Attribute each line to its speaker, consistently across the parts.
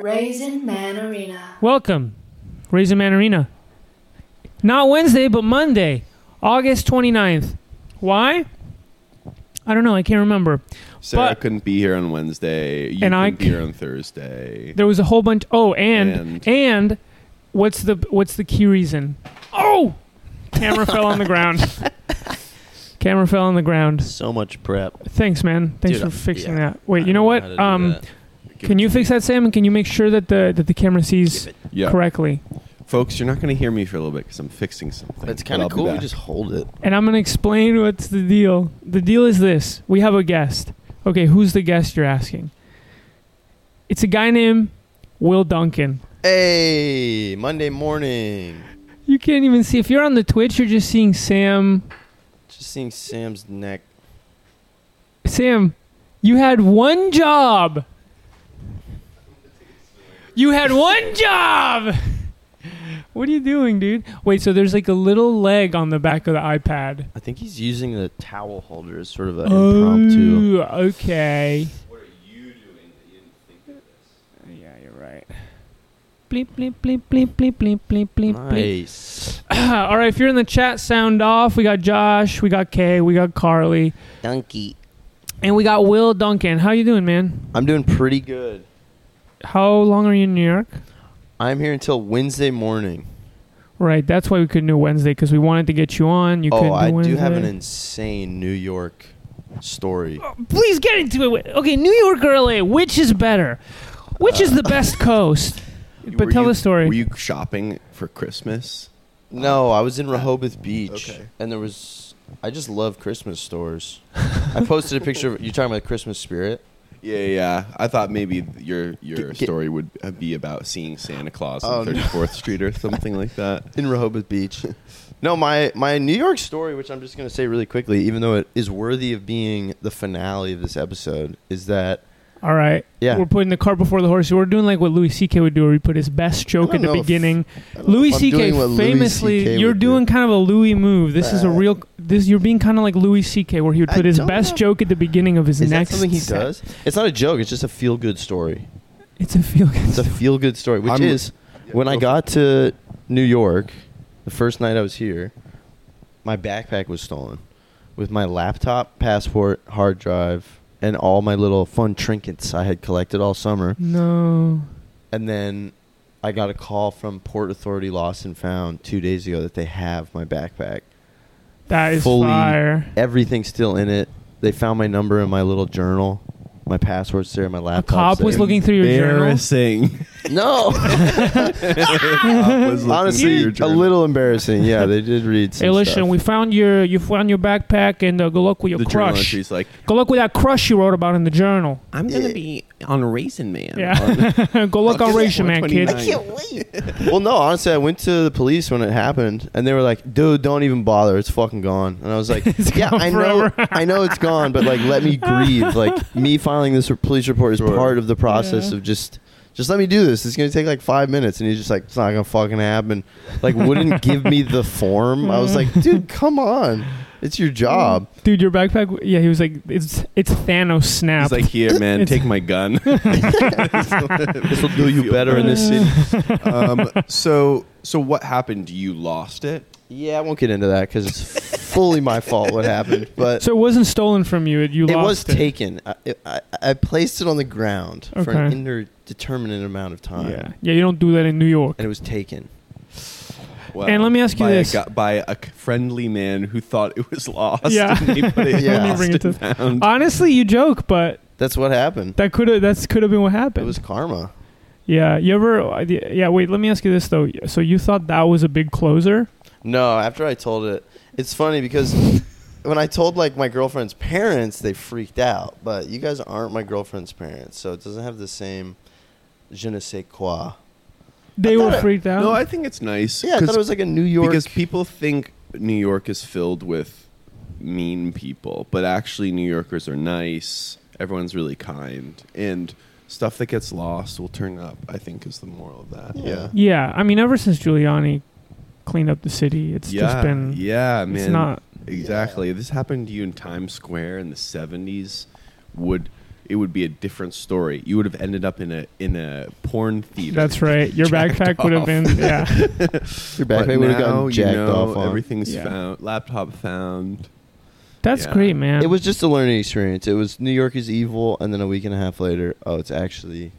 Speaker 1: Raisin Man Arena.
Speaker 2: Welcome, Raisin Man Arena. Not Wednesday, but Monday, August 29th. Why? I don't know. I can't remember.
Speaker 3: Sarah
Speaker 2: But-
Speaker 3: couldn't be here on Wednesday. You
Speaker 2: And I
Speaker 3: couldn't be here on Thursday.
Speaker 2: There was a whole bunch. Oh, and and,
Speaker 3: And-
Speaker 2: what's the what's the key reason? Oh, camera fell on the ground. Camera fell on the ground.
Speaker 4: So much prep.
Speaker 2: Thanks, man. Thanks
Speaker 4: Dude,
Speaker 2: for fixing
Speaker 4: yeah.
Speaker 2: that. Wait,
Speaker 4: I
Speaker 2: you know
Speaker 4: don't
Speaker 2: what?
Speaker 4: how to do
Speaker 2: um,
Speaker 4: that.
Speaker 2: can you fix that, Sam? And can you make sure that the that the camera sees
Speaker 4: Give it.
Speaker 3: Yeah,
Speaker 2: correctly?
Speaker 3: folks, you're not going to hear me for a little bit because I'm fixing something.
Speaker 4: That's
Speaker 3: but
Speaker 4: kind
Speaker 3: I'll
Speaker 4: of
Speaker 3: be
Speaker 4: cool. We
Speaker 3: back.
Speaker 4: just hold it.
Speaker 2: And I'm gonna explain what's the deal. The deal is this: we have a guest. Okay, who's the guest? You're asking. It's a guy named Will Duncan.
Speaker 4: Hey, Monday morning.
Speaker 2: You can't even see if you're on the Twitch. You're just seeing Sam.
Speaker 4: Just seeing Sam's neck.
Speaker 2: Sam, you had one job. You had one job. What are you doing, dude? Wait, so there's like a little leg on the back of the iPad.
Speaker 4: I think he's using the towel holder as sort of an impromptu.
Speaker 2: Oh, okay. What are you doing that you didn't think of this? Oh, Yeah, you're right. Bleep, bleep, bleep, bleep, bleep, bleep, bleep, bleep, bleep.
Speaker 4: Nice.
Speaker 2: All right, if you're in the chat, sound off. We got Josh, we got Kay, we got Carly,
Speaker 4: Donkey.
Speaker 2: and we got Will Duncan. How you doing, man?
Speaker 4: I'm doing pretty good.
Speaker 2: How long are you in New York?
Speaker 4: I'm here until Wednesday morning.
Speaker 2: Right, that's why we couldn't do Wednesday because we wanted to get you on. You couldn't
Speaker 4: oh,
Speaker 2: do
Speaker 4: I
Speaker 2: Wednesday.
Speaker 4: do have an insane New York story.
Speaker 2: Please get into it. Okay, New York or LA, which is better? Which is the best coast? But
Speaker 3: Were
Speaker 2: tell
Speaker 3: you-
Speaker 2: the story.
Speaker 3: Were you shopping for Christmas?
Speaker 4: No, I was in Rehoboth Beach,
Speaker 3: Okay.
Speaker 4: and there was. I just love Christmas stores. I posted a picture of you talking about Christmas spirit.
Speaker 3: Yeah, yeah. I thought maybe your your
Speaker 4: Get- get-
Speaker 3: story would be about seeing Santa Claus
Speaker 4: Oh,
Speaker 3: on
Speaker 4: no.
Speaker 3: Thirty Fourth Street or something like that.
Speaker 4: in Rehoboth Beach. no, my my New York story, which I'm just going to say really quickly, even though it is worthy of being the finale of this episode, is that
Speaker 2: All right.
Speaker 4: Yeah.
Speaker 2: We're putting the cart before the horse. We're doing like what Louis C.K. would do, where he put his best joke
Speaker 4: I
Speaker 2: at
Speaker 4: don't
Speaker 2: the
Speaker 4: know if-
Speaker 2: beginning.
Speaker 4: I don't know
Speaker 2: Louis
Speaker 4: if I'm
Speaker 2: C.K.
Speaker 4: doing what Louis
Speaker 2: famously,
Speaker 4: CK would
Speaker 2: you're
Speaker 4: do.
Speaker 2: doing kind of a Louis move. This is a
Speaker 4: Uh,
Speaker 2: real. This you're being kind of like Louis C.K., where he would
Speaker 4: I
Speaker 2: put his
Speaker 4: don't
Speaker 2: best
Speaker 4: know.
Speaker 2: joke at the beginning of his
Speaker 4: is that
Speaker 2: next.
Speaker 4: something he
Speaker 2: set.
Speaker 4: does? It's not a joke. It's just a feel good story.
Speaker 2: It's a feel.
Speaker 4: It's a feel good story, which
Speaker 3: I'm-
Speaker 4: is when I got to New York, the first night I was here, my backpack was stolen with my laptop, passport, hard drive, and all my little fun trinkets I had collected all summer.
Speaker 2: No.
Speaker 4: And then I got a call from Port Authority Lost and Found two days ago that they have my backpack.
Speaker 2: That is fire.
Speaker 4: Everything's still in it. They found my number in my little journal. My password's there. My laptop.
Speaker 2: cop was looking through your journal?
Speaker 3: Embarrassing.
Speaker 4: No,
Speaker 3: I was looking through
Speaker 4: honestly,
Speaker 3: your
Speaker 4: a
Speaker 3: journal.
Speaker 4: little embarrassing. Yeah, they did read. Some
Speaker 2: Hey, listen,
Speaker 4: stuff.
Speaker 2: we found your you found your backpack, and uh, good luck with your
Speaker 3: The journal
Speaker 2: crush.
Speaker 3: entry's like,
Speaker 2: Good luck with that crush you wrote about in the journal.
Speaker 3: I'm gonna be on Raisin Man.
Speaker 2: Yeah. good luck on
Speaker 3: Okay,
Speaker 2: Ration Man, kid.
Speaker 3: 129.
Speaker 4: well, no, honestly, I went to the police when it happened, and they were like, "Dude, don't even bother. It's fucking gone." And I was like,
Speaker 2: It's
Speaker 4: "Yeah,
Speaker 2: gone
Speaker 4: I know,
Speaker 2: forever."
Speaker 4: I know it's gone, but like, let me grieve. Like, me filing this re- police report is
Speaker 3: Sure.
Speaker 4: part of the process
Speaker 2: Yeah.
Speaker 4: of just." Just let me do this. It's gonna take like five minutes, and he's just like, "It's not gonna fucking happen." Like, wouldn't give me the form. I was like,
Speaker 2: Mm-hmm.
Speaker 4: "Dude, come on, it's your job."
Speaker 2: Dude, your backpack. Yeah, he was like, it's it's Thanos snap.
Speaker 3: He's like, here, man,
Speaker 2: It's-
Speaker 3: take my gun.
Speaker 4: This
Speaker 3: this
Speaker 4: will do you better in this city.
Speaker 3: Um, so, so what happened? You lost it.
Speaker 4: Yeah, I won't get into that because it's fully my fault what happened. But
Speaker 2: so it wasn't stolen from you. You
Speaker 4: it
Speaker 2: lost
Speaker 4: was taken. I, I, I placed it on the ground for an
Speaker 2: Okay.
Speaker 4: indeterminate amount of time.
Speaker 2: Yeah, yeah. You don't do that in New York.
Speaker 4: And it was taken.
Speaker 3: Well,
Speaker 2: And let me ask you
Speaker 3: by
Speaker 2: this.
Speaker 3: a, gu- by a c- friendly man who thought it was lost.
Speaker 2: Yeah.
Speaker 3: and he put it
Speaker 4: Yeah.
Speaker 3: in
Speaker 4: Let me
Speaker 2: bring it
Speaker 3: lost and found.
Speaker 2: Honestly, you joke, but
Speaker 4: That's what happened.
Speaker 2: that could have that's could have been what
Speaker 4: It
Speaker 2: happened.
Speaker 4: was karma.
Speaker 2: yeah. You ever? uh, Yeah. Wait. Let me ask you this though. So you thought that was a big closer?
Speaker 4: No, after I told it, it's funny because when I told like my girlfriend's parents, they freaked out. But you guys aren't my girlfriend's parents, so it doesn't have the same je ne sais quoi.
Speaker 2: They were
Speaker 4: thought it-
Speaker 2: freaked out.
Speaker 3: No, I think it's nice.
Speaker 4: Yeah, I
Speaker 3: 'cause-
Speaker 4: thought it was like a New York.
Speaker 3: because people think New York is filled with mean people, but actually New Yorkers are nice. Everyone's really kind, and stuff that gets lost will turn up. I think is the moral of that.
Speaker 4: Yeah.
Speaker 3: Yeah,
Speaker 2: yeah. I mean, ever since Giuliani cleaned up the city, it's
Speaker 3: yeah,
Speaker 2: just been.
Speaker 3: yeah, man.
Speaker 2: It's not.
Speaker 3: Exactly. This happened to you in Times Square in the 70s. Would it would be a different story. You would have ended up in a in a porn theater.
Speaker 2: That's right. Your
Speaker 3: Jacked
Speaker 2: backpack would have
Speaker 3: off.
Speaker 2: been yeah.
Speaker 4: Your backpack would have gotten jacked off on.
Speaker 3: Everything's
Speaker 2: Yeah.
Speaker 3: found. Laptop found.
Speaker 2: That's
Speaker 3: Yeah.
Speaker 2: great, man.
Speaker 4: It was just a learning experience. It was New York is evil, and then a week and a half later, oh, it's actually,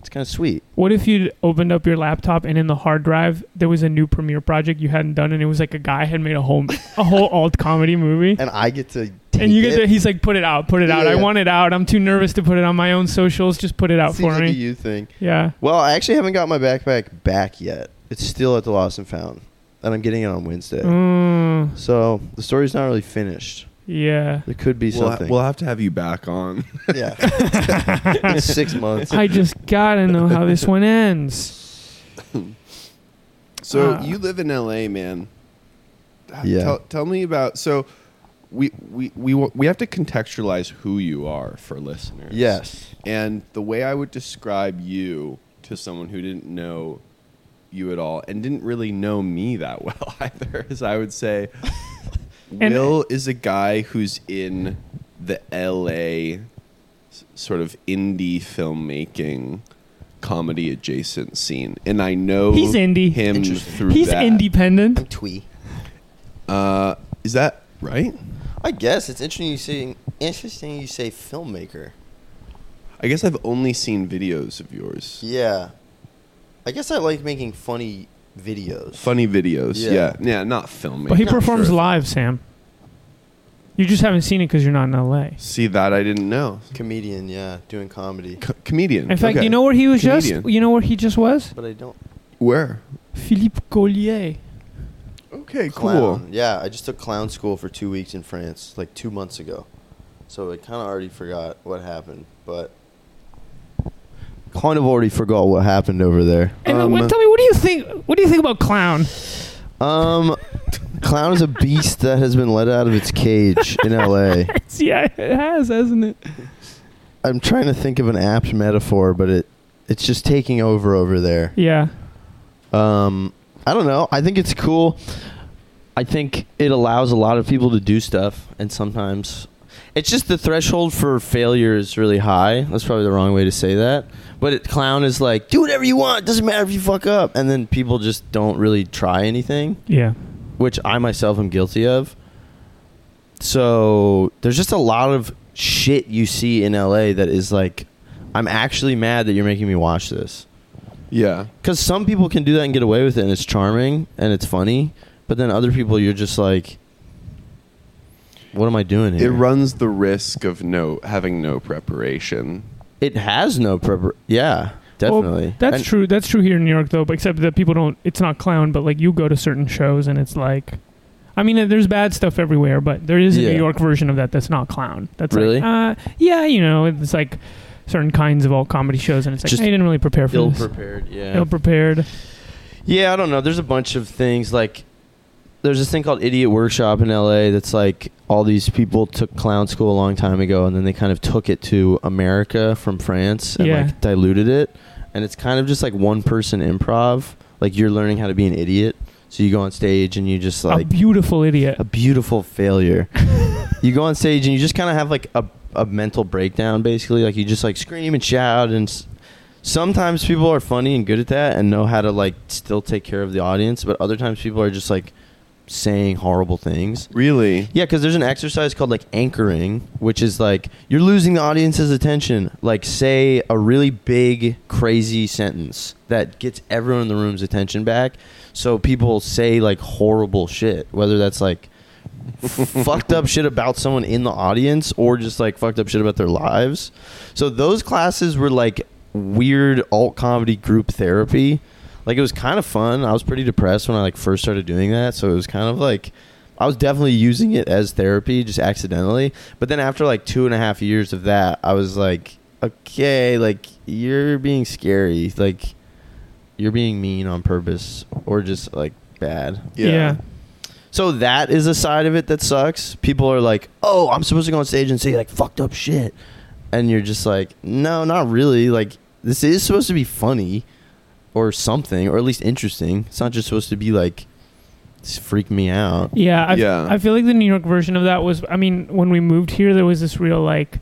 Speaker 4: it's kind of sweet.
Speaker 2: What if you opened up your laptop and in the hard drive there was a new Premiere project you hadn't done, and it was like a guy had made a whole a whole alt comedy movie,
Speaker 4: And I get to. Take
Speaker 2: and you get
Speaker 4: it.
Speaker 2: to, he's like, put it out, put it out. I
Speaker 4: Yeah.
Speaker 2: want it out. I'm too nervous to put it on my own socials. Just put it out
Speaker 4: Seems
Speaker 2: for
Speaker 4: like a
Speaker 2: me.
Speaker 4: you thing.
Speaker 2: yeah,
Speaker 4: Well, I actually haven't got my backpack back yet. It's still at the lost and found, and I'm getting it on Wednesday.
Speaker 2: Mm,
Speaker 4: So the story's not really finished.
Speaker 2: yeah.
Speaker 4: There could be
Speaker 3: We'll, ha-
Speaker 4: something.
Speaker 3: we'll have to have you back on.
Speaker 4: yeah, it's six months.
Speaker 2: I just gotta know how this one ends.
Speaker 3: So
Speaker 2: Ah.
Speaker 3: you live in LA, man. Uh,
Speaker 4: Yeah.
Speaker 3: Tell, tell me about so we we we wa- we have to contextualize who you are for listeners.
Speaker 4: Yes.
Speaker 3: And the way I would describe you to someone who didn't know you at all and didn't really know me that well either is I would say
Speaker 2: And-
Speaker 3: Will is a guy who's in the LA s- sort of indie filmmaking comedy adjacent scene and I know
Speaker 2: He's indie.
Speaker 3: him
Speaker 4: Interesting.
Speaker 3: through
Speaker 2: He's
Speaker 3: that.
Speaker 2: independent.
Speaker 4: twee.
Speaker 3: Uh, is that right?
Speaker 4: I guess it's interesting. You say interesting. You say filmmaker.
Speaker 3: I guess I've only seen videos of yours.
Speaker 4: Yeah. I guess I like making funny videos.
Speaker 3: Funny videos.
Speaker 4: Yeah.
Speaker 3: Yeah. yeah. not filmmaking.
Speaker 2: But he
Speaker 4: Not
Speaker 2: performs
Speaker 4: sure.
Speaker 2: live, Sam. You just haven't seen it because you're not in LA.
Speaker 3: See that I didn't know.
Speaker 4: comedian. Yeah, doing comedy.
Speaker 3: Co- comedian.
Speaker 2: In fact,
Speaker 3: Okay.
Speaker 2: you know where he was just?
Speaker 3: Comedian.
Speaker 2: You know where he just was?
Speaker 4: But I don't.
Speaker 3: where?
Speaker 2: Philippe Collier.
Speaker 3: Okay,
Speaker 4: Clown.
Speaker 3: cool.
Speaker 4: Yeah, I just took clown school for two weeks in France, like two months ago. So I kind of already forgot what happened, but kind of already forgot what happened over there.
Speaker 2: And
Speaker 3: Um,
Speaker 2: what, tell me, what do you think? What do you think about clown?
Speaker 4: Um, clown is a beast that has been let out of its cage in L.A.
Speaker 2: It's, yeah, it has, hasn't it?
Speaker 4: I'm trying to think of an apt metaphor, but it it's just taking over over there.
Speaker 2: Yeah,
Speaker 4: Um, I don't know. I think it's cool. I think it allows a lot of people to do stuff, and sometimes it's just the threshold for failure is really high. That's probably the wrong way to say that. But it, clown is like, do whatever you want. Doesn't matter if you fuck up, and then people just don't really try anything,
Speaker 2: yeah.
Speaker 4: which I myself am guilty of. So there's just a lot of shit you see in LA that is like, I'm actually mad that you're making me watch this.
Speaker 3: Yeah.
Speaker 4: Because some people can do that and get away with it, and it's charming and it's funny. But then other people, you're just like, what am I doing
Speaker 3: It
Speaker 4: here?
Speaker 3: runs the risk of no having no preparation.
Speaker 4: It has no prep. Yeah, definitely.
Speaker 2: Well, that's
Speaker 4: And-
Speaker 2: true. That's true here in New York, though. But except that people don't. It's not clown, but like you go to certain shows and it's like, I mean, uh, there's bad stuff everywhere, but there is a
Speaker 4: Yeah.
Speaker 2: New York version of that that's not clown. That's
Speaker 4: Really?
Speaker 2: Like, uh, yeah, you know, it's like certain kinds of alt comedy shows, and it's like
Speaker 4: Just
Speaker 2: I didn't really prepare for
Speaker 4: Ill
Speaker 2: this.
Speaker 4: prepared. Yeah.
Speaker 2: Ill prepared.
Speaker 4: yeah, I don't know. There's a bunch of things like. There's this thing called Idiot Workshop in LA that's like all these people took clown school a long time ago and then they kind of took it to America from France and
Speaker 2: Yeah.
Speaker 4: like diluted it. and it's kind of just like one person improv. Like you're learning how to be an idiot. So you go on stage and you just
Speaker 2: a
Speaker 4: like
Speaker 2: beautiful idiot.
Speaker 4: a beautiful failure. you go on stage and you just kind of have like a, a mental breakdown basically. Like you just like scream and shout and s- sometimes people are funny and good at that and know how to like still take care of the audience, but other times people are just like saying horrible things.
Speaker 3: Really?
Speaker 4: Yeah, because there's an exercise called like anchoring, which is like you're losing the audience's attention. Like, say a really big, crazy sentence that gets everyone in the room's attention back. So people say like horrible shit, whether that's like fucked up shit about someone in the audience or just like fucked up shit about their lives. So those classes were like weird alt comedy group therapy. Like it was kind of fun. I was pretty depressed when I like first started doing that, so it was kind of like I was definitely using it as therapy just accidentally. But then after like two and a half years of that, I was like, okay, like you're being scary. Like you're being mean on purpose or just like bad.
Speaker 2: yeah.
Speaker 4: So that is a side of it that sucks. People are like, "Oh, I'm supposed to go on stage and say like fucked up shit," and you're just like, "No, not really. Like this is supposed to be funny, or something, or at least interesting. It's not just supposed to be like s- freak me out."
Speaker 2: Yeah, I,
Speaker 3: Yeah.
Speaker 2: I feel like the New York version of that was. I mean, when we moved here, there was this real like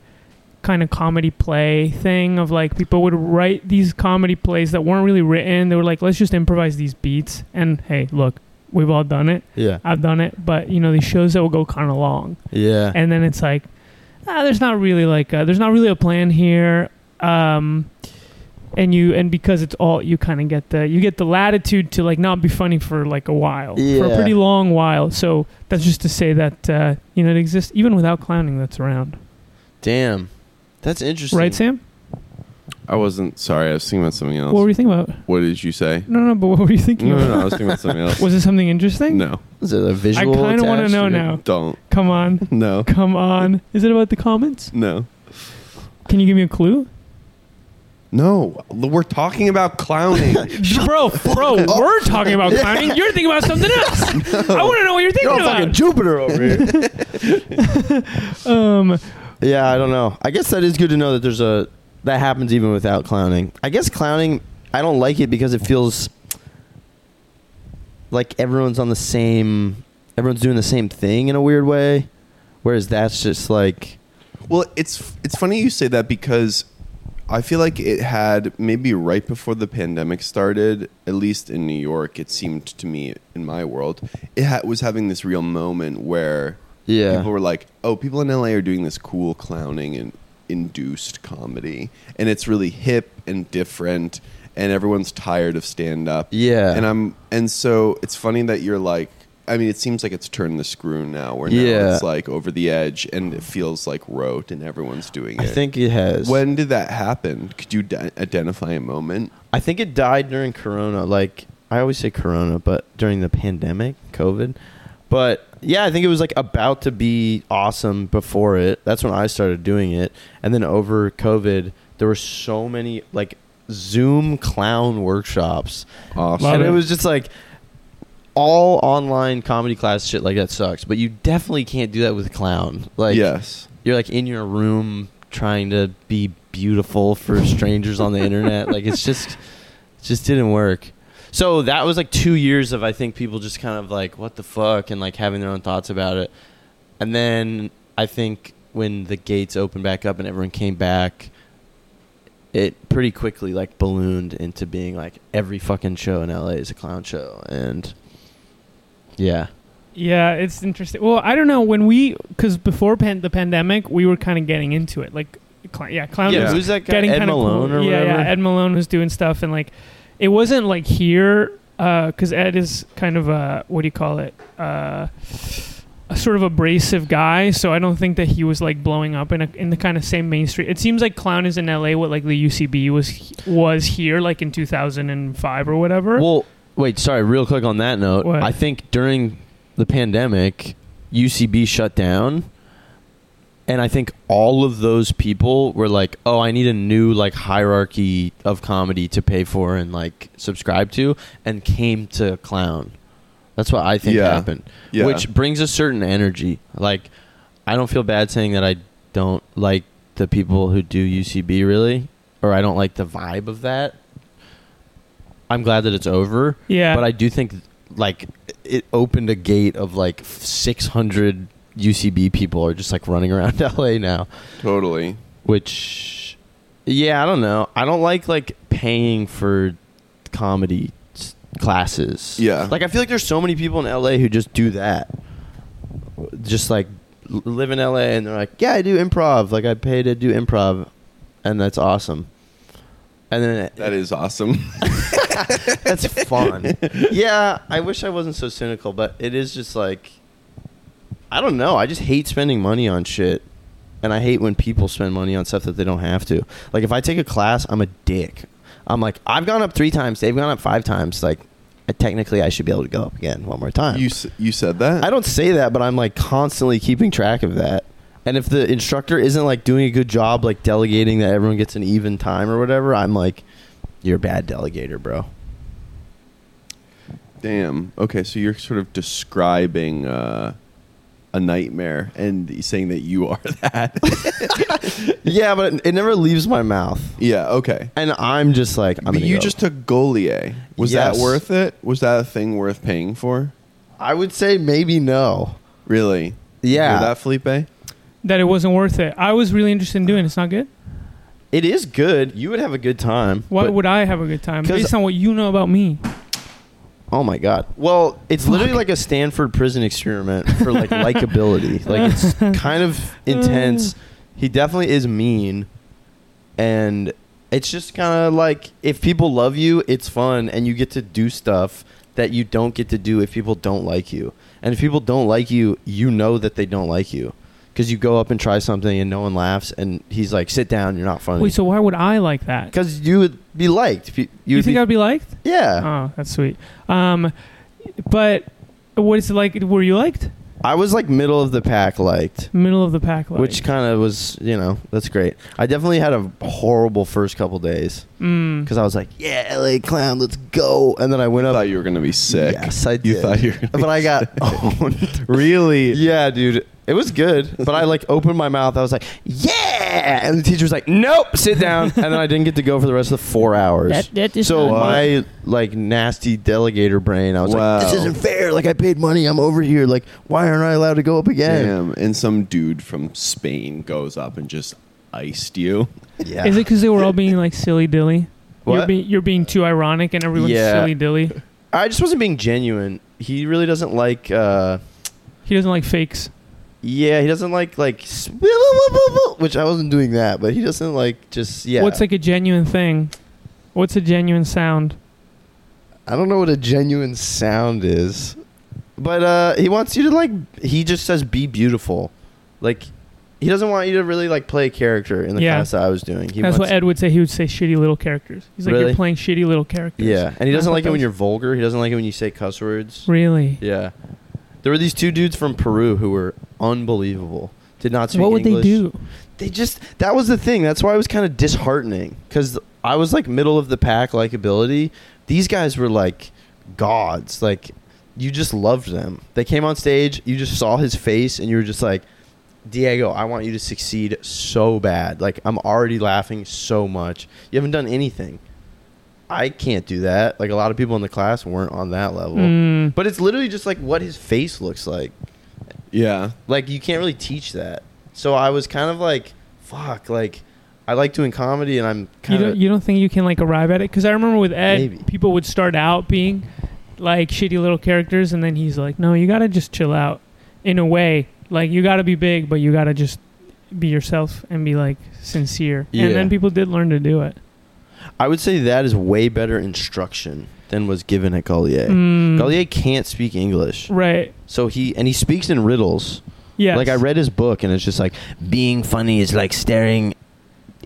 Speaker 2: kind of comedy play thing of like people would write these comedy plays that weren't really written. They were like, let's just improvise these beats. And hey, look, we've all done it.
Speaker 4: Yeah.
Speaker 2: I've done it. But you know, these shows that will go kind of long,
Speaker 4: Yeah.
Speaker 2: and then it's like, ah, there's not really like a, there's not really a plan here. Um, and you and because it's all you kind of get the you get the latitude to like not be funny for like a while for a
Speaker 4: Yeah.
Speaker 2: pretty long while. So that's just to say that uh, you know it exists even without clowning that's around,
Speaker 4: Damn. That's interesting.
Speaker 2: right, Sam?
Speaker 3: I wasn't sorry. I was thinking about something else.
Speaker 2: What were you thinking about?
Speaker 3: what did you say?
Speaker 2: No, no, but what were you thinking?
Speaker 3: No, no,
Speaker 2: about?
Speaker 3: no. I was thinking about something else.
Speaker 2: Was it something interesting?
Speaker 3: no,
Speaker 4: Is it a visual?
Speaker 2: kinda wanna
Speaker 4: attached
Speaker 2: know
Speaker 4: it?
Speaker 2: now.
Speaker 3: don't.
Speaker 2: Come on,
Speaker 3: No,
Speaker 2: come on. Is it about the comments?
Speaker 3: no,
Speaker 2: Can you give me a clue?
Speaker 3: no. We're talking about clowning.
Speaker 2: bro, bro, we're talking about clowning. You're thinking about something else. I want to know what you're
Speaker 4: You're
Speaker 2: thinking
Speaker 4: on Oh, fucking
Speaker 2: about.
Speaker 4: Jupiter over here.
Speaker 2: um,
Speaker 4: yeah, I don't know. I guess that is good to know that there's a that happens even without clowning. I guess clowning, I don't like it because it feels like everyone's on the same, everyone's doing the same thing in a weird way. Whereas that's just like,
Speaker 3: Well, it's it's funny you say that because I feel like it had maybe right before the pandemic started, at least in New York, it seemed to me in my world, it ha- was having this real moment where
Speaker 4: Yeah.
Speaker 3: people were like, "Oh, people in LA are doing this cool clowning and induced comedy, and it's really hip and different." And everyone's tired of stand up.
Speaker 4: Yeah.
Speaker 3: And I'm and so it's funny that you're like I mean, it seems like it's turned the screw now where now
Speaker 4: Yeah.
Speaker 3: it's like over the edge and it feels like rote and everyone's doing
Speaker 4: I
Speaker 3: it.
Speaker 4: think it has.
Speaker 3: when did that happen? Could you d- identify a moment?
Speaker 4: I think it died during Corona. Like I always say Corona, but during the pandemic, COVID. But yeah, I think it was like about to be awesome before it. That's when I started doing it, and then over COVID, there were so many like Zoom clown workshops,
Speaker 3: Awesome.
Speaker 2: Love
Speaker 4: and
Speaker 2: it.
Speaker 4: it was just like all online comedy class shit like that sucks. But you definitely can't do that with clown. Like
Speaker 3: yes.
Speaker 4: you're like in your room trying to be beautiful for strangers on the internet. Like it's just it just didn't work. So that was like two years of I think people just kind of like what the fuck and like having their own thoughts about it. And then I think when the gates opened back up and everyone came back, it pretty quickly like ballooned into being like every fucking show in LA is a clown show and yeah.
Speaker 2: yeah, it's interesting. Well, I don't know when we because before pan- the pandemic, we were kind of getting into it. Like, cl- yeah, clown
Speaker 4: Yeah,
Speaker 2: was
Speaker 4: who's that guy?
Speaker 2: getting
Speaker 4: Ed
Speaker 2: kind of
Speaker 4: Malone
Speaker 2: cool.
Speaker 4: or
Speaker 2: yeah,
Speaker 4: whatever?
Speaker 2: yeah, Ed Malone was doing stuff and like it wasn't like here because Ed is kind of a what do you call it? Uh, a sort of abrasive guy, so I don't think that he was like blowing up in a, in the kind of same mainstream. It seems like clown is in LA what like the UCB was was here like in 2005 or whatever.
Speaker 4: Well, wait, sorry, real quick on that note.
Speaker 2: What?
Speaker 4: I think during the pandemic, UCB shut down. And I think all of those people were like, "Oh, I need a new like hierarchy of comedy to pay for and like subscribe to," and came to clown. That's what I think
Speaker 3: Yeah.
Speaker 4: happened,
Speaker 3: Yeah.
Speaker 4: which brings a certain energy. Like, I don't feel bad saying that I don't like the people who do UCB really, or I don't like the vibe of that. I'm glad that it's over.
Speaker 2: Yeah.
Speaker 4: But I do think like it opened a gate of like 600 UCB people are just like running around LA now,
Speaker 3: Totally.
Speaker 4: which yeah, I don't know. I don't like like paying for comedy s- classes.
Speaker 3: Yeah.
Speaker 4: Like I feel like there's so many people in LA who just do that. Just like l- live in LA and they're like, "Yeah, I do improv. Like I pay to do improv." And that's awesome. And then it,
Speaker 3: That is awesome.
Speaker 4: that's fun. yeah, I wish I wasn't so cynical, but it is just like I don't know. I just hate spending money on shit. And I hate when people spend money on stuff that they don't have to. Like if I take a class, I'm a dick. I'm like, I've gone up 3 times, they've gone up 5 times, like I, technically I should be able to go up again one more time.
Speaker 3: you s- you said that?
Speaker 4: I don't say that, but I'm like constantly keeping track of that. And if the instructor isn't like doing a good job like delegating that everyone gets an even time or whatever, I'm like you're a bad delegator, bro.
Speaker 3: Damn. Okay, so you're sort of describing uh, a nightmare and saying that you are that.
Speaker 4: Yeah, but it, it never leaves my mouth.
Speaker 3: yeah, okay.
Speaker 4: And I'm just like, I'm
Speaker 3: but
Speaker 4: gonna
Speaker 3: you
Speaker 4: go.
Speaker 3: just took Golier. Was
Speaker 4: Yes.
Speaker 3: that worth it? Was that a thing worth paying for?
Speaker 4: I would say maybe no.
Speaker 3: Really?
Speaker 4: Yeah.
Speaker 3: Hear that Felipe?
Speaker 2: that it wasn't worth it. I was really interested in doing. it. It's not good.
Speaker 4: It is good. You would have a good time.
Speaker 2: Why
Speaker 4: but-
Speaker 2: would I have a good time
Speaker 4: 'Cause-
Speaker 2: based on what you know about me?
Speaker 4: Oh my god. Well, it's literally like a Stanford prison experiment for like likability. Like it's kind of intense. He definitely is mean and it's just kind of like if people love you, it's fun and you get to do stuff that you don't get to do if people don't like you. And if people don't like you, you know that they don't like you cuz you go up and try something and no one laughs and he's like sit down, you're not funny.
Speaker 2: Wait, so why would I like that?
Speaker 4: cuz you would be liked. If You, you
Speaker 2: You
Speaker 4: would
Speaker 2: think
Speaker 4: be,
Speaker 2: I'd be liked?
Speaker 4: yeah.
Speaker 2: Oh, that's sweet. Um, but what is it like? Were you liked?
Speaker 4: I was like middle of the pack liked.
Speaker 2: Middle of the pack, like.
Speaker 4: which kind of was you know that's great i definitely had a horrible first couple days
Speaker 2: Mm.
Speaker 4: because i was like yeah la clown let's go and then i went
Speaker 3: I
Speaker 4: up
Speaker 3: thought you were gonna be sick.
Speaker 4: yes i did
Speaker 3: You thought you were gonna
Speaker 4: but i got owned really yeah dude it was good but i like opened my mouth i was like yeah and the teacher was like nope sit down and then i didn't get to go for the rest of the four hours
Speaker 2: that
Speaker 4: so
Speaker 3: not-
Speaker 4: my like nasty delegator brain i was like this
Speaker 3: Wow.
Speaker 4: isn't fair like i paid money i'm over here like why aren't i allowed to go up again
Speaker 3: Damn. And some dude from Spain goes up and just iced you.
Speaker 4: yeah
Speaker 2: Is it because they were all being like silly dilly? You're,
Speaker 4: What?
Speaker 2: being you're being too ironic and everyone's
Speaker 4: Yeah.
Speaker 2: silly dilly.
Speaker 4: I just wasn't being genuine. He really doesn't like. uh
Speaker 2: He doesn't like fakes.
Speaker 4: Yeah, he doesn't like like. s- woo, woo, woo, woo, woo, Which I wasn't doing that, but he doesn't like just yeah.
Speaker 2: What's like a genuine thing? What's a genuine sound?
Speaker 4: I don't know what a genuine sound is, but uh he wants you to like. He just says be beautiful, like. He doesn't want you to really like play a character in the
Speaker 2: Yeah.
Speaker 4: class that I was doing. He
Speaker 2: That's what
Speaker 4: wants,
Speaker 2: Ed would say. He would say shitty little characters. He's like,
Speaker 4: Really?
Speaker 2: you're playing shitty little characters.
Speaker 4: yeah, and he
Speaker 2: That's
Speaker 4: doesn't
Speaker 2: what
Speaker 4: like it when
Speaker 2: those-
Speaker 4: you're vulgar. He doesn't like it when you say cuss words.
Speaker 2: Really?
Speaker 4: Yeah, there were these two dudes from Peru who were unbelievable. Did not speak
Speaker 2: What would
Speaker 4: English.
Speaker 2: they do?
Speaker 4: they just that was the thing that's why it was kind of disheartening because i was like middle of the pack likability these guys were like gods like you just loved them they came on stage you just saw his face and you were just like diego i want you to succeed so bad like i'm already laughing so much you haven't done anything i can't do that like a lot of people in the class weren't on that level
Speaker 2: Mm.
Speaker 4: but it's literally just like what his face looks like
Speaker 3: Yeah.
Speaker 4: like you can't really teach that. So I was kind of like, fuck, like I like doing comedy and I'm
Speaker 2: You
Speaker 4: kind
Speaker 2: don't,
Speaker 4: of
Speaker 2: you don't think you can like arrive at it? Because I remember with Ed,
Speaker 4: Maybe.
Speaker 2: people would start out being like shitty little characters, and then he's like, "No, you gotta just chill out." In a way, like you gotta be big, but you gotta just be yourself and be like sincere.
Speaker 4: Yeah.
Speaker 2: And then people did learn to do it.
Speaker 4: I would say that is way better instruction than was given at Collier.
Speaker 2: Mm,
Speaker 4: Collier can't speak English.
Speaker 2: right?
Speaker 4: So he and he speaks in riddles.
Speaker 2: Yeah.
Speaker 4: Like I read his book and it's just like being funny is like staring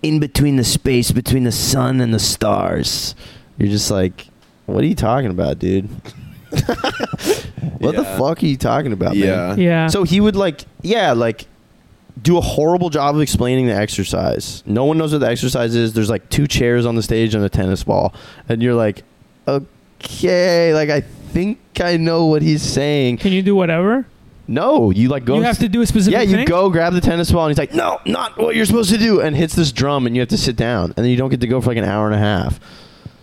Speaker 4: in between the space between the sun and the stars. You're just like, what are you talking about, dude? what the
Speaker 3: Yeah.
Speaker 4: fuck are you talking about, man?
Speaker 3: yeah.
Speaker 2: Yeah.
Speaker 4: uh, So he would like, yeah, like do a horrible job of explaining the exercise. No one knows what the exercise is. There's like two chairs on the stage and a tennis ball, and you're like, okay, like I think I know what he's saying.
Speaker 2: can you do whatever?
Speaker 4: No, you like go.
Speaker 2: you have to do a specific.
Speaker 4: yeah,
Speaker 2: thing?
Speaker 4: you go grab the tennis ball, and he's like, no, not what you're supposed to do, and hits this drum, and you have to sit down, and then you don't get to go for like an hour and a half.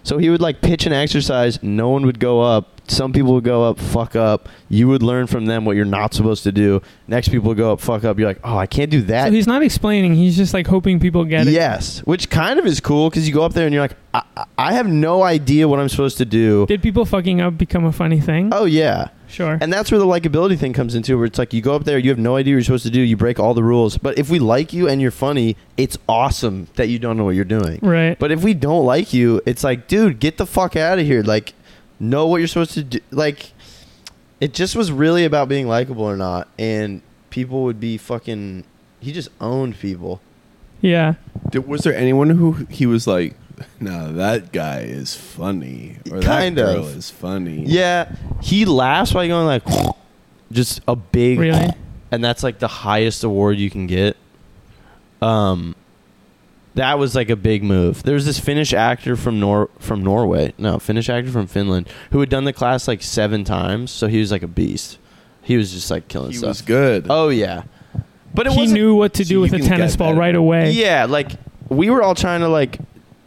Speaker 4: So he would like pitch an exercise. No one would go up. Some people would go up, fuck up. You would learn from them what you're not supposed to do. Next people would go up, fuck up. You're like, oh, I can't do that.
Speaker 2: So he's not explaining. He's just like hoping people get it.
Speaker 4: yes, which kind of is cool because you go up there and you're like, I-, I- I have no idea what I'm supposed to do.
Speaker 2: Did people fucking up become a funny thing?
Speaker 4: Oh yeah,
Speaker 2: sure.
Speaker 4: and that's where the likability thing comes into, where it's like you go up there, you have no idea what you're supposed to do, you break all the rules. But if we like you and you're funny, it's awesome that you don't know what you're doing.
Speaker 2: right.
Speaker 4: But if we don't like you, it's like, dude, get the fuck out of here. Like, know what you're supposed to do. Like, it just was really about being likable or not. And people would be fucking. He just owned people.
Speaker 2: yeah.
Speaker 3: Did, was there anyone who he was like, "No, that guy is funny," or
Speaker 4: Kind
Speaker 3: "That
Speaker 4: of.
Speaker 3: girl is funny"?
Speaker 4: Yeah, he laughs by going like, just a big,
Speaker 2: Really?
Speaker 4: and that's like the highest award you can get. Um, that was like a big move. There's this Finnish actor from Nor from Norway, no Finnish actor from Finland, who had done the class like seven times, so he was like a beast. He was just like killing
Speaker 3: he
Speaker 4: stuff.
Speaker 3: was good.
Speaker 4: oh yeah, but it
Speaker 2: he
Speaker 4: wasn't.
Speaker 2: knew what to
Speaker 3: So
Speaker 2: do
Speaker 3: you
Speaker 2: with a
Speaker 3: can
Speaker 2: tennis
Speaker 3: get
Speaker 2: ball
Speaker 3: better.
Speaker 2: right away.
Speaker 4: Yeah, like we were all trying to like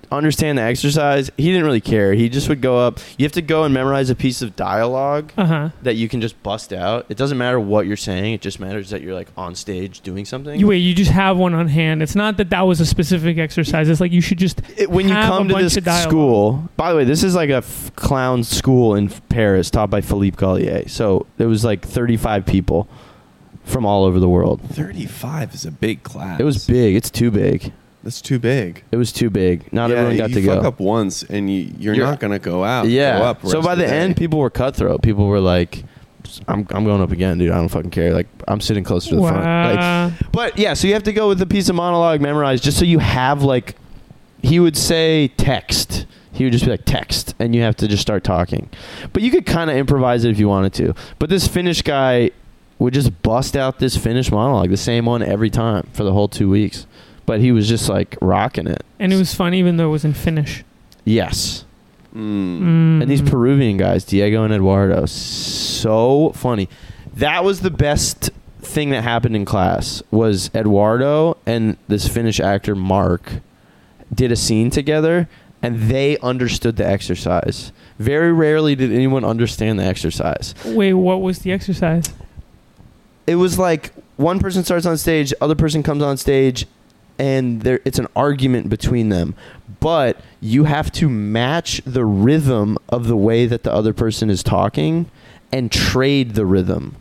Speaker 4: understand the exercise. He didn't really care. He just would go up. You have to go and memorize a piece of dialogue
Speaker 2: Uh huh.
Speaker 4: that you can just bust out. It doesn't matter what you're saying. It just matters that you're like on stage doing something.
Speaker 2: You wait. You just have one on hand. It's not that that was a specific exercise. It's like you should just
Speaker 4: It- when you
Speaker 2: have a
Speaker 4: come to
Speaker 2: bunch
Speaker 4: this
Speaker 2: of dialogue.
Speaker 4: school, by the way, this is like a f- clown school in f- Paris taught by Philippe Gallier. So there was like 35 people from all over the world.
Speaker 3: 35 is a big class.
Speaker 4: It was big. It's too big.
Speaker 3: That's too big.
Speaker 4: It was too big. Not
Speaker 3: Yeah,
Speaker 4: everyone got
Speaker 3: you
Speaker 4: to
Speaker 3: fuck
Speaker 4: go.
Speaker 3: up once and you, you're,
Speaker 4: You're-
Speaker 3: not going to go out.
Speaker 4: yeah.
Speaker 3: Go up
Speaker 4: so
Speaker 3: rest
Speaker 4: by
Speaker 3: of
Speaker 4: the end,
Speaker 3: day.
Speaker 4: people were cutthroat. People were like, "I'm I'm going up again, dude. I don't fucking care. Like I'm sitting closer to the front." Like,
Speaker 2: Wow.
Speaker 4: But yeah, so you have to go with a piece of monologue memorized just so you have like he would say text. He would just be like text and you have to just start talking. But you could kind of improvise it if you wanted to. But this Finnish guy would just bust out this Finnish monologue, the same one every time for the whole 2 weeks. But he was just like rocking it.
Speaker 2: and it was funny, even though it was in Finnish.
Speaker 4: Yes.
Speaker 3: Mm.
Speaker 2: Mm.
Speaker 4: And these Peruvian guys, Diego and Eduardo, so funny. That was the best thing that happened in class was Eduardo and this Finnish actor Mark did a scene together and they understood the exercise. Very rarely did anyone understand the exercise.
Speaker 2: Wait, what was the exercise?
Speaker 4: It was like one person starts on stage, other person comes on stage and there it's an argument between them. But you have to match the rhythm of the way that the other person is talking and trade the rhythm.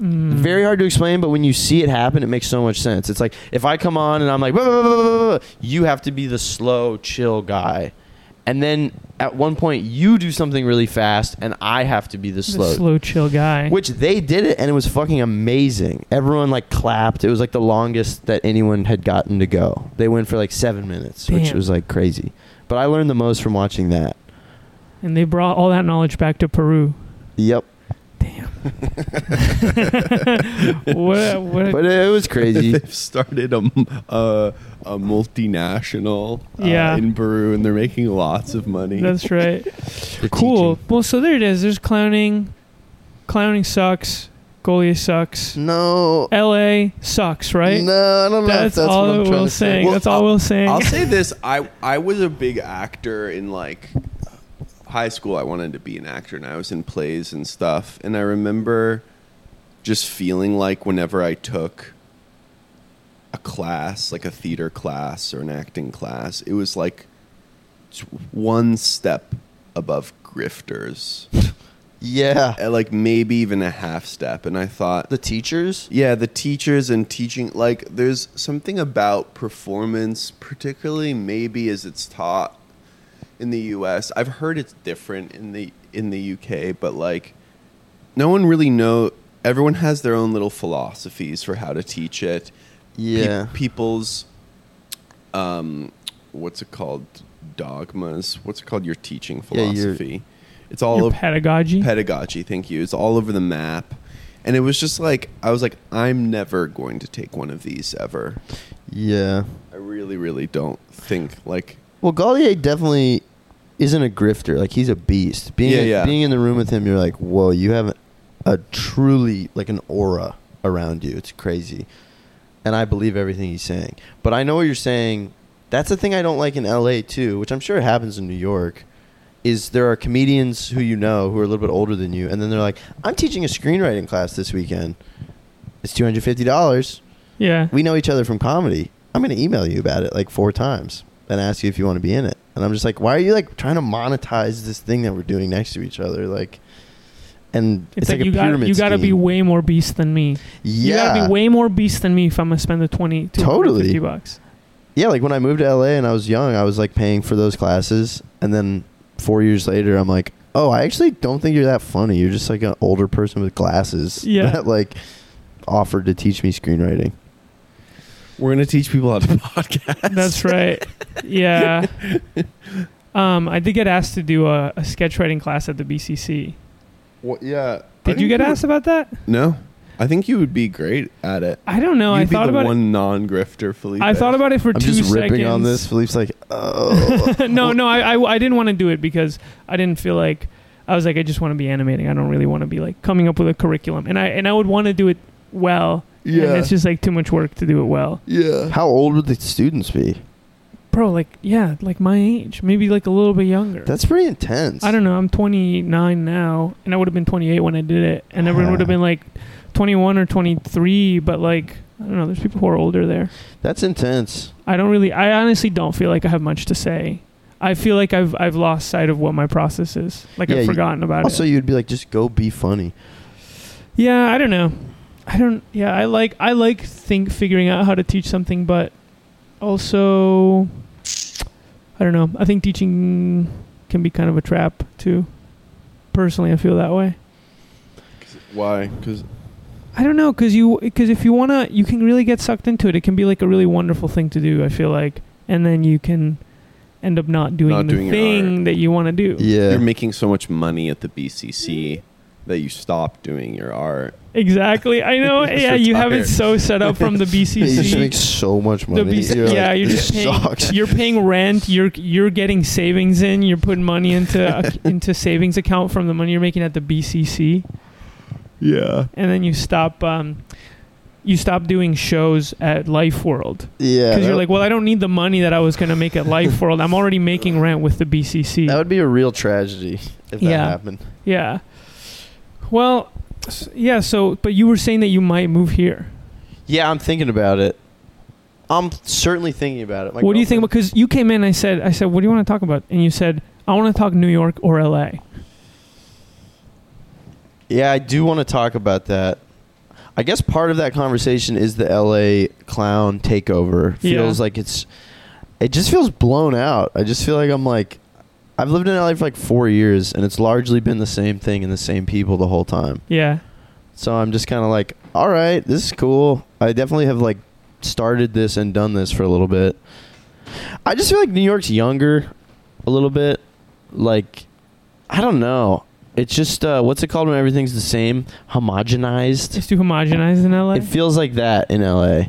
Speaker 2: Mm.
Speaker 4: Very hard to explain, but when you see it happen, it makes so much sense. It's like if I come on and I'm like, "Blah, blah, blah, blah, blah, blah," you have to be the slow, chill guy. And then at one point, you do something really fast, and I have to be the
Speaker 2: The
Speaker 4: slow.
Speaker 2: slow, chill guy.
Speaker 4: Which they did it, and it was fucking amazing. Everyone like clapped. It was like the longest that anyone had gotten to go. They went for like seven minutes, which
Speaker 2: Damn.
Speaker 4: was like crazy. But I learned the most from watching that.
Speaker 2: and they brought all that knowledge back to Peru.
Speaker 4: Yep.
Speaker 2: Damn. what? A, what? A,
Speaker 4: But it was crazy.
Speaker 3: They've started a, m- a- a multinational uh,
Speaker 2: Yeah.
Speaker 3: in Peru and they're making lots of money.
Speaker 2: that's right. Cool. Well, so there it is. There's clowning. Clowning sucks. Goalie sucks.
Speaker 4: No.
Speaker 2: L.A. sucks, right?
Speaker 4: No, I don't know
Speaker 2: that's,
Speaker 4: if that's
Speaker 2: all
Speaker 4: what I'm
Speaker 2: that
Speaker 4: trying
Speaker 2: Will's
Speaker 4: to say.
Speaker 2: saying.
Speaker 3: Well,
Speaker 2: that's all
Speaker 3: I'll-
Speaker 2: Will's saying.
Speaker 3: I'll say this: I I was a big actor in like high school. I wanted to be an actor, and I was in plays and stuff. And I remember just feeling like whenever I took a class, like a theater class or an acting class, it was like t- one step above grifters,
Speaker 4: Yeah.
Speaker 3: and like maybe even a half step. And I thought
Speaker 4: The teachers?
Speaker 3: yeah, the teachers and teaching, like, there's something about performance, particularly maybe as it's taught in the U.S. I've heard it's different in the in the U.K., but like, no one really know. Everyone has their own little philosophies for how to teach it. Pe-
Speaker 4: Yeah.
Speaker 3: people's, um, what's it called? Dogmas. What's it called? Your teaching
Speaker 4: Yeah, your-
Speaker 3: philosophy. it's all
Speaker 2: Your
Speaker 3: over
Speaker 2: pedagogy.
Speaker 3: pedagogy thank you it's all over the map and it was just like i was like i'm never going to take one of these ever
Speaker 4: Yeah.
Speaker 3: i really really don't think like
Speaker 4: Well, Gallier definitely isn't a grifter. Like he's a beast. Being
Speaker 3: Yeah, yeah.
Speaker 4: being in the room with him, you're like, whoa, you have a truly like an aura around you. It's crazy, and I believe everything he's saying. But I know what you're saying. That's the thing I don't like in L.A. too, which I'm sure happens in New York. Is there are comedians who you know who are a little bit older than you, and then they're like, I'm teaching a screenwriting class this weekend. It's two hundred fifty dollars
Speaker 2: yeah.
Speaker 4: we know each other from comedy. I'm going to email you about it like four times and ask you if you want to be in it. And I'm just like, why are you like trying to monetize this thing that we're doing next to each other? Like, and
Speaker 2: it's
Speaker 4: it's,
Speaker 2: like,
Speaker 4: a
Speaker 2: you got
Speaker 4: pyramid.
Speaker 2: you got to be
Speaker 4: scheme.
Speaker 2: way more beast than me. You
Speaker 4: yeah,
Speaker 2: gotta be way more beast than me if I'm gonna spend the twenty to
Speaker 4: Totally.
Speaker 2: fifty bucks.
Speaker 4: yeah. Like when I moved to LA and I was young, I was like paying for those classes, and then four years later, I'm like, oh, I actually don't think you're that funny. You're just like an older person with glasses
Speaker 2: Yeah.
Speaker 4: that like offered to teach me screenwriting.
Speaker 3: we're going to teach people how to podcast
Speaker 2: That's right. Yeah. Um, I did get asked to do a, a sketch writing class at the BCC.
Speaker 3: well, yeah
Speaker 2: Did you get asked about that?
Speaker 3: no i think you would be great at it
Speaker 2: I don't know.
Speaker 3: You'd
Speaker 2: I
Speaker 3: be
Speaker 2: thought
Speaker 3: the
Speaker 2: about it.
Speaker 3: one non-grifter Felipe.
Speaker 2: I thought about it for
Speaker 4: I'm
Speaker 2: two
Speaker 4: just
Speaker 2: seconds.
Speaker 4: ripping on this. Philippe's like, oh,
Speaker 2: no, no, I, I, I didn't want to do it because I didn't feel like I was like I just want to be animating. I don't really want to be like coming up with a curriculum, and I and I would want to do it well. and
Speaker 4: Yeah.
Speaker 2: it's just like too much work to do it well.
Speaker 3: yeah
Speaker 4: How old would the students be?
Speaker 2: bro, like yeah, like my age, maybe like a little bit younger.
Speaker 4: That's pretty intense.
Speaker 2: I don't know. I'm 29 now, and I would have been 28 when I did it, and everyone
Speaker 4: Yeah.
Speaker 2: would have been like 21 or 23. But like, I don't know. There's people who are older there.
Speaker 4: That's intense.
Speaker 2: I don't really. I honestly don't feel like I have much to say. I feel like I've I've lost sight of what my process is. Like
Speaker 4: Yeah,
Speaker 2: I've
Speaker 4: you-
Speaker 2: forgotten about
Speaker 4: Also,
Speaker 2: it.
Speaker 4: you'd be like, just go be funny.
Speaker 2: Yeah, I don't know. I don't. Yeah, I like I like think figuring out how to teach something, but also I don't know. I think teaching can be kind of a trap too. Personally, I feel that way.
Speaker 3: 'Cause- Why? Because
Speaker 2: I don't know because you because if you wanna, you can really get sucked into it. It can be like a really wonderful thing to do. I feel like, and then you can end up not doing
Speaker 3: Not
Speaker 2: the
Speaker 3: doing your
Speaker 2: thing that you want to do.
Speaker 4: Yeah.
Speaker 3: you're making so much money at the BCC that you stop doing your art.
Speaker 2: Exactly. I know.
Speaker 3: You're
Speaker 2: yeah, you have it
Speaker 3: retired.
Speaker 2: so set up from the
Speaker 4: You just make
Speaker 2: BCC.
Speaker 4: so much money.
Speaker 2: The BC
Speaker 4: You're like,
Speaker 2: yeah, you're
Speaker 4: "This
Speaker 2: just paying,
Speaker 4: sucks."
Speaker 2: you're paying rent. You're you're getting savings in. You're putting money into ac- into savings account from the money you're making at the BCC.
Speaker 3: Yeah.
Speaker 2: and then you stop um, you stop doing shows at Life World
Speaker 4: yeah.
Speaker 2: because
Speaker 4: that-
Speaker 2: you're like, well, I don't need the money that I was going to make at Life World. I'm already making rent with the BCC.
Speaker 4: that would be a real tragedy if that
Speaker 2: Yeah.
Speaker 4: happened.
Speaker 2: yeah. Well, s- yeah. So, but you were saying that you might move here.
Speaker 4: Yeah, I'm thinking about it. I'm certainly thinking about it. My
Speaker 2: what do you think?
Speaker 4: girlfriend-
Speaker 2: Because you came in, I said, I said, what do you want to talk about? And you said, I want to talk New York or LA.
Speaker 4: Yeah, I do want to talk about that. I guess part of that conversation is the LA clown takeover.
Speaker 2: Yeah.
Speaker 4: Feels like it's it just feels blown out. I just feel like I'm like I've lived in LA for like 4 years and it's largely been the same thing and the same people the whole time.
Speaker 2: Yeah.
Speaker 4: So I'm just kind of like, all right, this is cool. I definitely have like started this and done this for a little bit. I just feel like New York's younger a little bit. Like, I don't know. It's just, uh, what's it called when everything's the same?
Speaker 2: It's
Speaker 4: Homogenized?
Speaker 2: too homogenized in LA.
Speaker 4: It feels like that in LA.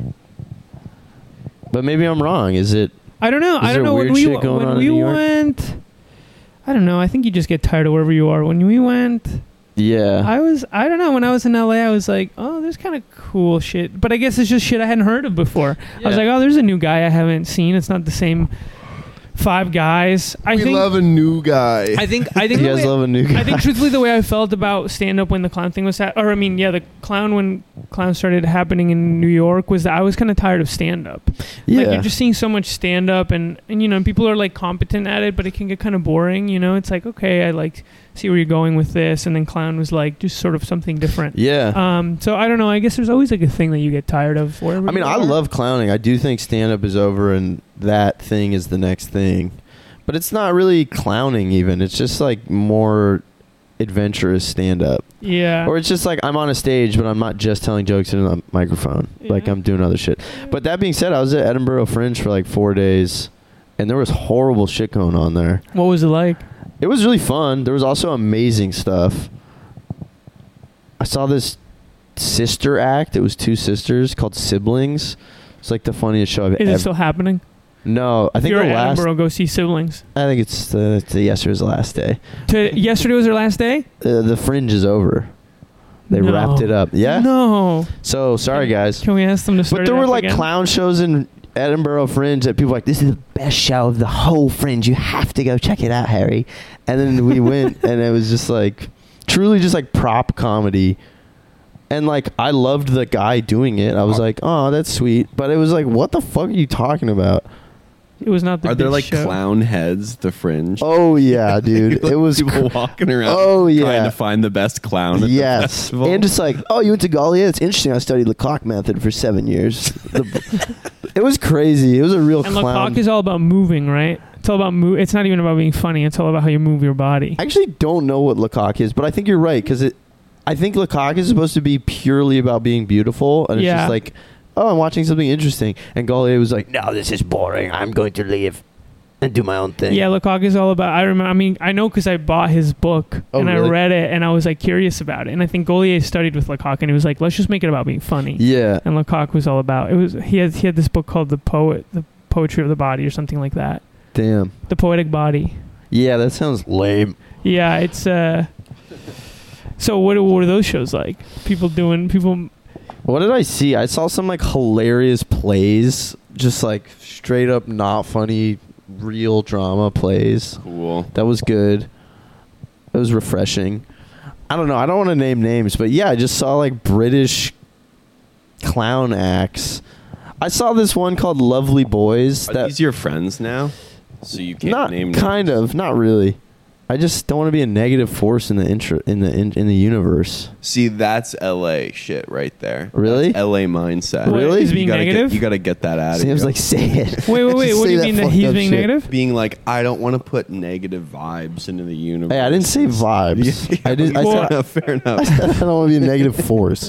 Speaker 4: But maybe I'm wrong. Is it?
Speaker 2: I don't know.
Speaker 4: Is
Speaker 2: I
Speaker 4: there
Speaker 2: don't know when
Speaker 4: weird
Speaker 2: we
Speaker 4: shit going
Speaker 2: when
Speaker 4: on in
Speaker 2: we
Speaker 4: New York?
Speaker 2: went. I don't know. I think you just get tired of wherever you are. When we went,
Speaker 4: Yeah.
Speaker 2: I was I don't know when I was in LA I was like oh there's kind of cool shit but I guess it's just shit I hadn't heard of before I was like oh there's a new guy I haven't seen it's not the same five guys I think
Speaker 3: a new guy.
Speaker 2: I think I think
Speaker 4: you
Speaker 2: the
Speaker 4: guys
Speaker 2: way-
Speaker 4: love a new guy.
Speaker 2: I think truthfully the way I felt about stand up when the clown thing was ha- or I mean yeah the clown when clown started happening in New York was that I was kind of tired of stand up
Speaker 4: yeah.
Speaker 2: like you're just seeing so much stand up and and you know people are like competent at it, but it can get kind of boring. You know, it's like okay, I like see where you're going with this, and then clown was like just sort of something different.
Speaker 4: yeah.
Speaker 2: Um, so I don't know. I guess there's always like a thing that you get tired of. Wherever
Speaker 4: I mean,
Speaker 2: you
Speaker 4: I
Speaker 2: are.
Speaker 4: love clowning. I do think stand up is over and that thing is the next thing. But it's not really clowning, even. It's just like more adventurous stand up.
Speaker 2: Yeah.
Speaker 4: Or it's just like I'm on a stage, but I'm not just telling jokes in a microphone. Like
Speaker 2: Yeah.
Speaker 4: I'm doing other shit. But that being said, I was at Edinburgh Fringe for like four days and there was horrible shit going on there.
Speaker 2: what was it like?
Speaker 4: It was really fun. There was also amazing stuff. I saw this sister act. It was two sisters called Siblings. It's like the funniest show I've
Speaker 2: Is it
Speaker 4: ever.
Speaker 2: still happening?
Speaker 4: no, I think
Speaker 2: You're
Speaker 4: the
Speaker 2: at
Speaker 4: last.
Speaker 2: Edinburgh, go see siblings.
Speaker 4: I think it's the, it's the yesterday was the last day.
Speaker 2: To, yesterday was their last day.
Speaker 4: Uh, the Fringe is over. They
Speaker 2: No.
Speaker 4: wrapped it up. Yeah.
Speaker 2: No.
Speaker 4: So sorry, guys.
Speaker 2: Can we ask them to start?
Speaker 4: But
Speaker 2: it
Speaker 4: there were
Speaker 2: up
Speaker 4: like
Speaker 2: again?
Speaker 4: clown shows in Edinburgh Fringe that people were like this is the best show of the whole Fringe. You have to go check it out, Harry. And then we went, and it was just like truly just like prop comedy. And like I loved the guy doing it. I was like, oh, that's sweet. But it was like, what the fuck are you talking about?
Speaker 2: It was not the.
Speaker 3: Are there
Speaker 2: big
Speaker 3: like
Speaker 2: show.
Speaker 3: clown heads? The fringe.
Speaker 4: Oh yeah, dude. it was
Speaker 3: people walking around.
Speaker 4: Oh, yeah.
Speaker 3: trying to find the best clown. At the
Speaker 4: Yes,
Speaker 3: festival.
Speaker 4: and just like, oh, you went to Gallia. It's interesting. I studied Lecoq method for seven years. The- it was crazy. It was a real
Speaker 2: And
Speaker 4: clown.
Speaker 2: Lecoq is all about moving, right? It's all about move. It's not even about being funny. It's all about how you move your body.
Speaker 4: I actually don't know what Lecoq is, but I think you're right because it. I think Lecoq is supposed to be purely about being beautiful, and it's
Speaker 2: Yeah.
Speaker 4: just like, oh, I'm watching something interesting. And Gallia was like, no, this is boring. I'm going to leave and do my own thing.
Speaker 2: Yeah, Lecoq is all about. I remember. I mean, I know because I bought his book
Speaker 4: Oh,
Speaker 2: and
Speaker 4: really?
Speaker 2: I read it, and I was like curious about it. And I think Golier studied with Lecoq, and he was like, "Let's just make it about being funny."
Speaker 4: yeah.
Speaker 2: And Lecoq was all about. It was he had he had this book called the poet, the poetry of the body, or something like that.
Speaker 4: Damn.
Speaker 2: The poetic body.
Speaker 4: Yeah, that sounds lame.
Speaker 2: Yeah, it's. uh So what were those shows like? People doing people.
Speaker 4: What did I see? I saw some like hilarious plays just like straight up not funny real drama plays.
Speaker 3: Cool.
Speaker 4: That was good. That was refreshing. I don't know. I don't want to name names, but yeah, I just saw like British clown acts. I saw this one called Lovely Boys.
Speaker 3: Are
Speaker 4: that
Speaker 3: these your friends now? So you can't
Speaker 4: not
Speaker 3: name
Speaker 4: kind
Speaker 3: names.
Speaker 4: of not really. I just don't want to be a negative force in the intro in the in, in the universe.
Speaker 3: See, that's LA shit right there.
Speaker 4: Really?
Speaker 3: That's LA mindset.
Speaker 2: What,
Speaker 4: Really?
Speaker 2: he's being
Speaker 3: you gotta
Speaker 2: negative?
Speaker 3: Get, you got to get that out of
Speaker 4: Sam's
Speaker 3: here.
Speaker 4: like say it.
Speaker 2: Wait, wait, wait.
Speaker 4: Just
Speaker 2: What do
Speaker 4: say
Speaker 2: you mean that
Speaker 4: fucked
Speaker 2: he's
Speaker 4: up
Speaker 2: being
Speaker 4: shit.
Speaker 2: negative?
Speaker 3: being like, I don't want to put negative vibes into the universe.
Speaker 4: Hey, I didn't say vibes. I did. I
Speaker 2: Well-
Speaker 4: said,
Speaker 3: Yeah, fair
Speaker 4: I
Speaker 3: enough.
Speaker 4: said I don't want to be a negative force.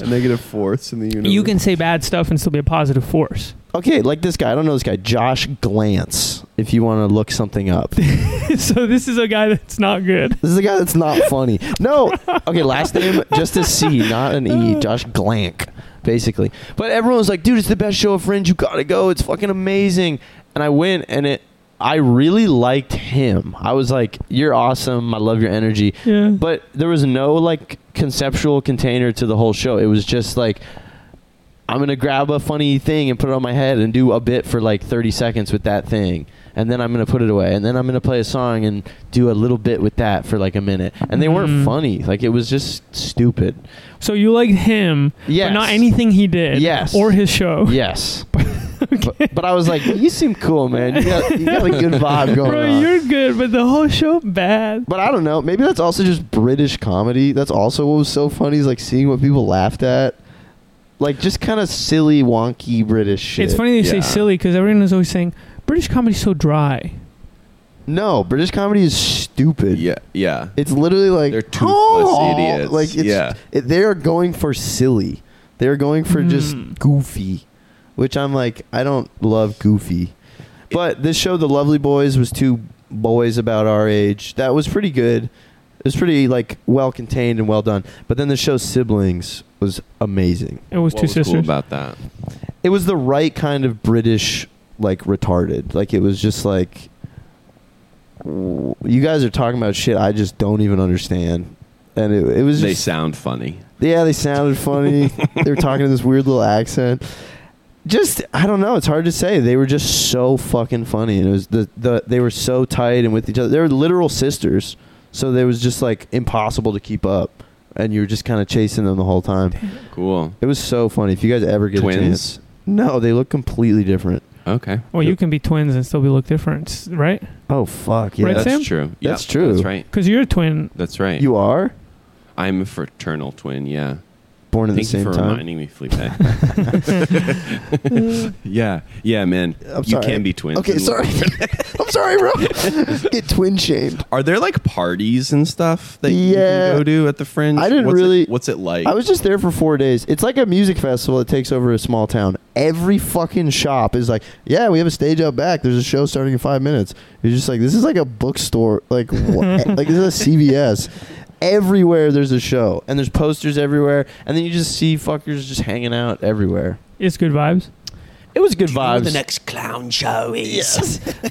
Speaker 3: negative force in the universe.
Speaker 2: You can say bad stuff and still be a positive force.
Speaker 4: Okay, like this guy. I don't know this guy. Josh Glance. If you want to look something up, this
Speaker 2: so this is a guy that's not good.
Speaker 4: is a guy that's not funny. No. Okay, last name just a C, not an E. Josh Glank, basically. But everyone was like, "Dude, it's the best show of Fringe. You gotta go. It's fucking amazing." And I went, and it. I really liked him. I was like, "You're awesome. I love your energy."
Speaker 2: Yeah.
Speaker 4: But there was no like conceptual container to the whole show. It was just like I'm gonna grab a funny thing and put it on my head and do a bit for like 30 seconds with that thing, and then I'm gonna put it away, and then I'm gonna play a song and do a little bit with that for like a minute. And they
Speaker 2: Mhm.
Speaker 4: weren't funny. Like it was just stupid.
Speaker 2: so you liked him,
Speaker 4: Yes.
Speaker 2: but not anything he did,
Speaker 4: Yes.
Speaker 2: or his show.
Speaker 4: Yes. but, but I was like, you seem cool, man. You got, you got a good vibe going
Speaker 2: Bro,
Speaker 4: on.
Speaker 2: you're good, but the whole show bad.
Speaker 4: But I don't know. Maybe that's also just British comedy. That's also what was so funny is like seeing what people laughed at. Like just kind of silly, wonky British shit.
Speaker 2: It's funny they
Speaker 3: Yeah.
Speaker 2: say silly because everyone is always saying British comedy's so dry.
Speaker 4: No, British comedy is stupid.
Speaker 3: Yeah, yeah.
Speaker 4: It's literally like
Speaker 3: They're toothless idiots.
Speaker 4: Like it's
Speaker 3: Yeah.
Speaker 4: it, they are going for silly. They're going for just
Speaker 3: Hmm.
Speaker 2: Mm.
Speaker 4: goofy, which I'm like I don't love goofy. But this show, The Lovely Boys, was two boys about our age. That was pretty good. It was pretty like well contained and well done. But then the show Siblings was amazing.
Speaker 2: It was
Speaker 3: What
Speaker 2: two
Speaker 3: was cool
Speaker 2: sisters.
Speaker 3: about that?
Speaker 4: It was the right kind of British like retarded. Like it was just like w- you guys are talking about shit I just don't even understand. And it, it was
Speaker 3: They
Speaker 4: just
Speaker 3: sound funny.
Speaker 4: yeah, they sounded funny. they were talking in this weird little accent. Just I don't know. It's hard to say. They were just so fucking funny, and it was the, the they were so tight and with each other. They were literal sisters, so they was just like impossible to keep up, and you were just kind of chasing them the whole time.
Speaker 3: Cool.
Speaker 4: It was so funny. If you guys ever get a chance,
Speaker 3: Twins.
Speaker 4: no, they look completely different.
Speaker 3: Okay.
Speaker 2: Well, you can be twins and still be look different, right?
Speaker 4: Oh fuck yeah,
Speaker 2: Right,
Speaker 3: That's
Speaker 4: That's-
Speaker 2: Sam?
Speaker 3: true. Yeah,
Speaker 4: That's true.
Speaker 3: That's right.
Speaker 2: Because you're a twin.
Speaker 3: That's right.
Speaker 4: you are
Speaker 3: I'm a fraternal twin. Yeah.
Speaker 4: born at the
Speaker 3: Thank you
Speaker 4: same
Speaker 3: for
Speaker 4: time.
Speaker 3: reminding me, Felipe. yeah, yeah, man.
Speaker 4: I'm
Speaker 3: you
Speaker 4: sorry.
Speaker 3: can be twins.
Speaker 4: Okay,
Speaker 3: And-
Speaker 4: sorry. I'm sorry, bro. get twin shamed.
Speaker 3: Are there like parties and stuff that
Speaker 4: Yeah.
Speaker 3: you can go to at the fringe?
Speaker 4: I didn't
Speaker 3: What's it-
Speaker 4: really-
Speaker 3: what's it like?
Speaker 4: I was just there for four days. It's like a music festival that takes over a small town. Every fucking shop is like, yeah, we have a stage out back. There's a show starting in five minutes. You're just like, this is like a bookstore. Like, what? like this is a CVS. Everywhere there's a show, and there's posters everywhere, and then you just see fuckers just hanging out everywhere.
Speaker 2: It's good vibes.
Speaker 4: It was good vibes.
Speaker 5: next clown show is.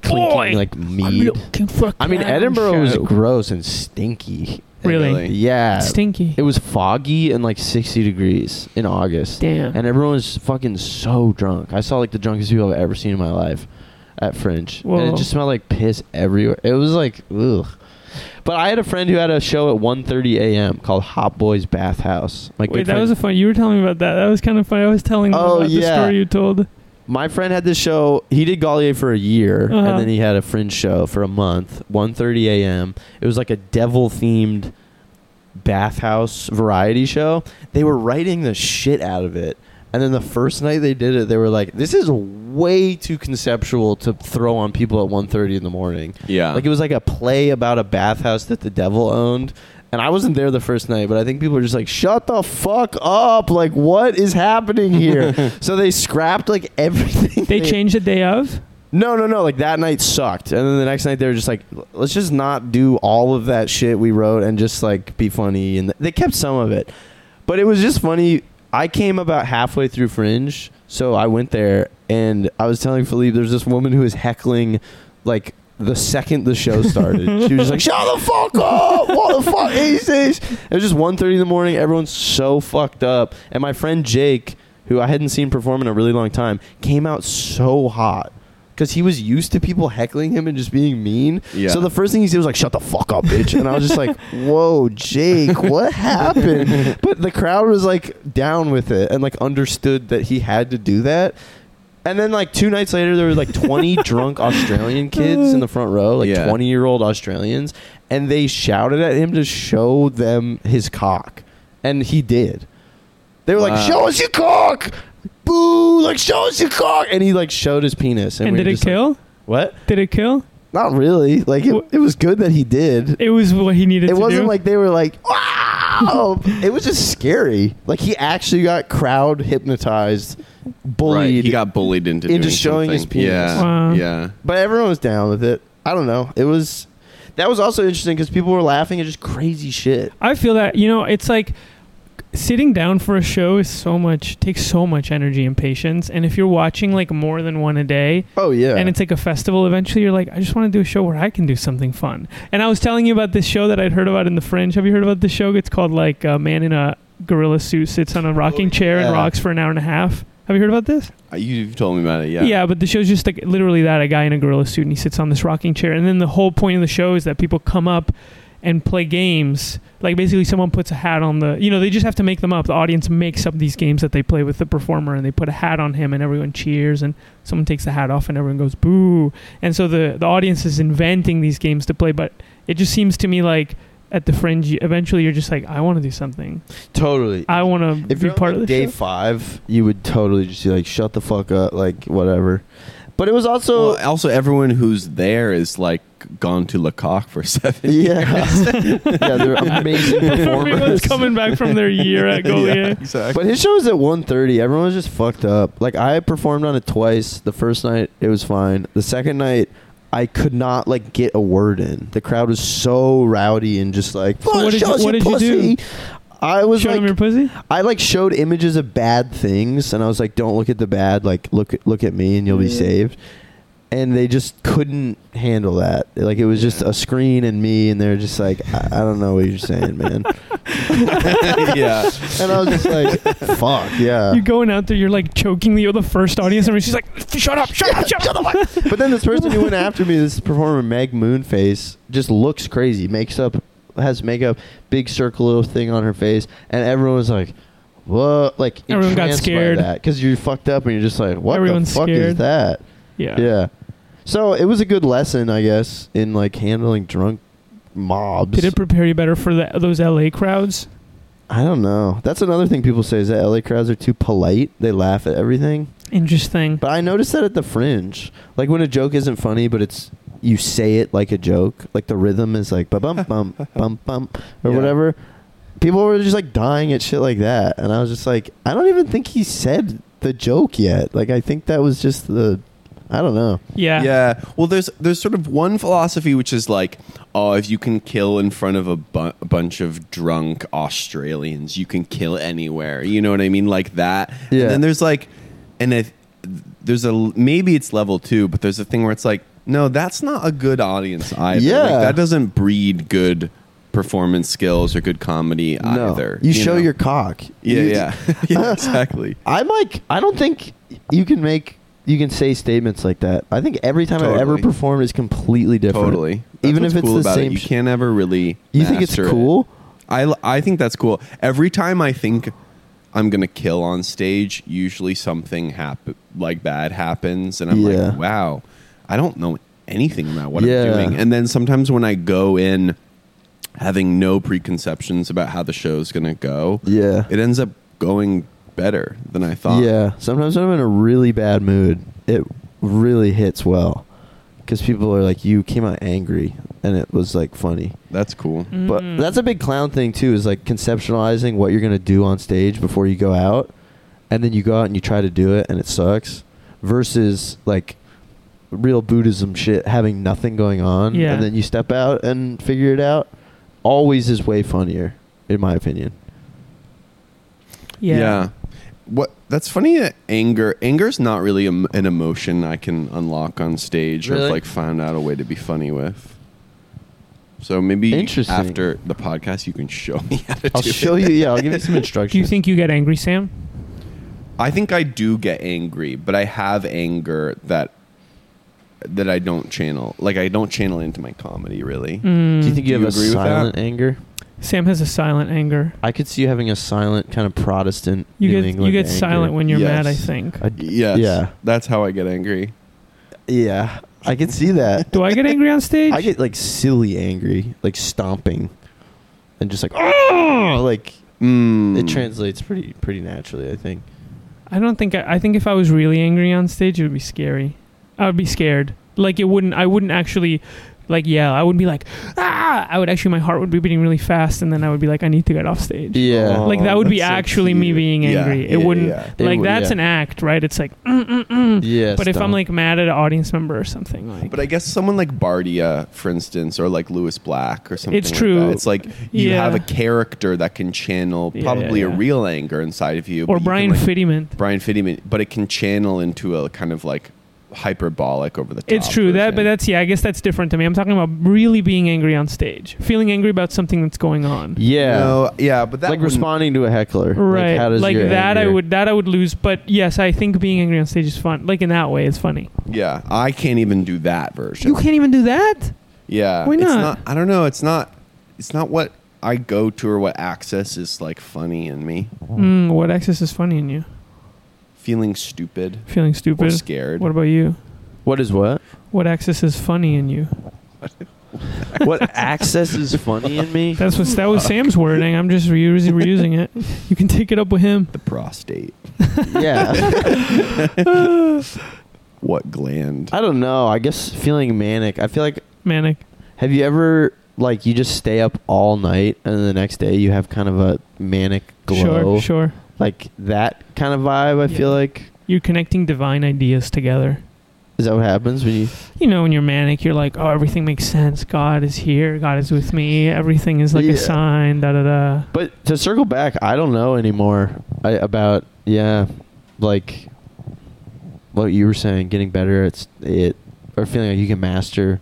Speaker 4: Clinking
Speaker 2: Oi!
Speaker 4: like mead.
Speaker 2: for.
Speaker 4: I mean, Edinburgh was gross and stinky.
Speaker 2: Really?
Speaker 3: Really?
Speaker 4: Yeah.
Speaker 2: stinky.
Speaker 4: It was foggy and like 60 degrees in August.
Speaker 2: Damn.
Speaker 4: And everyone was fucking so drunk. I saw like the drunkest people I've ever seen in my life at Fringe. And
Speaker 2: Whoa.
Speaker 4: it just smelled like piss everywhere. It was like, ugh. But I had a friend who had a show at 1.30 a.m. called Hot Boys Bathhouse. My,
Speaker 2: Wait,
Speaker 4: good
Speaker 2: that
Speaker 4: friend,
Speaker 2: was a fun. You were telling me about that. That was kind of funny. I was telling them
Speaker 4: Oh,
Speaker 2: about the
Speaker 4: yeah.
Speaker 2: story you told.
Speaker 4: my friend had this show. He did Gallier for a year,
Speaker 2: Uh-huh.
Speaker 4: and then he had a Fringe show for a month, 1.30 a.m. It was like a devil-themed bathhouse variety show. They were writing the shit out of it. And then the first night they did it, they were like, "This is way too conceptual to throw on people at 1.30 in the morning."
Speaker 3: yeah,
Speaker 4: Like it was like a play about a bathhouse that the devil owned. And I wasn't there the first night, but I think people were just like, "Shut the fuck up! Like, what is happening here?" so they scrapped like everything.
Speaker 2: They changed the day of.
Speaker 4: No, no, no. Like that night sucked, and then the next night they were just like, "Let's just not do all of that shit we wrote and just like be funny." And they kept some of it, but it was just funny. I came about halfway through Fringe, so I went there and I was telling Philippe, "There's this woman who is heckling, like." The second the show started, she was just like, "Shut the fuck up! What the fuck is this?" It was just 1.30 in the morning. Everyone's so fucked up, and my friend Jake, who I hadn't seen perform in a really long time, came out so hot because he was used to people heckling him and just being mean.
Speaker 3: Yeah.
Speaker 4: So the first thing he did was like, "Shut the fuck up, bitch!" And I was just like, "Whoa, Jake, what happened?" But the crowd was like down with it and like understood that he had to do that. And then like two nights later, there were like twenty drunk Australian kids in the front row, like
Speaker 3: Yeah.
Speaker 4: twenty year old Australians, and they shouted at him to show them his cock, and he did. They were like,
Speaker 3: Wow.
Speaker 4: "Show us your cock!" Boo! Like, show us your cock! And he like showed his penis, and,
Speaker 2: And
Speaker 4: we
Speaker 2: did
Speaker 4: were
Speaker 2: it
Speaker 4: just like,
Speaker 2: kill?
Speaker 4: what?
Speaker 2: Did it kill?
Speaker 4: Not really. Like it,
Speaker 2: Wh-
Speaker 4: it was good that he did.
Speaker 2: It was what he needed
Speaker 4: It
Speaker 2: to
Speaker 4: wasn't
Speaker 2: do.
Speaker 4: like they were like, wow. it was just scary. Like he actually got crowd hypnotized, bullied.
Speaker 3: Right, he got bullied into
Speaker 4: into
Speaker 3: doing
Speaker 4: showing his
Speaker 3: something.
Speaker 4: penis.
Speaker 3: Yeah,
Speaker 2: Wow.
Speaker 3: yeah.
Speaker 4: but everyone was down with it. I don't know. It was that was also interesting because people were laughing at just crazy shit.
Speaker 2: I feel that you know, it's like sitting down for a show is so much takes so much energy and patience. And if you're watching like more than one a day,
Speaker 4: Oh yeah,
Speaker 2: and it's like a festival, eventually you're like, I just want to do a show where I can do something fun. And I was telling you about this show that I'd heard about in the Fringe. Have you heard about this show? It's called like a man in a gorilla suit sits on a rocking chair
Speaker 4: Oh, yeah.
Speaker 2: and rocks for an hour and a half. Have you heard about this?
Speaker 3: Uh, You've told me about it. Yeah,
Speaker 2: but the show's just like literally that a guy in a gorilla suit and he sits on this rocking chair. And then the whole point of the show is that people come up and play games. Like basically someone puts a hat on the you know, they just have to make them up. The audience makes up these games that they play with the performer and they put a hat on him and everyone cheers and someone takes the hat off and everyone goes boo. And so the the audience is inventing these games to play, but it just seems to me like at the fringe you- eventually you're just like I want to do something.
Speaker 4: totally.
Speaker 2: I want to
Speaker 4: if
Speaker 2: be
Speaker 4: you're
Speaker 2: part of the
Speaker 4: day
Speaker 2: show.
Speaker 4: five, you would totally just be like, shut the fuck up, like whatever. But it was also
Speaker 3: Well, also, everyone who's there is like gone to Lecoq for seven.
Speaker 4: yeah, yeah, they're amazing
Speaker 2: Everyone's
Speaker 4: performers.
Speaker 2: coming back from their year at Goliath.
Speaker 3: exactly.
Speaker 4: But his show was at 1.30. Everyone was just fucked up. Like I performed on it twice. The first night it was fine. The second night I could not like get a word in. The crowd was so rowdy and just like
Speaker 2: So what did
Speaker 4: "Show
Speaker 2: you-
Speaker 4: us
Speaker 2: what
Speaker 4: your
Speaker 2: did you
Speaker 4: pussy."
Speaker 2: do?
Speaker 4: I was
Speaker 2: Show
Speaker 4: like,
Speaker 2: them your pussy.
Speaker 4: I like showed images of bad things, and I was like, "Don't look at the bad. Like look look at me, and you'll be saved." And they just couldn't handle that. Like it was just a screen and me, and they're just like, "I, I don't know what you're saying, man."
Speaker 3: yeah,
Speaker 4: And I was just like, "Fuck, yeah."
Speaker 2: You're going out there. You're like choking the the first audience, and she's like, "Shut up! Shut up! Shut up!"
Speaker 4: But then this person who went after me, this performer Meg Moonface, just looks crazy. Makes up, has makeup, big circle little thing on her face, and everyone was like, "What?" Like
Speaker 2: Everyone got
Speaker 4: entranced by
Speaker 2: scared.
Speaker 4: that because you're fucked up and you're just like, "What
Speaker 2: Everyone's
Speaker 4: the fuck is
Speaker 2: scared.
Speaker 4: that?"
Speaker 2: yeah.
Speaker 4: Yeah. So it was a good lesson, I guess, in like handling drunk mobs.
Speaker 2: Did it prepare you better for the, those LA crowds?
Speaker 4: I don't know. That's another thing people say is that LA crowds are too polite. They laugh at everything.
Speaker 2: Interesting.
Speaker 4: But I noticed that at the fringe. Like when a joke isn't funny, but it's you say it like a joke. Like the rhythm is like ba bum bum bum bum or
Speaker 3: Yeah.
Speaker 4: whatever. People were just like dying at shit like that, and I was just like, I don't even think he said the joke yet. Like I think that was just the, I don't know.
Speaker 2: Yeah.
Speaker 3: yeah. Well, there's there's sort of one philosophy which is like, oh, if you can kill in front of a, bu- a bunch of drunk Australians, you can kill anywhere. You know what I mean? Like that.
Speaker 4: Yeah.
Speaker 3: And then there's like, and if there's a maybe it's level two, but there's a thing where it's like, no, that's not a good audience either.
Speaker 4: Yeah.
Speaker 3: Like, that doesn't breed good performance skills or good comedy
Speaker 4: no,
Speaker 3: either.
Speaker 4: you, show
Speaker 3: know?
Speaker 4: your cock.
Speaker 3: yeah,
Speaker 4: You-
Speaker 3: yeah, yeah, exactly.
Speaker 4: I'm like, I don't think you can make you can say statements like that. I think every time I ever
Speaker 3: Totally.
Speaker 4: perform is completely different.
Speaker 3: Totally. That's
Speaker 4: even if
Speaker 3: what's
Speaker 4: it's
Speaker 3: cool
Speaker 4: the
Speaker 3: about
Speaker 4: same.
Speaker 3: it. you
Speaker 4: sh-
Speaker 3: can't ever really.
Speaker 4: You think it's
Speaker 3: master it.
Speaker 4: cool?
Speaker 3: I I think that's cool. Every time I think I'm gonna kill on stage, usually something happen like bad happens, and I'm
Speaker 4: Yeah.
Speaker 3: like, wow, I don't know anything about what
Speaker 4: Yeah.
Speaker 3: I'm doing. And then sometimes when I go in having no preconceptions about how the show's gonna go,
Speaker 4: Yeah.
Speaker 3: it ends up going better than I thought.
Speaker 4: Yeah. Sometimes when I'm in a really bad mood, it really hits well because people are like, "You came out angry," and it was like funny.
Speaker 3: that's cool.
Speaker 2: Mm.
Speaker 4: But that's a big clown thing too. Is like conceptualizing what you're gonna do on stage before you go out, and then you go out and you try to do it and it sucks. Versus like real Buddhism shit, having nothing going on,
Speaker 2: Yeah.
Speaker 4: and then you step out and figure it out. Always is way funnier, in my opinion.
Speaker 2: Yeah.
Speaker 3: What that's funny that anger anger's not really em- an emotion I can unlock on stage or
Speaker 4: Really?
Speaker 3: have, like found out a way to be funny with. So maybe
Speaker 4: Interesting.
Speaker 3: after the podcast you can show me how to
Speaker 4: I'll
Speaker 3: do
Speaker 4: show
Speaker 3: it.
Speaker 4: you. Yeah, I'll give you some
Speaker 2: Do
Speaker 4: instructions.
Speaker 2: you think you get angry, Sam?
Speaker 3: I think I do get angry, but I have anger that that I don't channel. Like I don't channel into my comedy really.
Speaker 2: Mm. Hmm.
Speaker 4: Do you think you
Speaker 3: Do
Speaker 4: have
Speaker 3: you
Speaker 4: a
Speaker 3: agree with that?
Speaker 4: silent anger?
Speaker 2: Sam has a silent anger.
Speaker 4: I could see you having a silent kind of Protestant.
Speaker 2: You
Speaker 4: New
Speaker 2: get
Speaker 4: England
Speaker 2: you get
Speaker 4: anger.
Speaker 2: silent when you're mad. I
Speaker 3: Yes.
Speaker 2: think.
Speaker 4: I-
Speaker 3: Yes.
Speaker 4: Yeah.
Speaker 3: That's how I get angry.
Speaker 4: Yeah, I can see that.
Speaker 2: Do I get angry on stage?
Speaker 4: I get like silly angry, like stomping, and just like oh, like
Speaker 3: Mm.
Speaker 4: it translates pretty pretty naturally. I think.
Speaker 2: I don't think I, I think if I was really angry on stage, it would be scary. I would be scared. Like it wouldn't. I wouldn't actually like yell. I would be like ah. I would actually my heart would be beating really fast, and then I would be like I need to get off stage.
Speaker 4: Yeah.
Speaker 2: Like that would be
Speaker 3: that's so
Speaker 2: actually me
Speaker 3: cute.
Speaker 2: being
Speaker 3: Yeah,
Speaker 2: angry.
Speaker 3: yeah,
Speaker 2: it wouldn't
Speaker 3: yeah.
Speaker 4: It
Speaker 2: like
Speaker 4: would-
Speaker 2: that's
Speaker 4: yeah.
Speaker 2: an act, right? It's like mm mm mm.
Speaker 4: Yeah.
Speaker 2: But if I'm
Speaker 4: stomp.
Speaker 2: like mad at an audience member or something, like
Speaker 3: But I guess someone like Bardia, for instance, or like Lewis Black or something.
Speaker 2: It's
Speaker 3: like
Speaker 2: true.
Speaker 3: that. It's like you
Speaker 2: Yeah.
Speaker 3: have a character that can channel
Speaker 2: Yeah,
Speaker 3: probably
Speaker 2: yeah.
Speaker 3: a real anger inside of you. but
Speaker 2: or
Speaker 3: you can,
Speaker 2: Brian
Speaker 3: like,
Speaker 2: Fittiman.
Speaker 3: Brian Fittiman, but it can channel into a kind of like hyperbolic over the top.
Speaker 2: It's true that, but
Speaker 3: version.
Speaker 2: that's yeah. I guess that's different to me. I'm talking about really being angry on stage, feeling angry about something that's going on.
Speaker 4: yeah,
Speaker 3: No, yeah, but that
Speaker 4: like
Speaker 3: wouldn't-
Speaker 4: responding to a heckler.
Speaker 2: Right,
Speaker 4: Like, how does your
Speaker 2: that, I
Speaker 4: anger-
Speaker 2: would that I would lose. But yes, I think being angry on stage is fun. Like in that way, it's funny.
Speaker 3: Yeah, I can't even do that version.
Speaker 2: You can't even do that.
Speaker 3: Yeah,
Speaker 2: Why
Speaker 3: it's
Speaker 2: not?
Speaker 3: I don't know. It's not. It's not what I go to or what access is like funny in me.
Speaker 4: Mm-hmm.
Speaker 2: Mm, what access is funny in you?
Speaker 3: Feeling stupid
Speaker 2: Feeling
Speaker 3: or
Speaker 2: stupid.
Speaker 3: scared.
Speaker 2: What about you?
Speaker 4: What is what?
Speaker 2: What access is funny in you?
Speaker 4: what access is funny in me?
Speaker 2: That's what that was Sam's wording. I'm just reusing, reusing it. You can take it up with him.
Speaker 3: the prostate.
Speaker 4: yeah.
Speaker 3: What gland?
Speaker 4: I don't know. I guess feeling manic. I feel like
Speaker 2: Manic.
Speaker 4: have you ever like you just stay up all night and the next day you have kind of a manic
Speaker 2: Sure,
Speaker 4: glow?
Speaker 2: sure.
Speaker 4: Like that kind of vibe, I
Speaker 2: Yeah.
Speaker 4: feel like.
Speaker 2: You're connecting divine ideas together.
Speaker 4: Is that what happens when you
Speaker 2: you know, when you're manic, you're like, oh, everything makes sense. God is here. God is with me. Everything is like
Speaker 4: Yeah.
Speaker 2: a sign. Da da da.
Speaker 4: But to circle back, I don't know anymore I, about yeah, like what you were saying, getting better at s- it or feeling like you can master.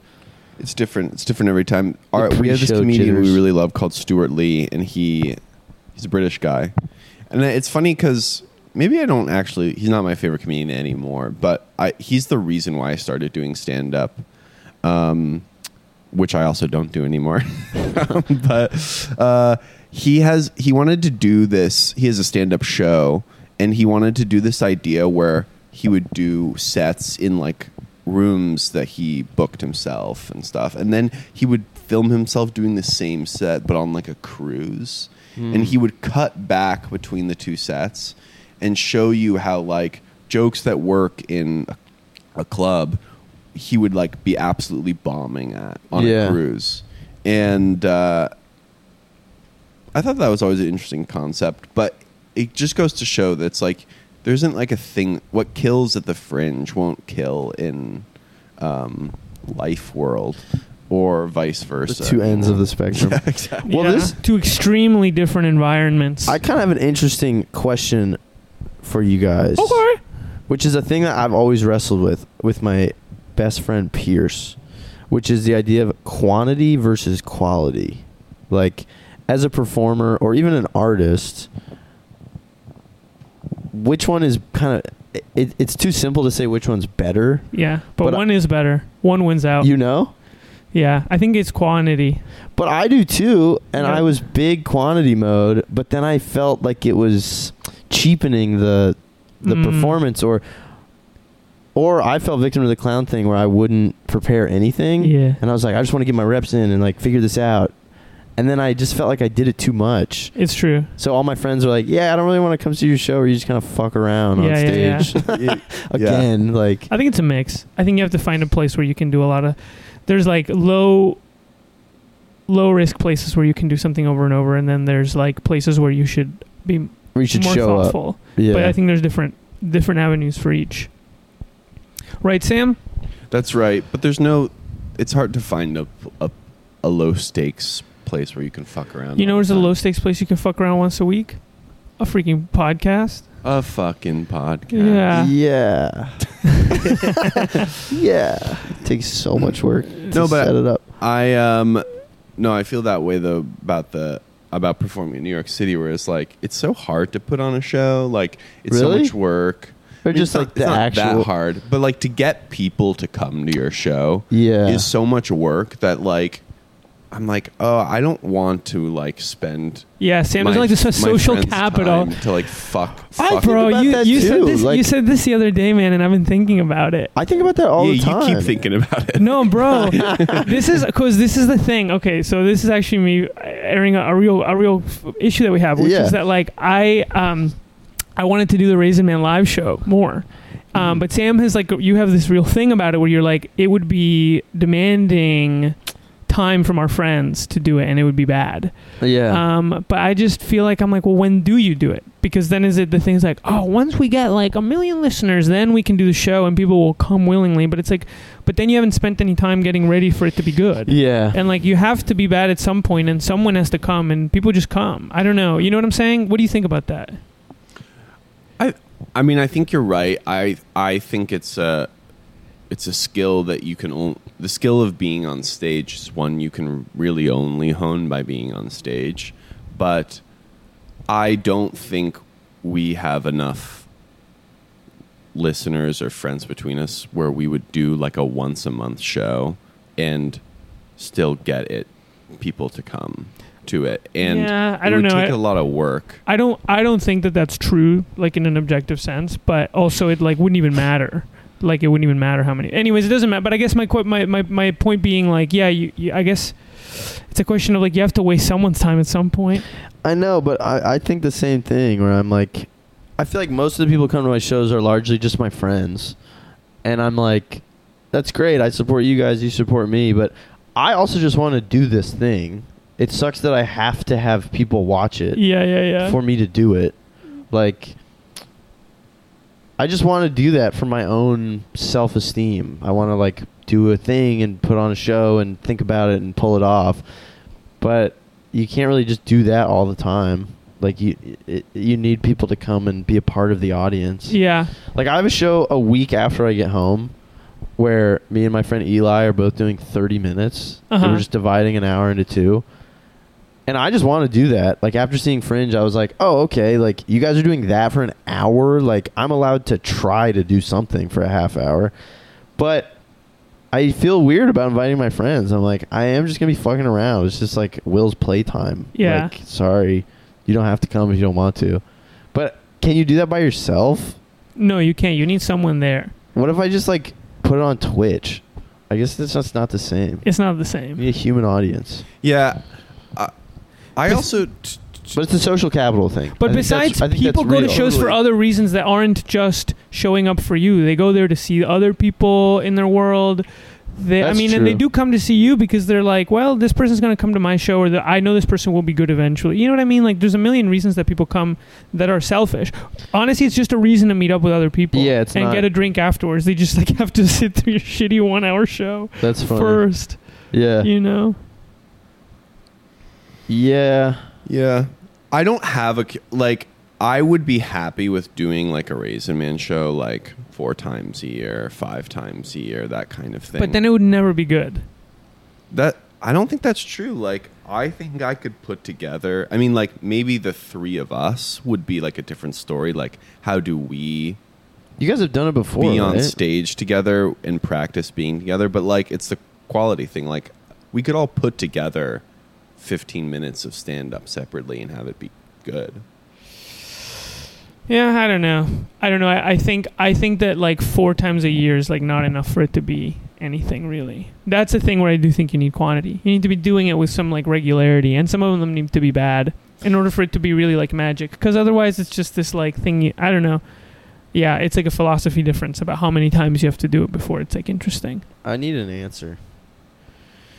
Speaker 3: It's different. It's different every time. Our,
Speaker 4: The
Speaker 3: we have this
Speaker 4: pre-show
Speaker 3: comedian
Speaker 4: jitters.
Speaker 3: we really love called Stuart Lee, and he he's a British guy, and it's funny because maybe I don't actually. He's not my favorite comedian anymore, but I, he's the reason why I started doing stand up, um, which I also don't do anymore. Um, but uh, he has he wanted to do this. He has a stand up show, and he wanted to do this idea where he would do sets in like rooms that he booked himself and stuff, and then he would film himself doing the same set but on like a cruise, and he would cut back between the two sets and show you how like jokes that work in a, a club he would like be absolutely bombing at on
Speaker 4: Yeah.
Speaker 3: a cruise and uh I thought that was always an interesting concept, but it just goes to show that it's like there isn't like a thing. What kills at the fringe won't kill in um, life world, or vice versa.
Speaker 4: The two ends of the spectrum.
Speaker 3: Yeah, exactly.
Speaker 4: Well, this-
Speaker 2: two extremely different environments.
Speaker 4: I kind of have an interesting question for you guys,
Speaker 2: okay.
Speaker 4: which is a thing that I've always wrestled with with my best friend Pierce, which is the idea of quantity versus quality. Like as a performer or even an artist, which one is kind of it, it's too simple to say which one's better.
Speaker 2: Yeah, but,
Speaker 4: But I-
Speaker 2: one is better. One wins out.
Speaker 4: You know?
Speaker 2: yeah, I think it's quantity.
Speaker 4: But I do too, and
Speaker 2: Yeah.
Speaker 4: I was big quantity mode, but then I felt like it was cheapening the the
Speaker 2: Mm.
Speaker 4: performance or or I fell victim to the clown thing where I wouldn't prepare anything.
Speaker 2: Yeah,
Speaker 4: And I was like, I just want to get my reps in and like figure this out. And then I just felt like I did it too much.
Speaker 2: it's true.
Speaker 4: So all my friends were like, "Yeah, I don't really want to come see your show where you just kind of fuck around on
Speaker 2: Yeah, yeah,
Speaker 4: stage
Speaker 3: Yeah.
Speaker 4: again." Like,
Speaker 2: I think it's a mix. I think you have to find a place where you can do a lot of. There's like low, low risk places where you can do something over and over, and then there's like places where you should be
Speaker 4: where you should
Speaker 2: more
Speaker 4: show up.
Speaker 2: thoughtful.
Speaker 4: Yeah,
Speaker 2: But I think there's different different avenues for each. Right, Sam?
Speaker 3: That's right. But there's no. It's hard to find a a, a low stakes place where you can fuck around.
Speaker 2: You know
Speaker 3: all
Speaker 2: there's
Speaker 3: the
Speaker 2: a
Speaker 3: time.
Speaker 2: low stakes place you can fuck around once a week? A freaking podcast.
Speaker 3: a fucking podcast.
Speaker 2: Yeah.
Speaker 4: yeah, yeah. It takes so much work. To
Speaker 3: No, but-
Speaker 4: set it up.
Speaker 3: I um no, I feel that way though about the about performing in New York City, where it's like it's so hard to put on a show. Like it's so
Speaker 4: Really?
Speaker 3: much work.
Speaker 4: Or
Speaker 3: it's
Speaker 4: just,
Speaker 3: not-
Speaker 4: like,
Speaker 3: it's
Speaker 4: the
Speaker 3: not
Speaker 4: actual-
Speaker 3: that hard, but like to get people to come to your show
Speaker 4: Yeah.
Speaker 3: is so much work that like I'm like oh I don't want to like spend
Speaker 2: Yeah, Sam
Speaker 3: my-
Speaker 2: doesn't like this
Speaker 3: my
Speaker 2: social
Speaker 3: friend's
Speaker 2: capital.
Speaker 3: time to like fuck.
Speaker 4: I
Speaker 3: fuck
Speaker 4: think
Speaker 2: Bro,
Speaker 4: about
Speaker 2: you,
Speaker 4: that
Speaker 2: you said
Speaker 4: too,
Speaker 2: this you
Speaker 4: like-
Speaker 2: said this the other day, man, and I've been thinking about it.
Speaker 4: I think about that all
Speaker 3: yeah,
Speaker 4: the time.
Speaker 3: you keep thinking about it.
Speaker 2: No, bro. this is because this is the thing. Okay, so this is actually me airing a, a real a real f- issue that we have, which
Speaker 4: Yeah.
Speaker 2: is that like I um I wanted to do the Raisin Man live show more. Um, but Sam has like you have this real thing about it where you're like it would be demanding time from our friends to do it and it would be bad.
Speaker 4: Yeah.
Speaker 2: Um, but I just feel like I'm like, well, when do you do it? Because then is it the things like, oh, once we get like a million listeners, then we can do the show and people will come willingly. But it's like, but then you haven't spent any time getting ready for it to be good.
Speaker 4: yeah.
Speaker 2: And like, you have to be bad at some point and someone has to come and people just come. I don't know. You know what I'm saying? What do you think about that?
Speaker 3: I I mean I think you're right. I I think it's a it's a skill that you can only the skill of being on stage is one you can really only hone by being on stage. But I don't think we have enough listeners or friends between us where we would do like a once a month show and still get it people to come to it. And
Speaker 2: Yeah, I
Speaker 3: it
Speaker 2: don't
Speaker 3: would
Speaker 2: know.
Speaker 3: take
Speaker 2: I-
Speaker 3: a lot of work.
Speaker 2: I don't, I don't think that that's true, like in an objective sense, but also it like wouldn't even matter. Like it wouldn't even matter how many. Anyways, it doesn't matter. But I guess my qu- my, my my point being like, yeah, you, you I guess it's a question of like you have to waste someone's time at some point.
Speaker 4: I know, but I, I think the same thing where I'm like, I feel like most of the people who come to my shows are largely just my friends. And I'm like, that's great. I support you guys. You support me. But I also just want to do this thing. It sucks that I have to have people watch it
Speaker 2: Yeah, yeah, yeah.
Speaker 4: Uh, for me to do it. Like, I just want to do that for my own self esteem. I want to, like, do a thing and put on a show and think about it and pull it off. But you can't really just do that all the time. Like, you, it, you need people to come and be a part of the audience.
Speaker 2: yeah,
Speaker 4: Like, I have a show a week after I get home where me and my friend Eli are both doing 30 minutes. And
Speaker 2: Uh-huh.
Speaker 4: we're just dividing an hour into two. And I just want to do that. Like, after seeing Fringe, I was like, oh, okay. Like, you guys are doing that for an hour. Like, I'm allowed to try to do something for a half hour. But I feel weird about inviting my friends. I'm like, I am just going to be fucking around. It's just like Will's playtime.
Speaker 2: Yeah.
Speaker 4: Like, sorry. You don't have to come if you don't want to. But can you do that by yourself?
Speaker 2: no, you can't. You need someone there.
Speaker 4: What if I just like put it on Twitch? I guess that's just not the same.
Speaker 2: It's not the
Speaker 4: I
Speaker 2: same.
Speaker 4: need a human audience,
Speaker 3: Yeah. I, I also. T- t-
Speaker 4: but it's the social capital thing.
Speaker 2: But
Speaker 4: I think that's-
Speaker 2: besides,
Speaker 4: I think
Speaker 2: people
Speaker 4: that's
Speaker 2: go to
Speaker 4: real.
Speaker 2: shows for
Speaker 3: Totally.
Speaker 2: other reasons that aren't just showing up for you. They go there to see other people in their world. They, I
Speaker 4: That's
Speaker 2: mean, and they
Speaker 4: true.
Speaker 2: do come to see you because they're like, well, this person's going to come to my show, or the, I know this person will be good eventually. You know what I mean? Like, there's a million reasons that people come that are selfish. Honestly, it's just a reason to meet up with other people
Speaker 4: Yeah, it's
Speaker 2: and
Speaker 4: not-
Speaker 2: get a drink afterwards. They just like have to sit through your shitty one hour show
Speaker 4: That's funny.
Speaker 2: first,
Speaker 4: yeah,
Speaker 2: you know?
Speaker 4: yeah.
Speaker 3: yeah. I don't have a. c- Like, I would be happy with doing like a Raisin Man show like four times a year, five times a year, that kind of thing.
Speaker 2: But then it would never be good.
Speaker 3: That. I don't think that's true. Like, I think I could put together. I mean, like, maybe the three of us would be like a different story. Like, how do we
Speaker 4: You guys have done it before.
Speaker 3: be on
Speaker 4: right?
Speaker 3: stage together and practice being together. But like, it's the quality thing. Like, we could all put together 15 minutes of stand up separately and have it be good.
Speaker 2: Yeah, I don't know. I don't know. I, I think I think that like four times a year is like not enough for it to be anything really. That's the thing where I do think you need quantity. You need to be doing it with some like regularity, and some of them need to be bad in order for it to be really like magic. Because otherwise, it's just this like thing. You, I don't know. Yeah, it's like a philosophy difference about how many times you have to do it before it's like interesting.
Speaker 4: I need an answer.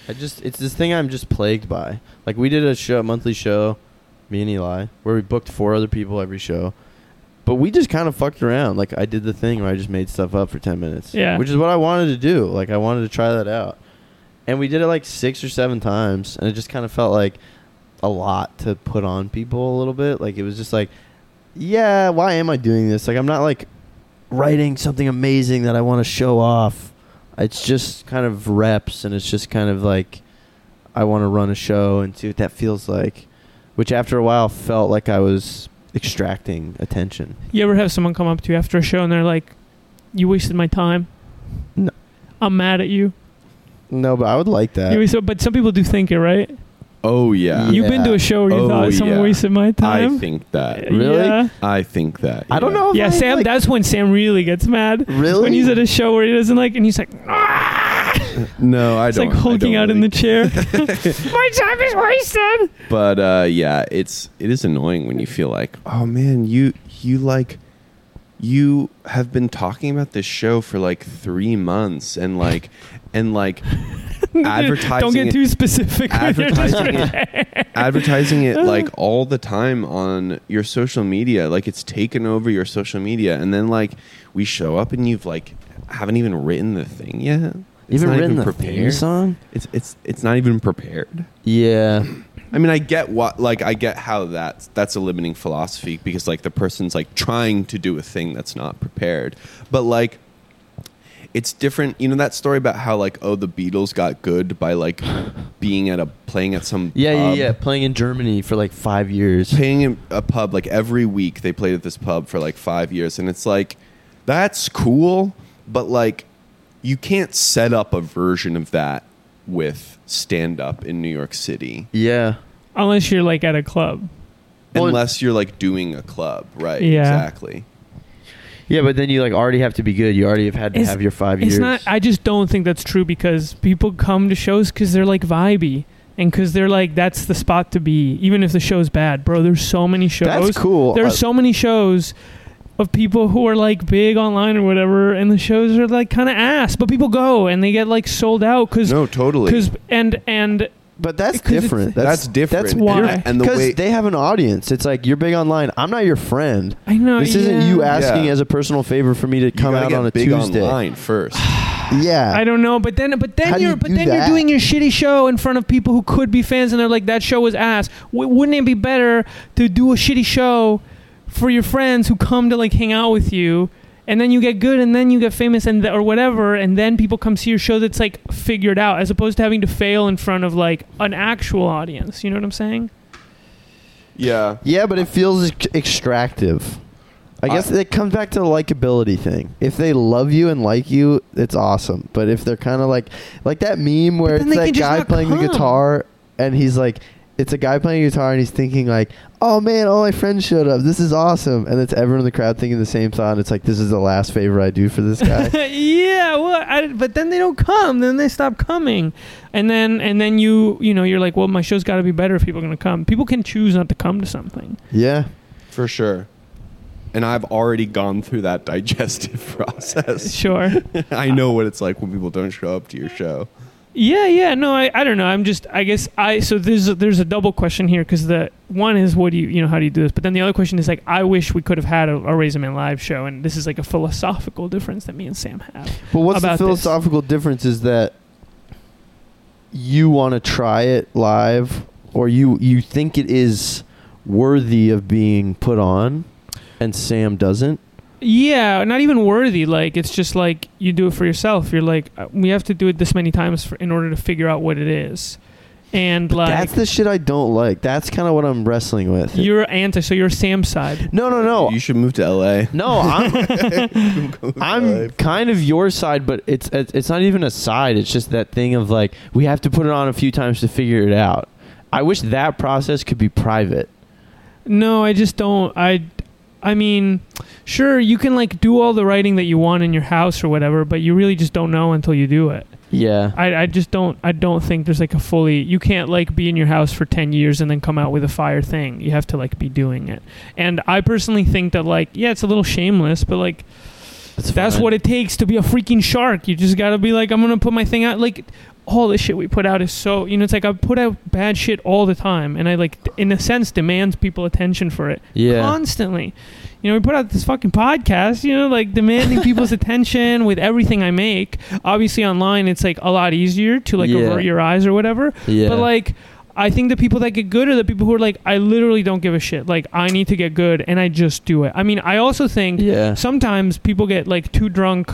Speaker 4: I just it's this thing I'm just plagued by. Like we did a show, a monthly show, me and Eli, where we booked four other people every show. But we just kind of fucked around. Like I did the thing where I just made stuff up for 10 minutes.
Speaker 2: Yeah.
Speaker 4: Which is what I wanted to do. Like I wanted to try that out. And we did it like 6 or 7 times and it just kind of felt like a lot to put on people a little bit. Like it was just like yeah, why am I doing this? Like I'm not like writing something amazing that I want to show off. It's just kind of reps and it's just kind of like I want to run a show and see what that feels like. which after a while felt like I was extracting attention.
Speaker 2: You ever have someone come up to you after a show and they're like, "You wasted my time."
Speaker 4: No. Uh,
Speaker 2: I'm mad at you.
Speaker 4: No, but I would like that.
Speaker 2: You was- but some people do think it, right?
Speaker 3: Oh yeah,
Speaker 2: You've been to
Speaker 4: Yeah.
Speaker 2: a show where you
Speaker 3: Oh,
Speaker 2: thought someone
Speaker 3: yeah.
Speaker 2: wasted my time.
Speaker 3: I think that.
Speaker 4: Really?
Speaker 2: Yeah,
Speaker 3: I think that.
Speaker 4: I don't
Speaker 3: yeah.
Speaker 4: know. If
Speaker 2: yeah
Speaker 4: I,
Speaker 2: Sam.
Speaker 4: like-
Speaker 2: that's when Sam really gets mad.
Speaker 4: really
Speaker 2: When he's at a show where he doesn't like, and he's like, "Ah!"
Speaker 3: No, I
Speaker 2: it's
Speaker 3: don't.
Speaker 2: like
Speaker 3: I
Speaker 2: hulking
Speaker 3: don't
Speaker 2: out in the
Speaker 3: really-
Speaker 2: chair. my time is wasted.
Speaker 3: But uh, yeah, it's it is annoying when you feel like, oh man, you you like you have been talking about this show for like three months and like and like advertising
Speaker 2: Don't get
Speaker 3: it-
Speaker 2: too specific. with your
Speaker 3: advertising
Speaker 2: description.
Speaker 3: it, advertising it like all the time on your social media. Like it's taken over your social media, and then like we show up and you've like haven't even written the thing yet. It's
Speaker 4: even
Speaker 3: not
Speaker 4: written
Speaker 3: even
Speaker 4: the theme
Speaker 3: prepared.
Speaker 4: song.
Speaker 3: It's it's it's not even prepared.
Speaker 4: Yeah,
Speaker 3: I mean, I get what like I get how that's that's a limiting philosophy because like the person's like trying to do a thing that's not prepared, but like. It's different, you know that story about how like oh the Beatles got good by like being at a playing at some
Speaker 4: yeah, yeah,
Speaker 3: pub.
Speaker 4: yeah. Playing in Germany for like five years.
Speaker 3: paying in a pub like every week they played at this pub for like five years and it's like that's cool but like you can't set up a version of that with stand up in new york city
Speaker 4: Yeah,
Speaker 2: Unless you're like at a club.
Speaker 4: Well-
Speaker 3: unless you're like doing a club right
Speaker 2: Yeah.
Speaker 3: exactly
Speaker 4: yeah, but then you like already have to be good. You already have had to
Speaker 2: It's-
Speaker 4: have your five
Speaker 2: It's
Speaker 4: years.
Speaker 2: not. I just don't think that's true because people come to shows because they're like vibey and because they're like that's the spot to be, even if the show's bad, bro. There's so many shows.
Speaker 4: That's cool.
Speaker 2: There
Speaker 4: Uh,
Speaker 2: are so many shows of people who are like big online or whatever, and the shows are like kind of ass, but people go and they get like sold out because
Speaker 3: no totally
Speaker 2: and and
Speaker 4: but that's
Speaker 2: 'Cause it's-
Speaker 4: different.
Speaker 3: that's, different
Speaker 4: That's
Speaker 3: And-
Speaker 2: why.
Speaker 3: and the
Speaker 4: because
Speaker 3: way
Speaker 4: they have an audience. It's like you're big online. I'm not your friend.
Speaker 2: I know
Speaker 4: This isn't
Speaker 2: yeah.
Speaker 4: you asking
Speaker 3: Yeah.
Speaker 4: as a personal favor for me to
Speaker 3: you
Speaker 4: come
Speaker 3: gotta
Speaker 4: out
Speaker 3: get
Speaker 4: on a
Speaker 3: big
Speaker 4: Tuesday.
Speaker 3: online first
Speaker 4: Yeah,
Speaker 2: I don't know, but then but
Speaker 4: How
Speaker 2: then
Speaker 4: do you
Speaker 2: you're but
Speaker 4: do
Speaker 2: then
Speaker 4: that?
Speaker 2: you're doing your shitty show in front of people who could be fans, and they're like, "That show was ass." W- wouldn't it be better to do a shitty show for your friends who come to like hang out with you, and then you get good, and then you get famous, and th- or whatever, and then people come see your show that's like figured out, as opposed to having to fail in front of like an actual audience. You know what I'm saying?
Speaker 3: yeah
Speaker 4: Yeah, but it feels ex- extractive. I guess
Speaker 3: I-
Speaker 4: it comes back to the likability thing. If they love you and like you, it's awesome. But if they're kind of like like that meme where
Speaker 2: then
Speaker 4: it's
Speaker 2: they
Speaker 4: that
Speaker 2: can just
Speaker 4: guy
Speaker 2: not
Speaker 4: playing the
Speaker 2: come.
Speaker 4: guitar and he's like it's a guy playing guitar and he's thinking like, "Oh man, all my friends showed up. This is awesome." And it's everyone in the crowd thinking the same thought. It's like, "This is the last favor I do for this guy."
Speaker 2: yeah, well, I, but then they don't come. Then they stop coming, and then and then you you know you're like, well, my show's got to be better if people are gonna come. People can choose not to come to something.
Speaker 4: yeah.
Speaker 3: for sure and I've already gone through that digestive process.
Speaker 2: Sure.
Speaker 3: I know what it's like when people don't show up to your show.
Speaker 2: yeah, yeah. No, I, I don't know. I'm just I guess I so there's a, there's a double question here because the one is what do you you know how do you do this, but then the other question is like I wish we could have had a, a Razor Man live show, and this is like a philosophical difference that me and Sam have.
Speaker 4: But what's the
Speaker 2: about this.
Speaker 4: philosophical difference is that you want to try it live or you you think it is worthy of being put on and Sam doesn't.
Speaker 2: Yeah, not even worthy. Like it's just like you do it for yourself. You're like uh, we have to do it this many times for, in order to figure out what it is, and like
Speaker 4: That's the shit I don't like. That's kind of what I'm wrestling with.
Speaker 2: you're anti. So you're Sam's side.
Speaker 4: no, no, no.
Speaker 3: You should move to LA.
Speaker 4: no, I'm I'm kind of your side, but it's it's it's not even a side. It's just that thing of like we have to put it on a few times to figure it out. I wish that process could be private.
Speaker 2: No, I just don't. I, I mean, sure you can like do all the writing that you want in your house or whatever, but you really just don't know until you do it.
Speaker 4: Yeah.
Speaker 2: I, I just don't. I don't think there's like a fully. You can't like be in your house for ten years and then come out with a fire thing. You have to like be doing it. And I personally think that like yeah, it's a little shameless, but like. That's what it takes to be a freaking shark. You just gotta be like, I'm gonna put my thing out. Like, all the shit we put out is so you know, it's like I put out bad shit all the time, and I like, in a sense, demands people attention for it
Speaker 4: Yeah.
Speaker 2: constantly. You know, we put out this fucking podcast, you know, like demanding people's attention with everything I make. Obviously, online, it's like a lot easier to like
Speaker 4: Yeah.
Speaker 2: avert your eyes or whatever.
Speaker 4: yeah.
Speaker 2: But like I think the people that get good are the people who are like, I literally don't give a shit. Like I need to get good and I just do it. I mean, I also think
Speaker 4: Yeah.
Speaker 2: sometimes people get like too drunk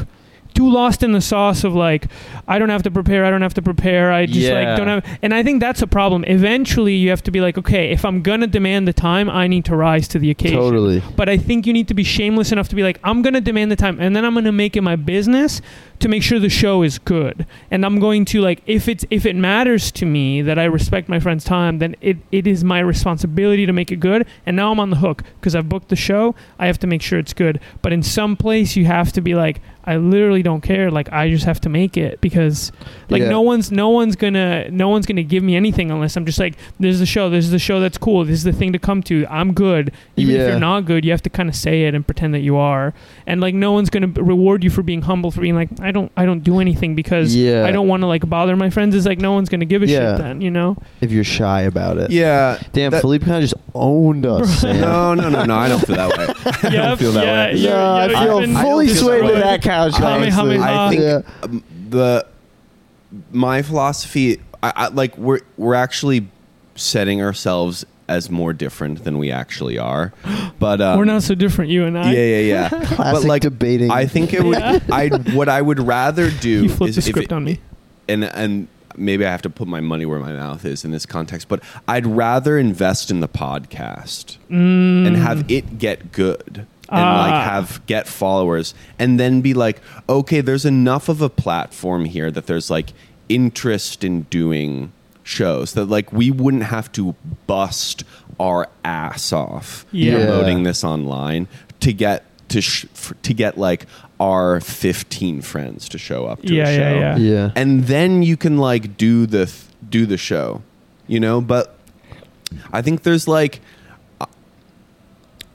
Speaker 2: too lost in the sauce of like I don't have to prepare, I don't have to prepare, I just
Speaker 4: Yeah.
Speaker 2: like don't have and I think that's a problem. Eventually you have to be like, okay, if I'm gonna demand the time, I need to rise to the occasion.
Speaker 4: Totally.
Speaker 2: But I think you need to be shameless enough to be like, I'm going to demand the time and then I'm going to make it my business to make sure the show is good. And I'm going to like if it's if it matters to me that I respect my friend's time, then it, it is my responsibility to make it good. And now I'm on the hook because I've booked the show. I have to make sure it's good. But in some place you have to be like, I literally don't care. Like I just have to make it because like
Speaker 4: Yeah.
Speaker 2: no one's no one's gonna no one's gonna give me anything unless I'm just like, This is the show, this is the show that's cool, this is the thing to come to. I'm good. Even if
Speaker 4: Yeah.
Speaker 2: you're not good, you have to kind of say it and pretend that you are. And like no one's gonna b- reward you for being humble for being like, I don't I don't do anything because
Speaker 4: Yeah.
Speaker 2: I don't want to like bother my friends. It's like no one's gonna give a
Speaker 4: Yeah.
Speaker 2: shit then, you know?
Speaker 4: If you're shy about it.
Speaker 3: Yeah.
Speaker 4: Damn,
Speaker 3: that-
Speaker 4: Philippe kind of just owned us. man.
Speaker 3: No, no, no, no. I don't feel that way.
Speaker 2: I
Speaker 3: don't feel that way.
Speaker 4: No, I feel fully swayed to that couch.
Speaker 2: Kamehameha.
Speaker 4: honestly.
Speaker 3: I think
Speaker 4: Yeah.
Speaker 3: um, the my philosophy, I, I, like we're we're actually setting ourselves as more different than we actually are. But
Speaker 4: Uh,
Speaker 3: um,
Speaker 2: We're not so different, you and I.
Speaker 3: Yeah, yeah, yeah. but
Speaker 4: Classic
Speaker 3: like
Speaker 4: debating.
Speaker 3: I think it would.
Speaker 2: Yeah.
Speaker 3: I what I would rather do
Speaker 2: You flipped
Speaker 3: is
Speaker 2: the
Speaker 3: if
Speaker 2: script
Speaker 3: it-
Speaker 2: on me.
Speaker 3: and and maybe I have to put my money where my mouth is in this context, but I'd rather invest in the podcast and have it get good and
Speaker 2: Mm. Ah.
Speaker 3: like have get followers and then be like, okay, there's enough of a platform here that there's like interest in doing shows that like we wouldn't have to bust our ass off
Speaker 2: Yeah.
Speaker 3: promoting this online to get to sh- f- to get like our 15 friends to show up to
Speaker 2: Yeah,
Speaker 3: a
Speaker 2: yeah,
Speaker 3: show
Speaker 2: yeah.
Speaker 4: Yeah.
Speaker 3: and then you can like do the th- do the show you know but i think there's like uh,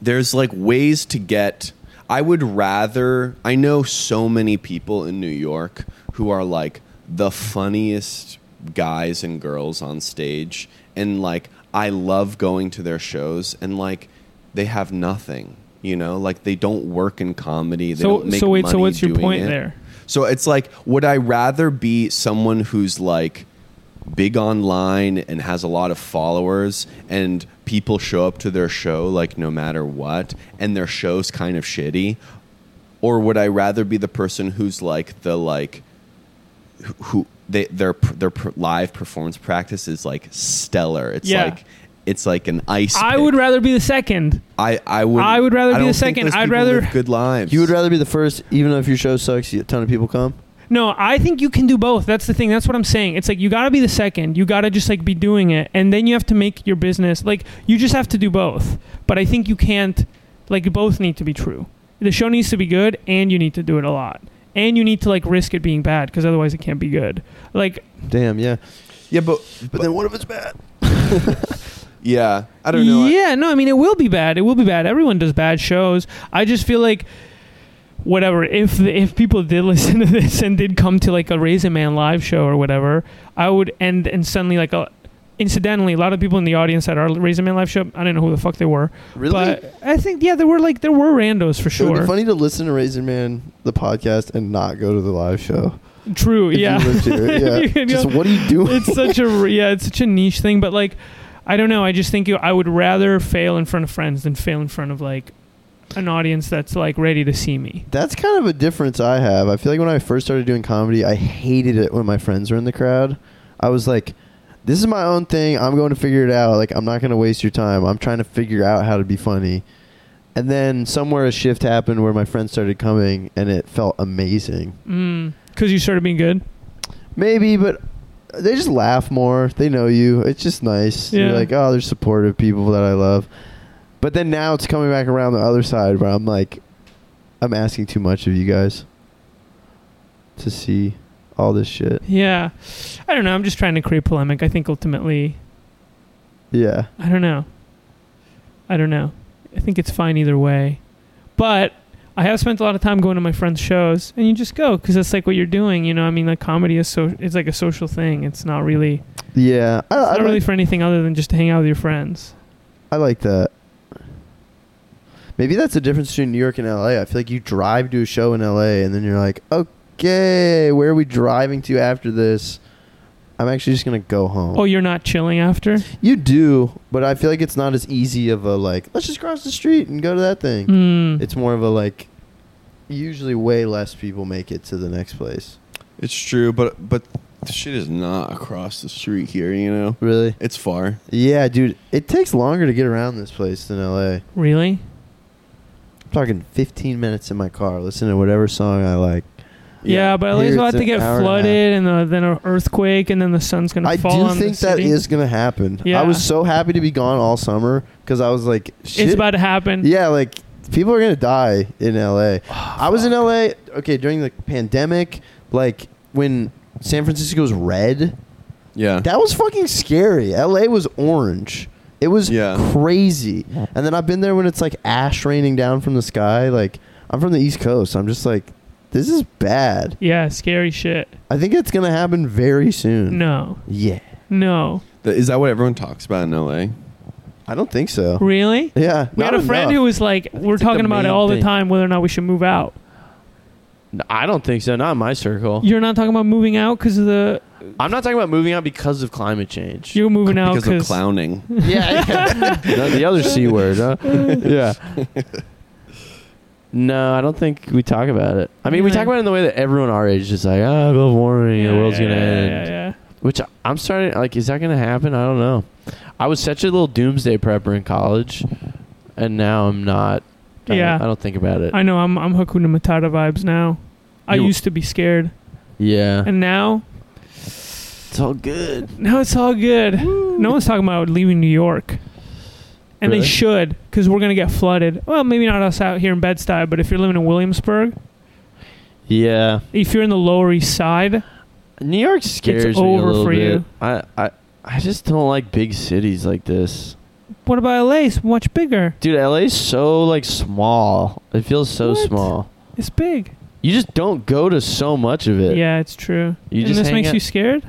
Speaker 3: there's like ways to get i would rather i know so many people in new york who are like the funniest guys and girls on stage and like i love going to their shows and like they have nothing you know like they don't work in comedy they
Speaker 2: So-
Speaker 3: don't make
Speaker 2: so wait, so
Speaker 3: money
Speaker 2: what's your
Speaker 3: doing
Speaker 2: point
Speaker 3: it.
Speaker 2: there?
Speaker 3: So it's like, would I rather be someone who's like big online and has a lot of followers and people show up to their show like no matter what and their show's kind of shitty? Or would I rather be the person who's like the like who- who they their pr- their pr- live performance practice is like stellar. It's
Speaker 2: Yeah.
Speaker 3: like it's like an ice.
Speaker 2: I
Speaker 3: pick.
Speaker 2: would rather be the second.
Speaker 3: I I would.
Speaker 2: I would rather be
Speaker 3: I
Speaker 2: the
Speaker 3: don't think
Speaker 2: second.
Speaker 3: those
Speaker 2: I'd
Speaker 3: people
Speaker 2: rather-
Speaker 3: live good lives.
Speaker 4: You would rather be the first, even though if your show sucks, a ton of people come.
Speaker 2: No, I think you can do both. That's the thing. That's what I'm saying. It's like you gotta be the second. You gotta just like be doing it, and then you have to make your business. Like you just have to do both. But I think you can't. Like both need to be true. The show needs to be good, and you need to do it a lot, and you need to like risk it being bad because otherwise it can't be good. Like
Speaker 4: Damn, yeah.
Speaker 3: yeah, but
Speaker 4: But then what if it's bad?
Speaker 3: yeah, I don't know. I-
Speaker 2: Yeah, no, I mean it will be bad. It will be bad. Everyone does bad shows. I just feel like whatever if the, if people did listen to this and did come to like a Raisin Man live show or whatever, I would and and suddenly like a incidentally a lot of people in the audience at our Raisin Man live show, I don't know who the fuck they were.
Speaker 4: Really?
Speaker 2: But I think yeah, there were like there were randos for
Speaker 4: It would
Speaker 2: sure.
Speaker 4: be funny to listen to Raisin Man, the podcast, and not go to the live show.
Speaker 2: True,
Speaker 4: If
Speaker 2: yeah.
Speaker 4: You lived here.
Speaker 2: If you
Speaker 4: yeah.
Speaker 2: could
Speaker 4: Just
Speaker 2: go-
Speaker 4: what are you doing?
Speaker 2: it's such a yeah, it's such a niche thing. But like, I don't know. I just think you, I would rather fail in front of friends than fail in front of like an audience that's like ready to see me.
Speaker 4: That's kind of a difference I have. I feel like when I first started doing comedy, I hated it when my friends were in the crowd. I was like, this is my own thing. I'm going to figure it out. Like, I'm not going to waste your time. I'm trying to figure out how to be funny. And then somewhere a shift happened where my friends started coming and it felt amazing.
Speaker 2: Because you started being good.
Speaker 4: Maybe, but they just laugh more. They know you. It's just nice.
Speaker 2: Yeah.
Speaker 4: You're like, oh, they're supportive people that I love. But then now it's coming back around the other side where I'm like, I'm asking too much of you guys to see all this shit.
Speaker 2: Yeah, I don't know. I'm just trying to create polemic. I think ultimately,
Speaker 4: Yeah.
Speaker 2: I don't know. I don't know. I think it's fine either way. But I have spent a lot of time going to my friends' shows, and you just go because that's like what you're doing. You know, I mean, like comedy is so it's like a social thing. It's not really
Speaker 4: Yeah. I,
Speaker 2: it's
Speaker 4: I,
Speaker 2: not really
Speaker 4: like,
Speaker 2: for anything other than just to hang out with your friends.
Speaker 4: I like that. Maybe that's the difference between New York and LA. I feel like you drive to a show in LA and then you're like, okay, where are we driving to after this? I'm actually just going to go home.
Speaker 2: Oh, you're not chilling after?
Speaker 4: You do, but I feel like it's not as easy of a like, let's just cross the street and go to that thing.
Speaker 2: Mm.
Speaker 4: It's more of a like, usually way less people make it to the next place.
Speaker 3: It's true, but but the shit is not across the street here. You know,
Speaker 4: Really?
Speaker 3: it's far.
Speaker 4: Yeah, dude. It takes longer to get around this place than LA.
Speaker 2: Really?
Speaker 4: I'm talking 15 minutes in my car, listening to whatever song I like.
Speaker 2: Yeah, but at
Speaker 4: Here
Speaker 2: least we'll
Speaker 4: it's
Speaker 2: have to
Speaker 4: an
Speaker 2: get
Speaker 4: hour and a
Speaker 2: flooded and, uh then an earthquake and then the sun's gonna
Speaker 4: I
Speaker 2: fall
Speaker 4: do
Speaker 2: on
Speaker 4: think
Speaker 2: the
Speaker 4: that
Speaker 2: city.
Speaker 4: is gonna happen.
Speaker 2: Yeah.
Speaker 4: I was so happy to be gone all summer because I was like, shit.
Speaker 2: It's about to happen.
Speaker 4: yeah, like people are gonna die in L.A.
Speaker 2: Oh,
Speaker 4: I was in L.A. Okay, during the pandemic, like when San Francisco's red,
Speaker 3: Yeah,
Speaker 4: that was fucking scary. L.A. was orange. It was
Speaker 3: Yeah.
Speaker 4: crazy. And then I've been there when it's like ash raining down from the sky. Like I'm from the East Coast. I'm just like, this is bad.
Speaker 2: Yeah, scary shit.
Speaker 4: I think it's gonna happen very soon.
Speaker 2: No.
Speaker 4: Yeah.
Speaker 2: No.
Speaker 3: Th- is that what everyone talks about in LA?
Speaker 4: I don't think so.
Speaker 2: Really?
Speaker 4: Yeah.
Speaker 2: We had a
Speaker 4: not
Speaker 2: friend
Speaker 4: enough.
Speaker 2: who was like, we're
Speaker 4: it's like
Speaker 2: talking
Speaker 4: the
Speaker 2: about it
Speaker 4: main
Speaker 2: all the
Speaker 4: thing.
Speaker 2: time whether or not we should move out.
Speaker 6: No, I don't think so. Not in my circle.
Speaker 2: You're not talking about moving out because of the.
Speaker 6: I'm not talking about moving out because of climate change.
Speaker 2: You're moving out
Speaker 3: because of
Speaker 2: because.
Speaker 3: clowning.
Speaker 6: yeah, no, the other c word. Huh? Yeah. No, I don't think we talk about it. I mean, we
Speaker 2: Yeah.
Speaker 6: talk about it in the way that everyone our age is like, oh, global warming, the world's gonna end.
Speaker 2: Yeah, yeah.
Speaker 6: Which I- I'm starting like, is that gonna happen? I don't know. I was such a little doomsday prepper in college, and now I'm not. I don't-
Speaker 2: Yeah.
Speaker 6: I don't think about it.
Speaker 2: I know. I'm I'm Hakuna Matata vibes now. I
Speaker 6: You-
Speaker 2: used to be scared,
Speaker 6: yeah,
Speaker 2: and now
Speaker 6: it's all good.
Speaker 2: now it's all good. No one's talking about leaving New York, and they
Speaker 6: Really?
Speaker 2: should because we're gonna get flooded. Well, maybe not us out here in Bed Stuy, but if you're living in Williamsburg,
Speaker 6: Yeah,
Speaker 2: if you're in the Lower East Side,
Speaker 6: New York scares me a
Speaker 2: over
Speaker 6: little
Speaker 2: for
Speaker 6: bit.
Speaker 2: you.
Speaker 6: I, I I just don't like big cities like this.
Speaker 2: what about LA? It's much bigger.
Speaker 6: Dude, LA's so like small. It feels so
Speaker 2: What?
Speaker 6: small.
Speaker 2: It's big.
Speaker 6: You just don't go to so much of it.
Speaker 2: Yeah, it's true.
Speaker 6: You
Speaker 2: and
Speaker 6: just
Speaker 2: this
Speaker 6: hang
Speaker 2: makes
Speaker 6: out-
Speaker 2: you scared.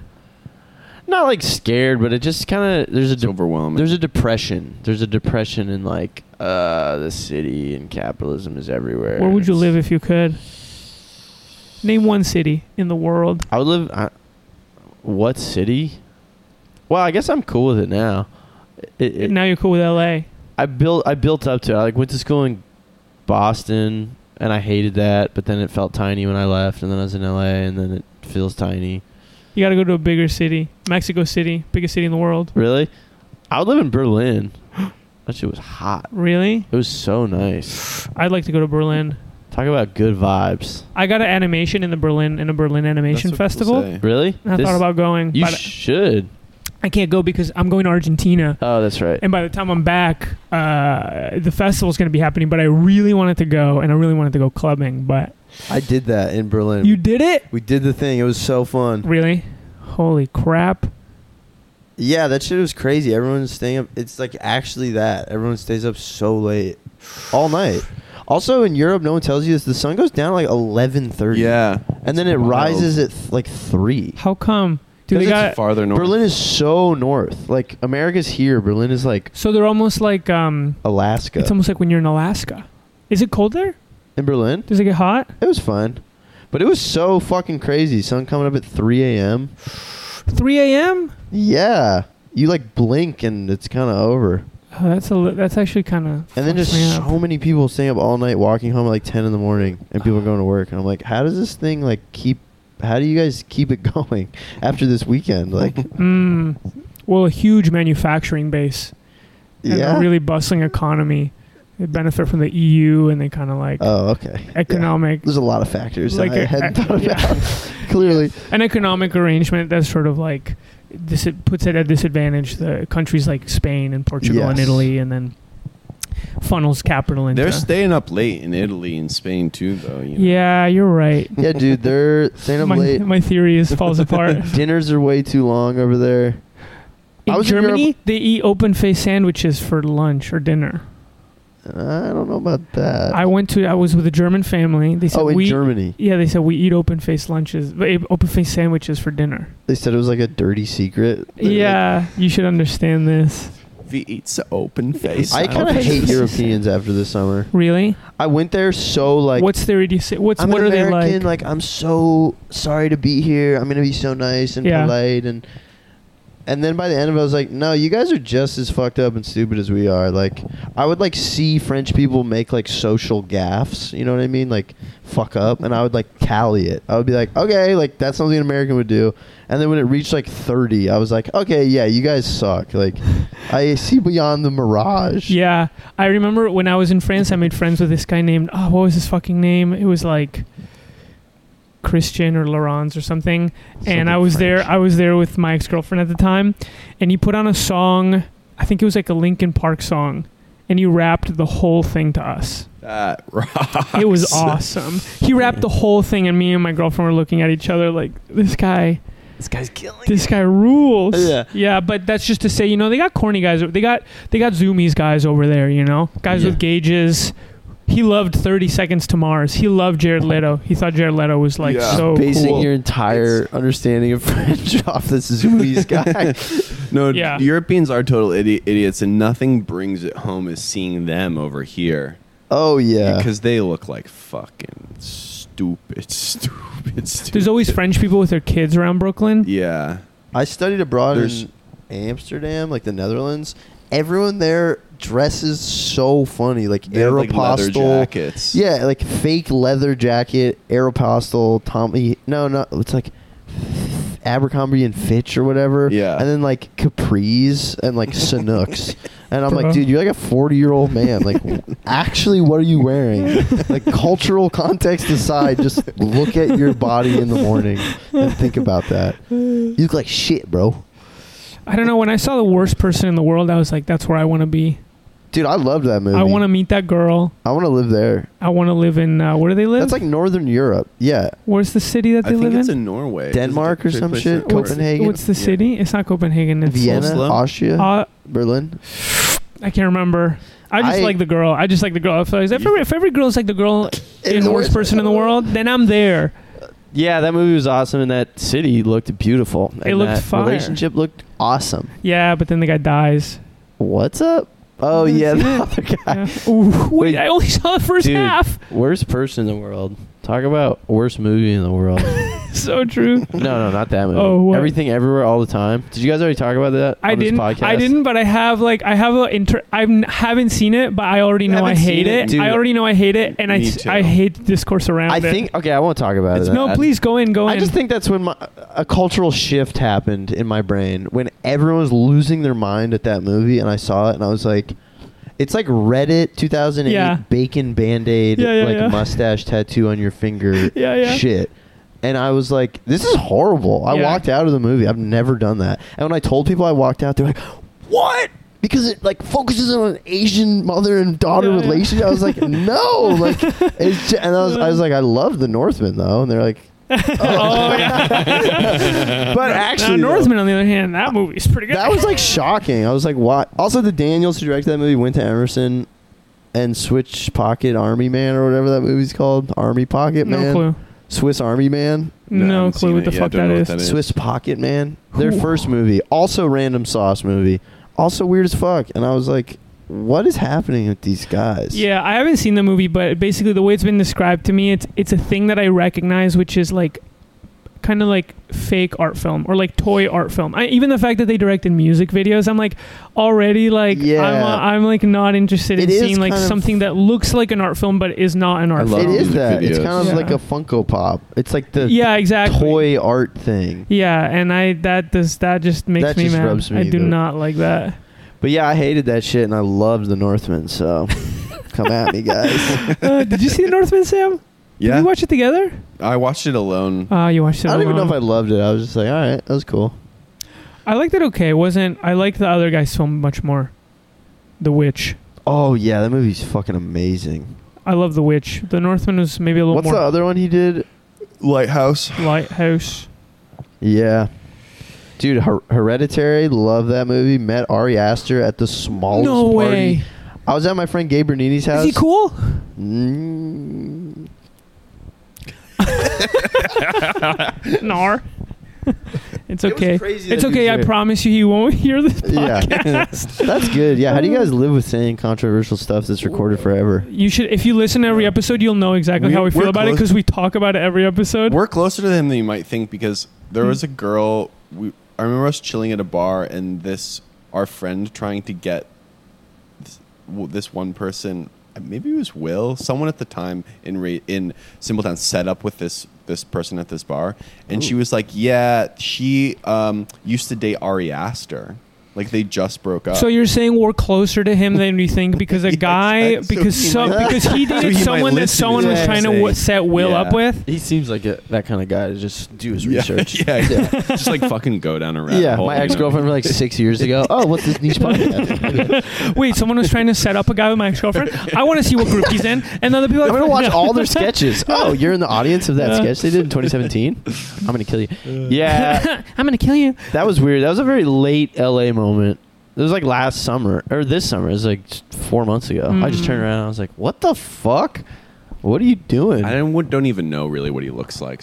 Speaker 6: Not like scared, but it just kind of there's a
Speaker 3: It's
Speaker 6: de-
Speaker 3: overwhelming.
Speaker 6: there's a depression. There's a depression in like uh the city and capitalism is everywhere.
Speaker 2: Where would you
Speaker 6: It's-
Speaker 2: live if you could? Name one city in the world.
Speaker 6: I would live. I, what city? Well, I guess I'm cool with it now. It, it,
Speaker 2: now you're cool with LA.
Speaker 6: I built I built up to it. I like went to school in Boston and I hated that, but then it felt tiny when I left and then I was in LA and then it feels tiny.
Speaker 2: You got to go to a bigger city. Mexico City, biggest city in the world.
Speaker 6: Really? I would live in Berlin. that shit was hot.
Speaker 2: Really?
Speaker 6: It was so nice.
Speaker 2: I'd like to go to Berlin.
Speaker 6: Talk about good vibes.
Speaker 2: I got an animation in the Berlin in a Berlin
Speaker 3: That's
Speaker 2: animation
Speaker 3: what people
Speaker 2: festival.
Speaker 3: say.
Speaker 6: Really?
Speaker 2: And I
Speaker 6: This-
Speaker 2: thought about going,
Speaker 6: You
Speaker 2: but
Speaker 6: should.
Speaker 2: I can't go because I'm going to Argentina.
Speaker 6: Oh, that's right.
Speaker 2: And by the time I'm back, uh, the festival's going to be happening. But I really wanted to go, and I really wanted to go clubbing. But
Speaker 4: I did that in Berlin.
Speaker 2: you did it,
Speaker 4: we did the thing. It was so fun.
Speaker 2: really? Holy crap!
Speaker 4: Yeah, that shit was crazy. Everyone's staying up. It's like actually that. Everyone stays up so late, all night. Also in Europe, no one tells you this. The sun goes down at like eleven thirty.
Speaker 3: Yeah,
Speaker 4: and then it rises at th- like three.
Speaker 2: How come? Do
Speaker 3: 'Cause
Speaker 2: they
Speaker 3: it's
Speaker 2: got?
Speaker 3: farther north.
Speaker 4: Berlin is so north. Like America's here. Berlin is like
Speaker 2: So they're almost like um,
Speaker 4: Alaska.
Speaker 2: it's almost like when you're in Alaska. Is it cold there?
Speaker 4: in Berlin,
Speaker 2: Does it get hot?
Speaker 4: it was fun, but it was so fucking crazy. Sun coming up at three a.m.
Speaker 2: 3 a.m.
Speaker 4: Yeah, you like blink and it's kind of over.
Speaker 2: Oh, that's a li- that's actually kind of
Speaker 4: And then just so many people staying up all night, walking home at like ten in the morning, and people going to work. And I'm like, how does this thing like keep? How do you guys keep it going after this weekend? Like,
Speaker 2: mm, well a huge manufacturing base and
Speaker 4: yeah.
Speaker 2: a really bustling economy they benefit from the EU and they kind of like
Speaker 4: oh, okay. Yeah.
Speaker 2: economic
Speaker 4: There's a lot of factors
Speaker 2: like
Speaker 4: that I
Speaker 2: a-
Speaker 4: hadn't thought
Speaker 2: yeah.
Speaker 4: about. Clearly,
Speaker 2: an economic arrangement that's sort of like this it puts it at disadvantage the countries like Spain and Portugal and
Speaker 4: Yes.
Speaker 2: Italy and then funnels capital into
Speaker 3: They're staying up late in Italy and Spain too, though. You know?
Speaker 2: yeah you're right
Speaker 4: yeah, dude. They're staying up
Speaker 2: my,
Speaker 4: late.
Speaker 2: my theory is falls apart
Speaker 4: Dinners are way too long over there. I
Speaker 2: in
Speaker 4: was in Europe-
Speaker 2: Germany they eat open face sandwiches for lunch or dinner
Speaker 4: I don't know about that.
Speaker 2: I went to I was with a German family they said
Speaker 4: Uh, oh, in
Speaker 2: we
Speaker 4: Germany,
Speaker 2: Yeah, they said we eat open faced lunches, open faced sandwiches for dinner.
Speaker 4: they said it was like a dirty secret. They're like,
Speaker 2: yeah, you should understand this.
Speaker 3: We eat so open face.
Speaker 4: I kind of hate Europeans after this summer.
Speaker 2: Really?
Speaker 4: I went there so like
Speaker 2: what's their idiocy? What's
Speaker 4: I'm
Speaker 2: what are
Speaker 4: an American.
Speaker 2: they like?
Speaker 4: I'm so sorry to be here. I'm gonna be so nice and
Speaker 2: Yeah.
Speaker 4: polite and And then by the end of it, I was like, no, you guys are just as fucked up and stupid as we are. Like, I would like see French people make like social gaffes. You know what I mean? Like, fuck up, and I would like tally it. I would be like, okay, like that's something an American would do. And then when it reached like thirty, I was like, okay, yeah, you guys suck. Like, I see beyond the mirage.
Speaker 2: Yeah, I remember when I was in France, I made friends with this guy named oh, what was his fucking name? It was like Christian or Laurence or something.
Speaker 4: Something
Speaker 2: and I was there.
Speaker 4: French.
Speaker 2: I was there with my ex girlfriend at the time, and he put on a song. I think it was like a Linkin Park song, and he rapped the whole thing to us.
Speaker 3: That rocks.
Speaker 2: It was awesome. He rapped the whole thing, and me and my girlfriend were looking at each other like, "This guy,
Speaker 5: This guy's killing
Speaker 2: this guy rules."
Speaker 4: Yeah.
Speaker 2: yeah. But that's just to say, you know, they got corny guys. They got they got zoomies guys over there. You know, guys
Speaker 4: Yeah.
Speaker 2: with gauges. He loved Thirty Seconds to Mars. He loved Jared Leto. He thought Jared Leto was like
Speaker 3: Yeah.
Speaker 2: so
Speaker 6: Basing
Speaker 2: cool.
Speaker 6: your entire understanding of French off this Zoomies guy.
Speaker 3: No,
Speaker 2: Yeah.
Speaker 3: Europeans are total idi- idiots, and nothing brings it home as seeing them over here
Speaker 4: Oh yeah.
Speaker 3: because they look like fucking stupid, stupid, stupid.
Speaker 2: There's always French people with their kids around Brooklyn.
Speaker 3: yeah.
Speaker 4: I studied abroad
Speaker 3: There's-
Speaker 4: in Amsterdam, like the Netherlands. Everyone there dresses so funny, like
Speaker 3: They have, like, leather
Speaker 4: Aeropostale.
Speaker 3: jackets.
Speaker 4: yeah, like fake leather jacket, Aeropostale, Tommy. No, no, it's like Abercrombie and Fitch or whatever.
Speaker 3: Yeah.
Speaker 4: and then like Capris and like Sanooks. And I'm
Speaker 2: Bro.
Speaker 4: like, dude, you're like a 40 year old man. Like, actually, what are you wearing? Like, cultural context aside, just look at your body in the morning and think about that. You look like shit, bro.
Speaker 2: I don't know. When I saw the worst person in the world, I was like, "That's where I want to be.
Speaker 4: Dude, I loved that movie.
Speaker 2: I want to meet that girl.
Speaker 4: I want to live there.
Speaker 2: I want to live in uh, where do they live?
Speaker 4: That's like Northern Europe. Yeah,
Speaker 2: Where's the city that
Speaker 3: I
Speaker 2: they
Speaker 3: think
Speaker 2: live
Speaker 3: it's
Speaker 2: in?
Speaker 3: in Norway,
Speaker 4: Denmark or
Speaker 3: Does it
Speaker 4: some
Speaker 3: take place in
Speaker 4: shit? in
Speaker 2: what's,
Speaker 3: Norway?
Speaker 4: Copenhagen?
Speaker 2: what's the
Speaker 3: Yeah.
Speaker 2: city? It's not Copenhagen. It's
Speaker 4: Vienna,
Speaker 3: Oslo?
Speaker 4: Austria,
Speaker 2: Uh,
Speaker 4: Berlin.
Speaker 2: I can't remember. I just
Speaker 4: I-
Speaker 2: like the girl. I just like the girl. If, if, every, if every girl's like the girl in
Speaker 4: the
Speaker 2: worst
Speaker 4: worst-
Speaker 2: person in the world, then I'm there.
Speaker 6: yeah, that movie was awesome, and that city looked beautiful.
Speaker 2: It
Speaker 6: and
Speaker 2: looked
Speaker 6: that
Speaker 2: fire.
Speaker 6: Relationship looked
Speaker 4: Awesome.
Speaker 2: Yeah, but then the guy dies.
Speaker 6: What's up?
Speaker 4: Oh
Speaker 2: That's
Speaker 4: yeah, the
Speaker 2: it.
Speaker 4: other guy.
Speaker 2: Yeah. Ooh, wait,
Speaker 6: Wait.
Speaker 2: I only saw the first
Speaker 6: Dude.
Speaker 2: half.
Speaker 6: Worst person in the world. Talk about worst movie in the world. no,
Speaker 2: So true.
Speaker 6: no, not that movie.
Speaker 2: Oh, what?
Speaker 6: Everything, everywhere, all the time. Did you guys already talk about that?
Speaker 2: I
Speaker 6: on
Speaker 2: didn't.
Speaker 6: This podcast?
Speaker 2: I didn't. But I have like I have a inter. I haven't seen it, but I already
Speaker 6: You
Speaker 2: know I
Speaker 6: haven't
Speaker 2: hate
Speaker 6: seen it?
Speaker 2: it.
Speaker 6: Dude.
Speaker 2: I already know I hate it, and I
Speaker 3: Me
Speaker 2: s-
Speaker 3: too.
Speaker 2: I hate the discourse around
Speaker 6: I
Speaker 2: it.
Speaker 6: think. Okay, I won't talk about
Speaker 3: It's
Speaker 6: it.
Speaker 2: no.
Speaker 6: I-
Speaker 2: Please go in. Go in.
Speaker 4: I just think that's when my, a cultural shift happened in my brain when everyone was losing their mind at that movie, and I saw it, and I was like, "It's like Reddit 2008
Speaker 2: Yeah.
Speaker 4: bacon band aid,
Speaker 2: Yeah, yeah,
Speaker 4: like
Speaker 2: yeah.
Speaker 4: mustache tattoo on your finger,
Speaker 2: Yeah, yeah.
Speaker 4: shit." And I was like, "This is horrible." I
Speaker 2: Yeah.
Speaker 4: walked out of the movie. I've never done that. And when I told people I walked out, they're like, "What?" Because it like focuses on an Asian mother and daughter
Speaker 2: Yeah, yeah.
Speaker 4: relationship. I was like, "No!" Like, it's ju- and I was, I was like, "I love the Northman though," and they're like,
Speaker 2: oh yeah.
Speaker 4: But
Speaker 2: now,
Speaker 4: actually, though,
Speaker 2: Northman. On the other hand, that movie's pretty good.
Speaker 4: that was like shocking. I was like, "What?" Also, the Daniels who directed that movie went to Emerson and switched Pocket Army Man or whatever that movie's called, Army Pocket
Speaker 2: no
Speaker 4: Man,
Speaker 2: clue.
Speaker 4: Swiss Army Man,
Speaker 3: No, I
Speaker 2: No,
Speaker 3: haven't
Speaker 2: clue
Speaker 3: seen
Speaker 2: what the
Speaker 3: it yet.
Speaker 2: fuck
Speaker 3: Don't
Speaker 2: that
Speaker 3: know what
Speaker 2: is.
Speaker 3: that is.
Speaker 4: Swiss Pocket Man. Their
Speaker 2: Ooh.
Speaker 4: first movie, also random sauce movie, also weird as fuck. And I was like, "What is happening with these guys?"
Speaker 2: Yeah, I haven't seen the movie, but basically the way it's been described to me, it's it's a thing that I recognize, which is like kind of like fake art film or like toy art film. I, even the fact that they directed music videos, I'm like already like
Speaker 4: Yeah.
Speaker 2: I'm, uh, I'm like not interested in
Speaker 4: It is
Speaker 2: seeing like
Speaker 4: kind of-
Speaker 2: something that looks like an art film but is not an
Speaker 3: I
Speaker 2: art
Speaker 3: love
Speaker 2: film.
Speaker 4: it is
Speaker 3: music
Speaker 4: that. It's
Speaker 3: videos.
Speaker 4: kind of
Speaker 2: Yeah.
Speaker 4: like a Funko Pop. It's like the
Speaker 2: yeah, exactly.
Speaker 4: toy art thing.
Speaker 2: Yeah, and I that does that just makes
Speaker 4: That
Speaker 2: me
Speaker 4: just
Speaker 2: mad.
Speaker 4: rubs me
Speaker 2: I do
Speaker 4: the-
Speaker 2: not like that.
Speaker 4: But yeah, I hated that shit, and I loved the Northmen. So come at me, guys.
Speaker 2: Uh, did you see the Northman, Sam? Did
Speaker 3: Yeah,
Speaker 2: we watch it together?
Speaker 3: I watched it alone.
Speaker 2: Uh, you watched it.
Speaker 4: I don't even know
Speaker 2: alone.
Speaker 4: if I loved it. I was just like, all right, that was cool.
Speaker 2: I liked it okay. It wasn't I liked the other guy's film much more. The Witch.
Speaker 4: Oh yeah, that movie's fucking amazing.
Speaker 2: I love The Witch. The Northman was maybe a little
Speaker 4: What's the
Speaker 2: more
Speaker 4: other one he did?
Speaker 3: Lighthouse.
Speaker 2: lighthouse.
Speaker 4: Yeah, dude, Her- Hereditary. Love that movie. Met Ari Aster at the smallest
Speaker 2: no
Speaker 4: party.
Speaker 2: way.
Speaker 4: I was at my friend Gabe Bernini's house.
Speaker 2: Is he cool?
Speaker 4: Mm,
Speaker 2: Nar. it's
Speaker 4: It was
Speaker 2: okay.
Speaker 4: crazy
Speaker 2: It's
Speaker 4: that he
Speaker 2: okay.
Speaker 4: was
Speaker 2: I
Speaker 4: there.
Speaker 2: promise you, he won't hear this
Speaker 4: Yeah.
Speaker 2: podcast.
Speaker 4: that's good. Yeah, how do you guys live with saying controversial stuff that's recorded forever?
Speaker 2: You should, if you listen to every episode, you'll know exactly
Speaker 3: We-
Speaker 2: how we feel
Speaker 3: we're
Speaker 2: about it
Speaker 3: close-
Speaker 2: because we talk about it every episode.
Speaker 3: We're closer to him than you might think because there was a girl we I remember us chilling at a bar and this our friend trying to get this, w- this one person. uh, Maybe it was Will, someone at the time in Ra- in Simpletown set up with this this person at this bar, and she was like, "Yeah, she um, used to date Ari Aster, like they just broke up."
Speaker 2: So you're saying we're closer to him than you think because a
Speaker 3: Yes,
Speaker 2: guy
Speaker 3: that's- so
Speaker 2: because
Speaker 3: he
Speaker 2: some
Speaker 3: might-
Speaker 2: because he
Speaker 3: so
Speaker 2: dated
Speaker 3: he might
Speaker 2: someone that
Speaker 3: listen to
Speaker 2: someone
Speaker 3: what
Speaker 2: was
Speaker 3: I'm
Speaker 2: trying to
Speaker 3: saying.
Speaker 2: w- set Will
Speaker 3: Yeah.
Speaker 2: up with.
Speaker 4: He seems like a, that kind of guy to just do his
Speaker 3: Yeah,
Speaker 4: research.
Speaker 3: yeah, yeah. just like fucking go down a rabbit
Speaker 4: Yeah,
Speaker 3: hole.
Speaker 4: my
Speaker 3: you know?
Speaker 4: ex girlfriend like six years ago. Oh, what's this niche podcast?
Speaker 2: Wait, someone was trying to set up a guy with my ex girlfriend. I want to see what group he's in, and other people.
Speaker 4: I'm gonna watch
Speaker 2: No.
Speaker 4: all their sketches. Oh, you're in the audience of that
Speaker 2: Yeah.
Speaker 4: sketch they did in 2017. I'm gonna kill you. Yeah,
Speaker 2: I'm gonna kill you.
Speaker 4: that was weird. That was a very late LA moment. It was like last summer or this summer. It was like four months ago. I just
Speaker 2: Mm.
Speaker 4: turned around. and I was like, "What the fuck? What are you doing?"
Speaker 3: I don't, don't even know really what he looks like.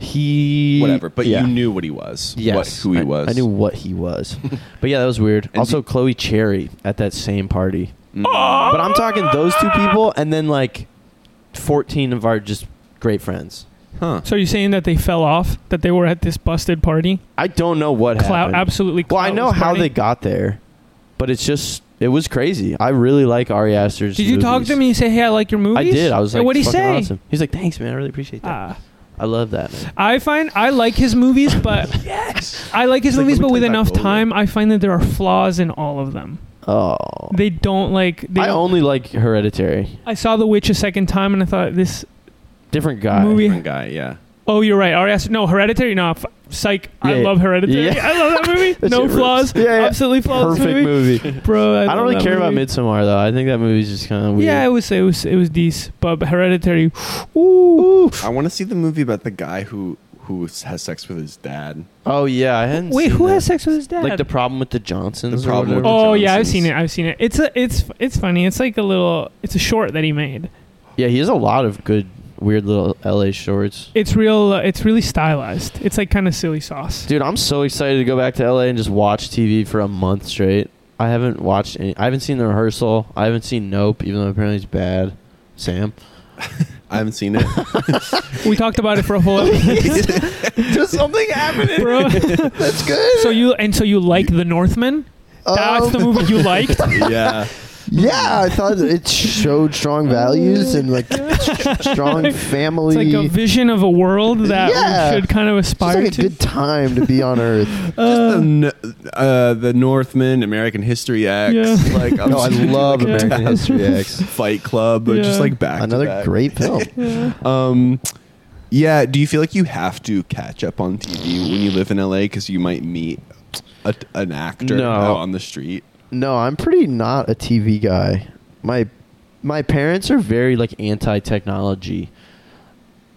Speaker 4: he
Speaker 3: Whatever, but
Speaker 4: yeah.
Speaker 3: you knew what he was.
Speaker 4: Yes,
Speaker 3: What, who he
Speaker 4: I-
Speaker 3: was.
Speaker 4: I knew what he was. but yeah, that was weird.
Speaker 3: And
Speaker 4: also,
Speaker 3: did-
Speaker 4: Chloe Cherry at that same party.
Speaker 3: Mm.
Speaker 4: But I'm talking those two people, and then like 14 of our just great friends.
Speaker 3: Huh.
Speaker 2: So you're saying that they fell off? That they were at this busted party?
Speaker 4: I don't know what
Speaker 2: Clout,
Speaker 4: happened.
Speaker 2: absolutely.
Speaker 4: well, I
Speaker 2: clout
Speaker 4: know
Speaker 2: was
Speaker 4: how
Speaker 2: burning.
Speaker 4: they got there, but it's just it was crazy. I really like Ari Aster's.
Speaker 2: Did you talk
Speaker 4: movies.
Speaker 2: to him and you say, "Hey, I like your movies"?
Speaker 4: I did. I was like,
Speaker 2: And "What'd he
Speaker 4: "Fucking
Speaker 2: say?"
Speaker 4: Awesome. He's like, "Thanks, man. I really appreciate that.
Speaker 2: Ah.
Speaker 4: I love that, man."
Speaker 2: I find I like his movies, but I like his movies,
Speaker 3: It's like, let me
Speaker 2: but with
Speaker 3: play back
Speaker 2: enough
Speaker 3: over.
Speaker 2: time, I find that there are flaws in all of them.
Speaker 4: Oh,
Speaker 2: They don't like. They
Speaker 4: I only like Hereditary.
Speaker 2: I saw The Witch a second time, and I thought this
Speaker 4: Different guy.
Speaker 2: movie.
Speaker 3: Different guy, yeah.
Speaker 2: Oh, you're right. Ari Aster. No, Hereditary. No, f- Psych. I
Speaker 4: Yeah.
Speaker 2: love Hereditary.
Speaker 4: Yeah.
Speaker 2: I love that movie.
Speaker 4: That
Speaker 2: no
Speaker 4: shit
Speaker 2: flaws.
Speaker 4: rips. Yeah, yeah.
Speaker 2: Absolutely flawless
Speaker 4: Perfect
Speaker 2: movie.
Speaker 4: movie.
Speaker 2: Bro, I,
Speaker 4: I don't
Speaker 2: love
Speaker 4: really
Speaker 2: that
Speaker 4: care about
Speaker 2: movie.
Speaker 4: Midsommar though. I think that movie's just kind of weird.
Speaker 2: Yeah, I would say it was it was decent, but Hereditary.
Speaker 4: Ooh.
Speaker 3: I want to see the movie about the guy who who has sex with his dad.
Speaker 4: Oh yeah, I hadn't.
Speaker 2: Wait,
Speaker 4: seen
Speaker 2: who
Speaker 4: that.
Speaker 2: has sex with his dad?
Speaker 4: Like the problem with the Johnsons.
Speaker 3: The
Speaker 4: or
Speaker 3: problem with
Speaker 4: whatever?
Speaker 2: Oh yeah, I've
Speaker 3: Johnsons.
Speaker 2: seen it. I've seen it. It's a it's it's funny. It's like a little. It's a short that he made.
Speaker 4: Yeah, he has a lot of good, weird little LA shorts.
Speaker 2: It's real. Uh, it's really stylized. It's like kind of silly sauce.
Speaker 4: Dude, I'm so excited to go back to LA and just watch TV for a month straight. I haven't watched any. I haven't seen the rehearsal. I haven't seen Nope, even though apparently it's bad. Sam,
Speaker 3: I haven't seen it.
Speaker 2: We talked about it for a whole episode,
Speaker 7: Just something happened.
Speaker 2: bro.
Speaker 7: That's good.
Speaker 2: So you and so you like The Northman? That's
Speaker 7: Um,
Speaker 2: the movie you liked.
Speaker 3: yeah.
Speaker 7: Yeah, I thought it showed strong values and like strong
Speaker 2: It's like
Speaker 7: family.
Speaker 2: a vision of a world that
Speaker 7: Yeah.
Speaker 2: we should kind of
Speaker 7: just
Speaker 2: aspire
Speaker 7: like a
Speaker 2: to.
Speaker 7: good time to be on Earth.
Speaker 3: Just the, n- uh, the Northman, American History X.
Speaker 2: Yeah.
Speaker 3: Like, I'm
Speaker 7: No, I
Speaker 3: just gonna do,
Speaker 7: love
Speaker 3: like, a
Speaker 7: American
Speaker 3: tab.
Speaker 7: History X.
Speaker 3: Fight Club, or
Speaker 2: Yeah.
Speaker 3: just like back. to
Speaker 7: Another
Speaker 3: back.
Speaker 7: great film.
Speaker 2: Yeah.
Speaker 3: Um, yeah. Do you feel like you have to catch up on TV when you live in LA because you might meet a, an actor
Speaker 4: No.
Speaker 3: out on the street?
Speaker 7: No, I'm pretty not a TV guy.
Speaker 4: my my parents are very like anti technology.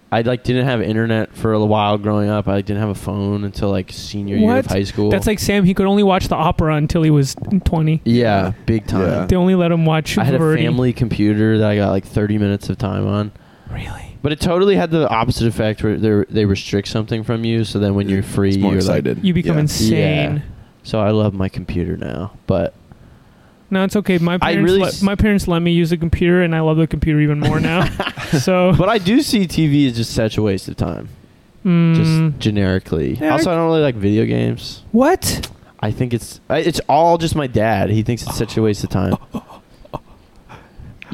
Speaker 4: I like didn't have internet for a while growing up. I like, didn't have a phone until like senior year of high school.
Speaker 2: That's like Sam. He could only watch the opera until he was twenty.
Speaker 4: yeah, big time.
Speaker 3: Yeah.
Speaker 2: They only let him watch.
Speaker 4: I had a
Speaker 2: Verdi.
Speaker 4: family computer that I got like 30 minutes of time on.
Speaker 2: Really?
Speaker 4: But it totally had the opposite effect where they, they restrict something from you. So then when you're free,
Speaker 3: It's more
Speaker 4: you're
Speaker 3: excited.
Speaker 2: You become
Speaker 3: Yeah.
Speaker 2: insane.
Speaker 4: Yeah. Like, so I love my computer now. But
Speaker 2: No, it's okay. My
Speaker 4: I
Speaker 2: parents,
Speaker 4: really
Speaker 2: let,
Speaker 4: s-
Speaker 2: my parents let me use a computer, and I love the computer even more now. so,
Speaker 4: but I do see TV as just such a waste of time,
Speaker 2: mm,
Speaker 4: just generically.
Speaker 2: Yeah, I-
Speaker 4: also, I don't really like video games.
Speaker 2: what?
Speaker 4: I think it's I, it's all just my dad. He thinks it's such a waste of time.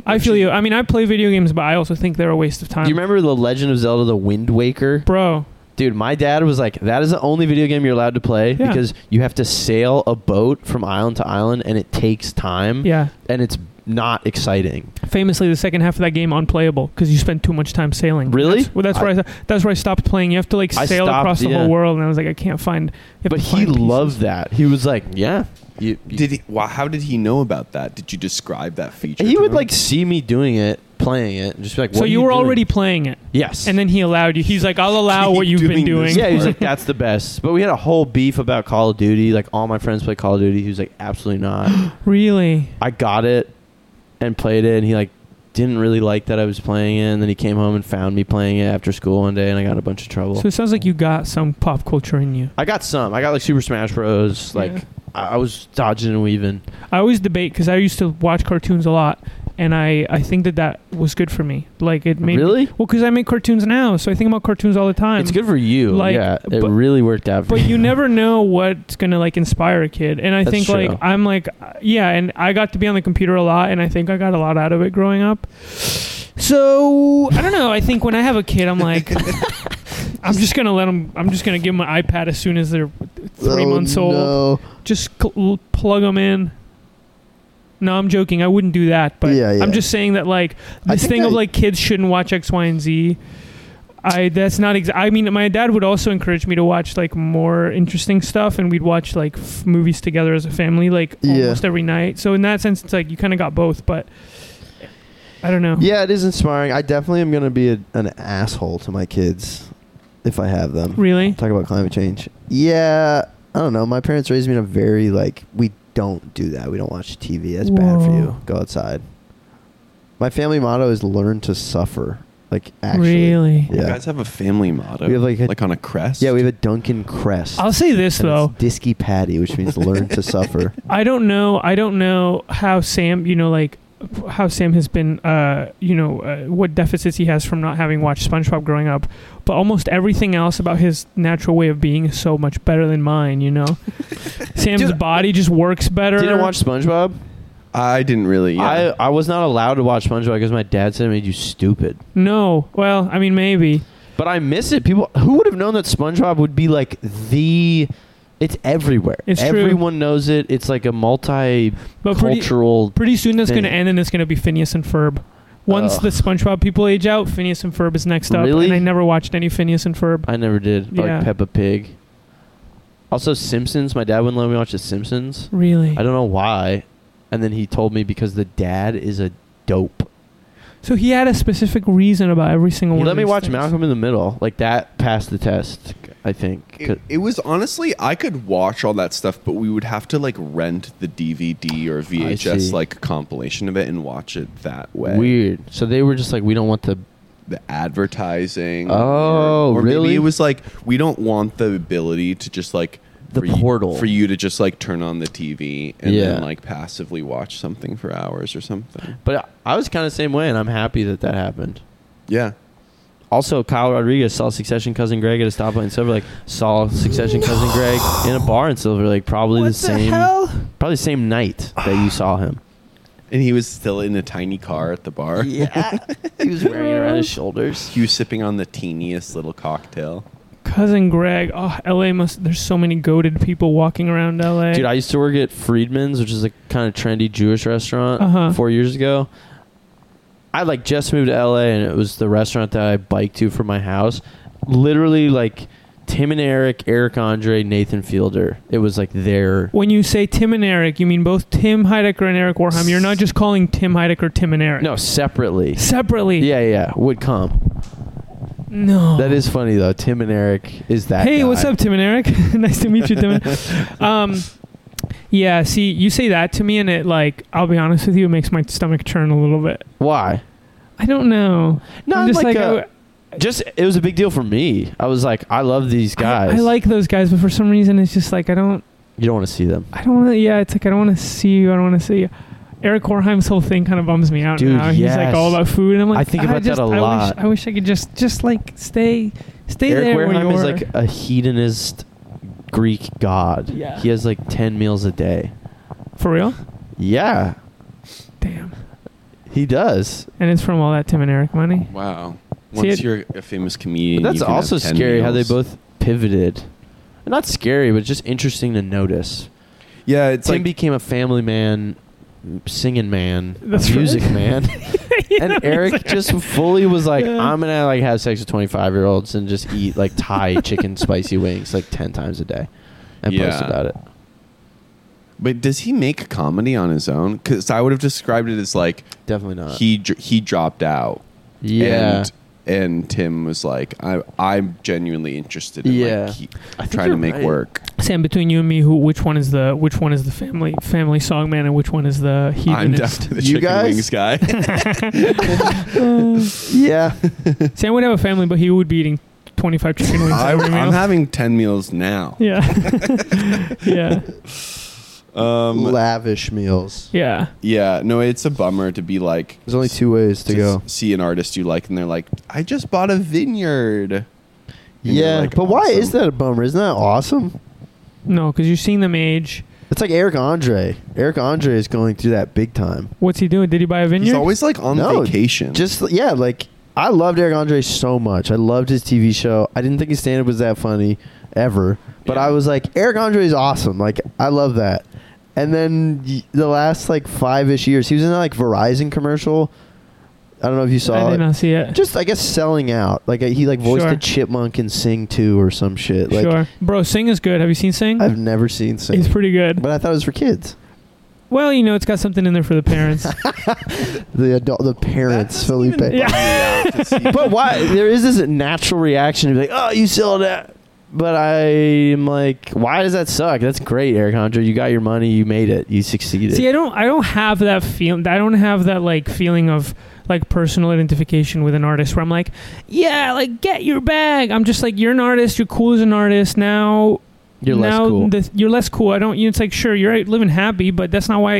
Speaker 2: I feel you. I mean, I play video games, but I also think they're a waste of time.
Speaker 4: Do you remember The Legend of Zelda: The Wind Waker?
Speaker 2: bro?
Speaker 4: Dude, my dad was like, "That is the only video game you're allowed to play
Speaker 2: Yeah.
Speaker 4: because you have to sail a boat from island to island, and it takes time,
Speaker 2: Yeah.
Speaker 4: and it's not exciting."
Speaker 2: Famously, the second half of that game unplayable because you spend too much time sailing.
Speaker 4: Really?
Speaker 2: That's, well, that's where I, that's where I stopped playing. You have to like
Speaker 4: I
Speaker 2: sail
Speaker 4: stopped,
Speaker 2: across the
Speaker 4: yeah.
Speaker 2: whole world, and I was like, I can't find. you have
Speaker 4: But
Speaker 2: to
Speaker 4: he
Speaker 2: find pieces.
Speaker 4: loved that. He was like, "Yeah." You, you-
Speaker 3: Did he? Wow, how did he know about that? Did you describe that feature?
Speaker 4: he
Speaker 3: to
Speaker 4: would
Speaker 3: him?
Speaker 4: like see me doing it, playing it, and just be like, "What?"
Speaker 2: So
Speaker 4: are
Speaker 2: you were
Speaker 4: doing?"
Speaker 2: already playing it,
Speaker 4: yes,
Speaker 2: and then he allowed you. He's like, I'll allow what you've been
Speaker 3: Doing this.
Speaker 2: doing.
Speaker 4: yeah, he was
Speaker 3: part.
Speaker 4: like, "That's the best." But we had a whole beef about Call of Duty. Like all my friends play Call of Duty. He was like, "Absolutely not."
Speaker 2: Really?
Speaker 4: I got it and played it, and he like didn't really like that I was playing it. And then he came home and found me playing it after school one day, and I got in a bunch of trouble.
Speaker 2: So it sounds like you got some pop culture in you.
Speaker 4: I got some. I got like Super Smash Bros. Like
Speaker 2: Yeah.
Speaker 4: I, I was dodging and weaving.
Speaker 2: I always debate because I used to watch cartoons a lot, and I I think that that was good for me. Like it made
Speaker 4: Really?
Speaker 2: well because I make cartoons now, so I think about cartoons all the time.
Speaker 4: it's good for you.
Speaker 2: like,
Speaker 4: yeah, it
Speaker 2: but-
Speaker 4: really worked out. For
Speaker 2: but you never know what's gonna like inspire a kid and i
Speaker 4: That's
Speaker 2: think
Speaker 4: true.
Speaker 2: like i'm like uh, yeah and i got to be on the computer a lot and i think i got a lot out of it growing up so i don't know i think when i have a kid i'm like i'm just gonna let them i'm just gonna give them an ipad as soon as they're three
Speaker 4: Oh,
Speaker 8: three
Speaker 2: months old Oh. just cl- plug them in no, I'm joking. I wouldn't do that, but
Speaker 8: Yeah, yeah.
Speaker 2: I'm just saying that like
Speaker 8: I
Speaker 2: this
Speaker 8: think
Speaker 2: thing of
Speaker 8: I-
Speaker 2: like kids shouldn't watch X, Y, and Z. I that's not. Ex- I mean, my dad would also encourage me to watch like more interesting stuff, and we'd watch like f- movies together as a family, like
Speaker 8: Yeah.
Speaker 2: almost every night. So in that sense, it's like you kind of got both, but I don't know.
Speaker 8: Yeah, it is inspiring. I definitely am going to be a, an asshole to my kids if I have them.
Speaker 2: Really?
Speaker 8: Talk about climate change. Yeah, I don't know. My parents raised me in a very like we don't do that. We don't watch TV. That's bad for
Speaker 2: Whoa.
Speaker 8: you. Go outside. My family motto is learn to suffer. Like actually.
Speaker 2: Really?
Speaker 8: Yeah.
Speaker 3: You guys have a family motto.
Speaker 8: We have, like, a-
Speaker 3: like on a crest.
Speaker 8: Yeah, we have a Duncan crest.
Speaker 2: I'll say this
Speaker 8: and
Speaker 2: though.
Speaker 8: it's Disky Patty, which means learn to suffer.
Speaker 2: I don't know. I don't know how Sam, you know, like how Sam has been, uh, you know, uh, what deficits he has from not having watched SpongeBob growing up. But almost everything else about his natural way of being is so much better than mine. You know, Sam's
Speaker 4: Dude,
Speaker 2: body just works better.
Speaker 4: didn't watch SpongeBob.
Speaker 3: I didn't really. Yeah.
Speaker 4: I I was not allowed to watch SpongeBob because my dad said it made you stupid.
Speaker 2: No. Well, I mean, maybe.
Speaker 4: But I miss it. People who would have known that SpongeBob would be like the it's everywhere.
Speaker 2: It's true.
Speaker 4: Everyone knows it. It's like a multi-cultural.
Speaker 2: But pretty, pretty soon that's going to
Speaker 4: thing.
Speaker 2: end, and it's going to be Phineas and Ferb. Once
Speaker 4: Ugh.
Speaker 2: the SpongeBob people age out, Phineas and Ferb is next up.
Speaker 4: Really?
Speaker 2: And I never watched any Phineas and Ferb.
Speaker 4: I never did. I
Speaker 2: Yeah.
Speaker 4: Like Peppa Pig. Also Simpsons. My dad wouldn't let me watch The Simpsons.
Speaker 2: Really?
Speaker 4: I don't know why. And then he told me because the dad is a dope.
Speaker 2: So he had a specific reason about every single
Speaker 4: He
Speaker 2: one.
Speaker 4: let
Speaker 2: of
Speaker 4: me
Speaker 2: these
Speaker 4: watch
Speaker 2: things.
Speaker 4: Malcolm in the Middle. Like that passed the test, I think.
Speaker 3: It, it was honestly, I could watch all that stuff, but we would have to like rent the DVD or
Speaker 4: see.
Speaker 3: VHS like compilation of it and watch it that way.
Speaker 4: Weird. So they were just like, we don't want the
Speaker 3: the advertising.
Speaker 4: Oh,
Speaker 3: or, or
Speaker 4: really?
Speaker 3: Maybe it was like we don't want the ability to just like
Speaker 4: The
Speaker 3: for you-
Speaker 4: portal.
Speaker 3: for you to just like turn on the TV and
Speaker 4: Yeah.
Speaker 3: then like passively watch something for hours or something.
Speaker 4: But I was kind of the same way, and I'm happy that that happened.
Speaker 3: Yeah,
Speaker 4: Also, Kyle Rodriguez saw Succession cousin Greg at a stoplight in Silver Lake. Saw Succession cousin Greg in a bar in Silver Lake. Probably the same, probably the same night that you saw him.
Speaker 3: and he was still in a tiny car at the bar.
Speaker 4: Yeah, he was wearing it around his shoulders.
Speaker 3: He was sipping on the teeniest little cocktail.
Speaker 2: Cousin Greg. Oh, L.A. must. There's so many goaded people walking around L.A.
Speaker 4: Dude, I used to work at Friedman's, which is a kind of trendy Jewish restaurant.
Speaker 2: Uh-huh.
Speaker 4: Four years ago, I like just moved to LA, and it was the restaurant that I biked to from my house. Literally, like Tim and Eric, Eric Andre, Nathan Fielder. It was like their
Speaker 2: when you say Tim and Eric, you mean both Tim Heidecker and Eric Warham. You're not just calling Tim Heidecker Tim and Eric.
Speaker 4: No, separately.
Speaker 2: Separately.
Speaker 4: Yeah, yeah, would come.
Speaker 2: No.
Speaker 4: That is funny though. Tim and Eric is that.
Speaker 2: Hey,
Speaker 4: guy.
Speaker 2: what's up, Tim and Eric? nice to meet you, Tim. And- um, yeah. See, you say that to me, and it like I'll be honest with you, it makes my stomach churn a little bit.
Speaker 4: Why?
Speaker 2: I don't know.
Speaker 4: Not
Speaker 2: I'm just
Speaker 4: like
Speaker 2: like, I-
Speaker 4: a- Just it was a big deal for me. I was like, I love these guys.
Speaker 2: I, I like those guys, but for some reason, it's just like I don't.
Speaker 4: You don't want to see them,
Speaker 2: I don't want to. Yeah, it's like I don't want to see you. I don't want to see you. Eric Warheim's whole thing kind of bums me out
Speaker 4: Dude,
Speaker 2: now. He's like
Speaker 4: yes.
Speaker 2: all about food, and I'm like,
Speaker 4: I think about that
Speaker 2: just,
Speaker 4: a
Speaker 2: I
Speaker 4: lot.
Speaker 2: Wish, I wish I could just, just like stay, stay
Speaker 4: Eric
Speaker 2: there. where you
Speaker 4: Wareheim is
Speaker 2: are.
Speaker 4: like a hedonist Greek god.
Speaker 2: Yeah.
Speaker 4: He has like ten meals a day.
Speaker 2: for real.
Speaker 4: Yeah,
Speaker 2: Damn,
Speaker 4: he does.
Speaker 2: and it's from all that Tim and Eric money.
Speaker 3: Wow.
Speaker 2: See,
Speaker 3: Once
Speaker 2: it-
Speaker 3: you're a famous comedian,
Speaker 4: But that's
Speaker 3: you can have
Speaker 4: also
Speaker 3: 10
Speaker 4: scary how they
Speaker 3: meals.
Speaker 4: both pivoted. Not scary, but just interesting to notice.
Speaker 3: Yeah, it's
Speaker 4: Tim
Speaker 3: like
Speaker 4: became a family man, singing man,
Speaker 2: That's right.
Speaker 4: music man, and Eric just fully was like,
Speaker 2: Yeah.
Speaker 4: "I'm gonna like have sex with 25 year olds and just eat like Thai chicken spicy wings like 10 times a day," and post
Speaker 3: Yeah.
Speaker 4: about it.
Speaker 3: But does he make comedy on his own? Because I would have described it as like
Speaker 4: Definitely not.
Speaker 3: he dr- he dropped out.
Speaker 4: Uh. yeah,
Speaker 3: And, and Tim was like, I, I'm genuinely interested in
Speaker 4: Yeah.
Speaker 3: like, he-
Speaker 4: I think
Speaker 3: trying to
Speaker 4: you're
Speaker 3: make
Speaker 4: right.
Speaker 3: work.
Speaker 2: Sam, between you and me, who which one is the which one is the family family song man, and which one is the
Speaker 3: I'm down
Speaker 2: hedonist?
Speaker 3: to the
Speaker 8: You
Speaker 3: chicken
Speaker 8: guys?
Speaker 3: wings guy.
Speaker 8: yeah.
Speaker 2: Sam would have a family, but he would be eating 25 chicken wings
Speaker 3: I,
Speaker 2: every meal.
Speaker 3: am having 10 meals now.
Speaker 2: yeah, yeah.
Speaker 3: Um,
Speaker 9: Lavish meals.
Speaker 2: Yeah.
Speaker 3: yeah, no, it's a bummer to be like
Speaker 9: There's only two ways to
Speaker 3: to
Speaker 9: go.
Speaker 3: s- see an artist you like, and they're like, "I just bought a vineyard." And you're
Speaker 9: Yeah,
Speaker 3: like,
Speaker 9: but why
Speaker 3: "Awesome."
Speaker 9: is that a bummer? Isn't that awesome?
Speaker 2: No, because you're seeing them age.
Speaker 9: It's like Eric Andre. Eric Andre is going through that big time.
Speaker 2: What's he doing? Did he buy a vineyard?
Speaker 3: He's always like on
Speaker 9: No,
Speaker 3: vacation.
Speaker 9: Just yeah, like I loved Eric Andre so much. I loved his TV show. I didn't think his stand up was that funny ever, but
Speaker 3: Yeah.
Speaker 9: I was like Eric Andre is awesome. Like I love that. And then y- the last like 5ish years, he was in that like Verizon commercial. I don't know if you saw
Speaker 2: I
Speaker 9: it.
Speaker 2: did not see it.
Speaker 9: Just I guess selling out. Like uh, he like voiced
Speaker 2: Sure.
Speaker 9: a chipmunk in Sing 2 or some shit. Like
Speaker 2: sure, bro. Sing is good. Have you seen Sing?
Speaker 9: I've never seen Sing.
Speaker 2: He's pretty good.
Speaker 9: but I thought it was for kids.
Speaker 2: Well, you know, it's got something in there for the parents.
Speaker 9: The adult, the parents, Felipe.
Speaker 2: Yeah.
Speaker 9: but why there is this natural reaction to be like, oh, you sell that.
Speaker 4: But I'm like, why does that suck? That's great, Eric Andre. You got your money. You made it. You succeeded.
Speaker 2: See, I don't, I don't have that feeling. I don't have that like feeling of like personal identification with an artist where I'm like, yeah, like get your bag. I'm just like, you're an artist. You're cool as an artist. Now,
Speaker 4: You're less
Speaker 2: now
Speaker 4: cool.
Speaker 2: the- you're less cool. I don't. You know, it's like, sure, you're living happy, but that's not why.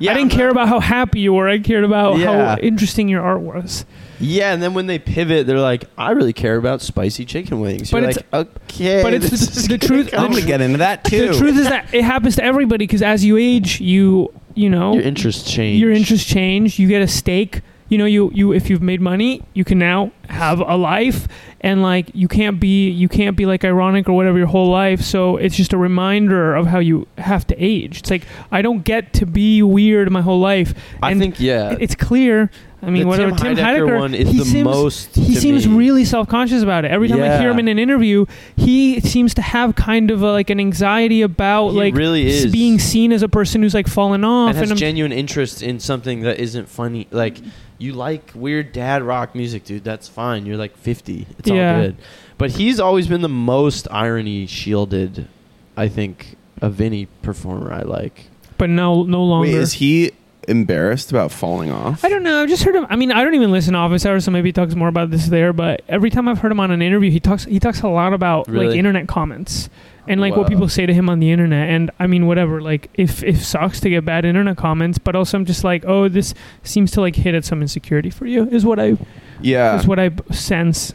Speaker 2: I didn't care about how happy you were. I cared about
Speaker 4: Yeah.
Speaker 2: how interesting your art was.
Speaker 4: Yeah, and then when they pivot, they're like, I really care about spicy chicken wings.
Speaker 2: But
Speaker 4: You're
Speaker 2: it's-
Speaker 4: like, okay.
Speaker 2: but it's
Speaker 4: this
Speaker 2: the-
Speaker 4: is
Speaker 2: the
Speaker 4: gonna
Speaker 2: truth-
Speaker 4: come
Speaker 2: the
Speaker 4: together."
Speaker 10: into that
Speaker 2: The truth is that it happens to everybody because as you age, you you know
Speaker 4: Your interests change.
Speaker 2: your interests change. You get a stake. You know, you you if you've made money, you can now have a life, and like you can't be you can't be like ironic or whatever your whole life. So it's just a reminder of how you have to age. It's like I don't get to be weird my whole life.
Speaker 4: I
Speaker 2: and
Speaker 4: think yeah.
Speaker 2: it- it's clear. I mean,
Speaker 4: The
Speaker 2: whatever.
Speaker 4: Tim Heidecker one is
Speaker 2: he
Speaker 4: the
Speaker 2: seems,
Speaker 4: most
Speaker 2: He
Speaker 4: to
Speaker 2: seems
Speaker 4: me.
Speaker 2: really self-conscious about it. Every time I hear
Speaker 4: Yeah.
Speaker 2: him in an interview, he seems to have kind of a, like an anxiety about
Speaker 4: He
Speaker 2: like
Speaker 4: really
Speaker 2: s-
Speaker 4: is.
Speaker 2: being seen as a person who's like fallen off.
Speaker 4: and has
Speaker 2: I'm-
Speaker 4: genuine interest in something that isn't funny. Like you like weird dad rock music, dude. That's fine. You're like 50. It's
Speaker 2: Yeah.
Speaker 4: all good. But he's always been the most irony shielded, I think, of any performer I like.
Speaker 2: but no, no longer.
Speaker 3: Wait, is he embarrassed about falling off?
Speaker 2: I don't know. I've just heard him. I mean, I don't even listen to Office Hours, so maybe he talks more about this there. But every time I've heard him on an interview, he talks. He talks a lot about like
Speaker 4: Really?
Speaker 2: internet comments and like what
Speaker 4: Wow.
Speaker 2: people say to him on the internet. And I mean, whatever. Like, if if sucks to get bad internet comments, but also I'm just like, oh, this seems to like hit at some insecurity for you. Is what I
Speaker 3: Yeah,
Speaker 2: is what I sense.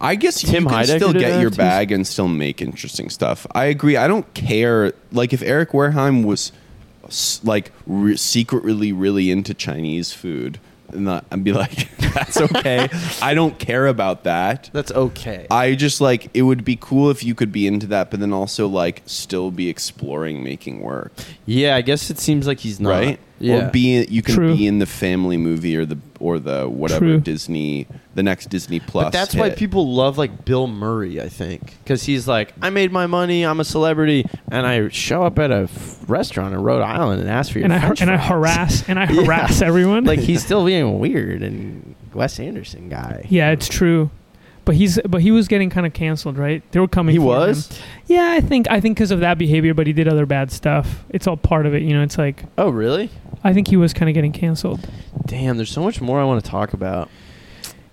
Speaker 3: I guess
Speaker 4: Tim
Speaker 3: you can
Speaker 4: Heidecker
Speaker 3: still
Speaker 4: did
Speaker 3: get
Speaker 4: that
Speaker 3: your
Speaker 4: too.
Speaker 3: bag and still make interesting stuff. I agree. I don't care. Like if Eric Wareheim was s- like re- secretly really into Chinese food, and I- I'd be like, that's okay. I don't care about that.
Speaker 4: That's okay.
Speaker 3: I just like it would be cool if you could be into that, but then also like still be exploring making work,
Speaker 4: yeah, I guess it seems like he's not.
Speaker 3: right?
Speaker 4: Yeah.
Speaker 3: Or be you can
Speaker 2: True.
Speaker 3: be in the family movie or the or the whatever
Speaker 2: True.
Speaker 3: Disney the next Disney Plus.
Speaker 4: But that's why
Speaker 3: hit.
Speaker 4: people love like Bill Murray, I think, because he's like, I made my money, I'm a celebrity, and I show up at a f- restaurant in Rhode Island and ask for your
Speaker 2: And I har-
Speaker 4: French
Speaker 2: and I
Speaker 4: fries."
Speaker 2: harass and I
Speaker 4: Yeah.
Speaker 2: harass everyone.
Speaker 4: like he's still being weird and Wes Anderson guy.
Speaker 2: yeah, it's true. But he's but he was getting kind of canceled, right? They were coming.
Speaker 4: he
Speaker 2: for him.
Speaker 4: was.
Speaker 2: Yeah, I think I think because of that behavior, but he did other bad stuff. It's all part of it, you know. It's like
Speaker 4: Oh really?
Speaker 2: I think he was kind of getting canceled.
Speaker 4: Damn, there's so much more I want to talk about.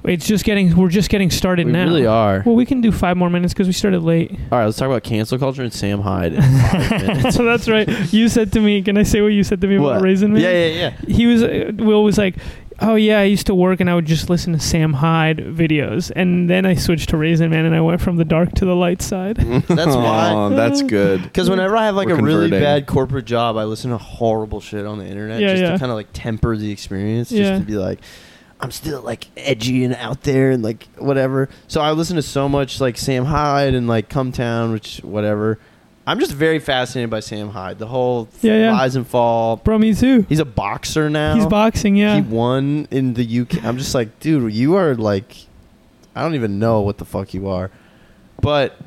Speaker 2: It's just getting we're just getting started
Speaker 4: we
Speaker 2: now.
Speaker 4: really are.
Speaker 2: Well, we can do five more minutes because we started late.
Speaker 4: All right, let's talk about cancel culture and Sam Hyde. In five minutes.
Speaker 2: so that's right. You said to me, "Can I say what you said to me about
Speaker 4: What?
Speaker 2: Raisin Man?"
Speaker 4: Yeah, yeah, yeah.
Speaker 2: He was uh, Will was like, "Oh yeah, I used to work and I would just listen to Sam Hyde videos, and then I switched to Raisin Man and I went from the dark to the light
Speaker 4: Mm.
Speaker 2: side."
Speaker 4: That's why.
Speaker 3: Aw, that's good.
Speaker 4: Because whenever I have like
Speaker 3: We're
Speaker 4: a really
Speaker 3: converting.
Speaker 4: bad corporate job, I listen to horrible shit on the internet
Speaker 2: Yeah,
Speaker 4: just
Speaker 2: yeah.
Speaker 4: to kind of like temper the experience,
Speaker 2: Yeah.
Speaker 4: just to be like, I'm still like edgy and out there and like whatever. So I listen to so much like Sam Hyde and like Come Town, which whatever. I'm just very fascinated by Sam Hyde. The whole
Speaker 2: Yeah, yeah.
Speaker 4: rise and fall.
Speaker 2: Bro, me too.
Speaker 4: He's a boxer now.
Speaker 2: He's boxing, yeah.
Speaker 4: He won in the UK. I'm just like, dude, you are like, I don't even know what the fuck you are. But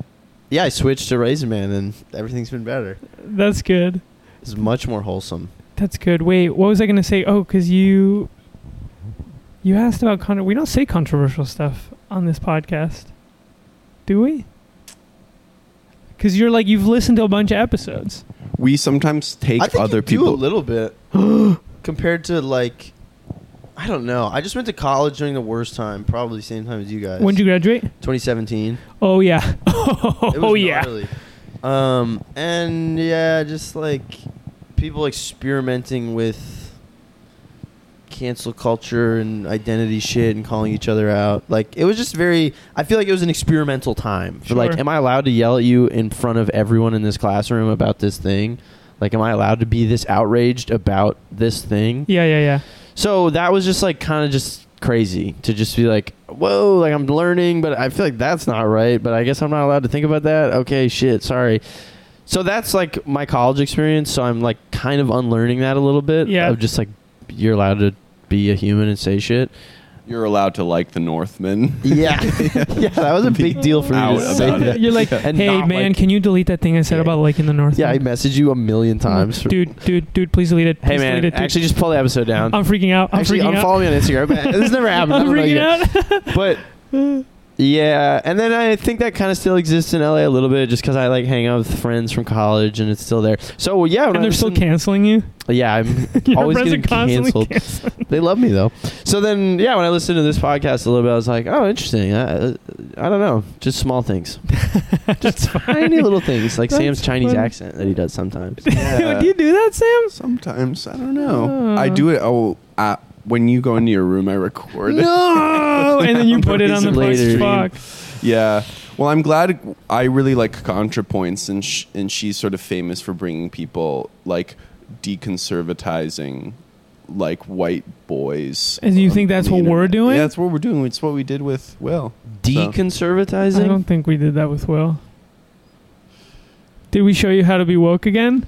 Speaker 4: yeah, I switched to Raisin Man and everything's been better.
Speaker 2: that's good.
Speaker 4: It's much more wholesome.
Speaker 2: That's good. Wait, what was I gonna say? Oh, because you you asked about con- we don't say controversial stuff on this podcast, do we? Because you're like you've listened to a bunch of episodes.
Speaker 3: We sometimes take
Speaker 4: I think
Speaker 3: other
Speaker 4: you do a
Speaker 3: people.
Speaker 4: little bit compared to like, I don't know. I just went to college during the worst time, probably same time as you guys.
Speaker 2: When did you graduate?
Speaker 4: 2017.
Speaker 2: Oh yeah.
Speaker 4: It was
Speaker 2: oh yeah.
Speaker 4: gnarly. Um, and yeah, just like people experimenting with cancel culture and identity shit and calling each other out. Like it was just very. I feel like it was an experimental time. For Like,
Speaker 2: Sure.
Speaker 4: am
Speaker 6: am
Speaker 4: I?
Speaker 6: I allowed to yell at you in front of everyone in this classroom about this thing? Like, am I allowed to be this outraged about this thing?
Speaker 2: Yeah, yeah, yeah.
Speaker 6: So that was just like kind of just crazy to just be like, whoa, like I'm learning, but I feel like that's not right. But I guess I'm not allowed to think about that. Okay, shit, sorry. So that's like my college experience. So I'm like kind of unlearning that a little bit.
Speaker 2: Yeah.
Speaker 6: Of just like, you're allowed to be a human and say shit.
Speaker 3: You're allowed to like the Northmen.
Speaker 4: Yeah, yeah. That was a big deal for
Speaker 3: Out
Speaker 4: me to
Speaker 3: about
Speaker 4: say
Speaker 3: it.
Speaker 4: that.
Speaker 2: You're like,
Speaker 6: And
Speaker 2: hey
Speaker 6: not,
Speaker 2: man,
Speaker 6: like-
Speaker 2: can you delete that thing I said
Speaker 6: Yeah.
Speaker 2: about like in the north?
Speaker 6: Yeah, I messaged you a million times.
Speaker 2: dude, dude, dude, please delete it. Please
Speaker 6: Hey
Speaker 2: delete
Speaker 6: man,
Speaker 2: it, dude.
Speaker 6: actually just pull the episode down.
Speaker 2: I'm freaking out. I'm
Speaker 6: actually,
Speaker 2: freaking out.
Speaker 6: unfollow me on Instagram. But this never happened. I
Speaker 2: I'm
Speaker 6: don't know
Speaker 2: freaking
Speaker 6: yet.
Speaker 2: out.
Speaker 6: but yeah, and then I think that kind of still exists in LA a little bit, just because I like hang out with friends from college, and it's still there. So yeah, when I
Speaker 2: and they're
Speaker 6: was
Speaker 2: still
Speaker 6: in-
Speaker 2: canceling you.
Speaker 6: Yeah, I'm
Speaker 2: Your
Speaker 6: always
Speaker 2: friends are
Speaker 6: getting
Speaker 2: constantly
Speaker 6: canceled.
Speaker 2: canceling.
Speaker 6: They love me though. So then, yeah, when I listened to this podcast a little bit, I was like, oh, interesting. I, uh, I don't know, just small things,
Speaker 2: That's
Speaker 6: tiny
Speaker 2: funny.
Speaker 6: little things, like
Speaker 2: That's
Speaker 6: Sam's Chinese
Speaker 2: funny.
Speaker 6: accent that he does sometimes.
Speaker 3: Yeah.
Speaker 2: do you do that, Sam?
Speaker 3: Sometimes I don't know.
Speaker 2: Uh.
Speaker 3: I do it. Oh, I, when you go into your room, I record. it.
Speaker 2: No, Oh, and then you put it on the
Speaker 6: Later.
Speaker 2: post. Fuck.
Speaker 3: Yeah. Well, I'm glad. I really like ContraPoints, and sh- and she's sort of famous for bringing people like deconservatizing, like white boys.
Speaker 2: And you
Speaker 3: on
Speaker 2: think that's
Speaker 3: the
Speaker 2: what we're
Speaker 3: internet.
Speaker 2: doing?
Speaker 3: Yeah, that's what we're doing. It's what we did with Will.
Speaker 2: I
Speaker 3: So-
Speaker 2: don't
Speaker 6: Deconservatizing.
Speaker 2: think we did that with Will. Did we show you how to be woke again?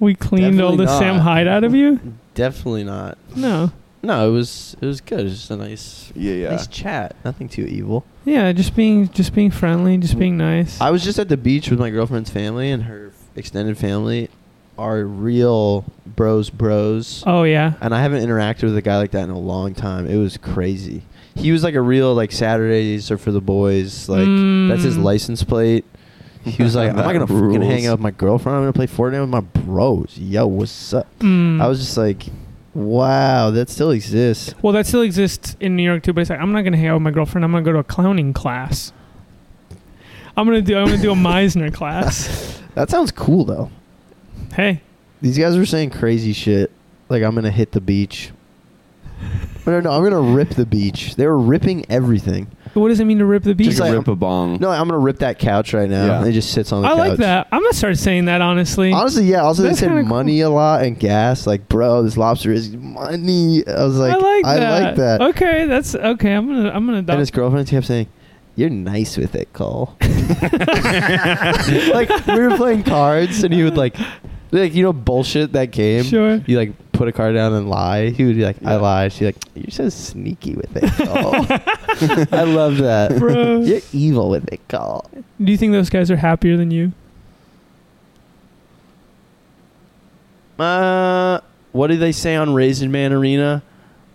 Speaker 2: We cleaned all the
Speaker 6: Definitely
Speaker 2: Sam
Speaker 6: not.
Speaker 2: Hyde out of you?
Speaker 6: Definitely not.
Speaker 2: No.
Speaker 6: No, it was it was good. It was just a nice
Speaker 3: Yeah, yeah.
Speaker 6: nice chat. Nothing too evil.
Speaker 2: Yeah, just being just being friendly, just being nice.
Speaker 4: I was just at the beach with my girlfriend's family and her extended family are real bros bros.
Speaker 2: oh yeah.
Speaker 4: And I haven't interacted with a guy like that in a long time. It was crazy. He was like a real like Saturdays are for the boys. Like that's his
Speaker 2: Mm.
Speaker 4: license plate. He was like, I'm not
Speaker 3: That
Speaker 4: gonna fucking hang
Speaker 3: rules.
Speaker 4: out with my girlfriend. I'm gonna play Fortnite with my bros. Yo, what's up?
Speaker 2: Mm.
Speaker 4: I was just like, wow, that still exists.
Speaker 2: well, that still exists in New York too, but it's like I'm not gonna hang out with my girlfriend. I'm gonna go to a clowning class. I'm gonna do I'm gonna do a Meisner class.
Speaker 4: That sounds cool though.
Speaker 2: Hey,
Speaker 4: These guys were saying crazy shit. Like I'm gonna hit the beach. No, no, I'm gonna rip the beach. They were ripping everything.
Speaker 2: what does it mean to rip the beach?
Speaker 4: Just
Speaker 3: Just
Speaker 4: like-
Speaker 3: rip a bong.
Speaker 4: No, I'm gonna rip that couch right now.
Speaker 3: Yeah.
Speaker 4: It just sits on the
Speaker 2: I
Speaker 4: couch.
Speaker 2: like that. I'm gonna start saying that honestly.
Speaker 4: Honestly, yeah. Also,
Speaker 2: That's
Speaker 4: they
Speaker 2: kinda
Speaker 4: said money a lot and gas. Like, bro, this lobster is money. I was
Speaker 2: I
Speaker 4: like,
Speaker 2: like
Speaker 4: I
Speaker 2: that.
Speaker 4: like that.
Speaker 2: Okay, that's okay. I'm gonna I'm gonna.
Speaker 4: And his
Speaker 2: Adopt.
Speaker 4: girlfriend kept saying, "You're nice with it, Cole." like we were playing cards, and he would like, like you know, bullshit that game.
Speaker 2: Sure.
Speaker 4: You like put a card down and lie. He would be like, "I
Speaker 3: Yeah.
Speaker 4: lied." She's like, "You're so sneaky with it, Cole." I love that.
Speaker 2: Bro.
Speaker 4: You're evil with it, Cole.
Speaker 2: Do you think those guys are happier than you?
Speaker 6: Uh, what do they say on Raisin Man Arena?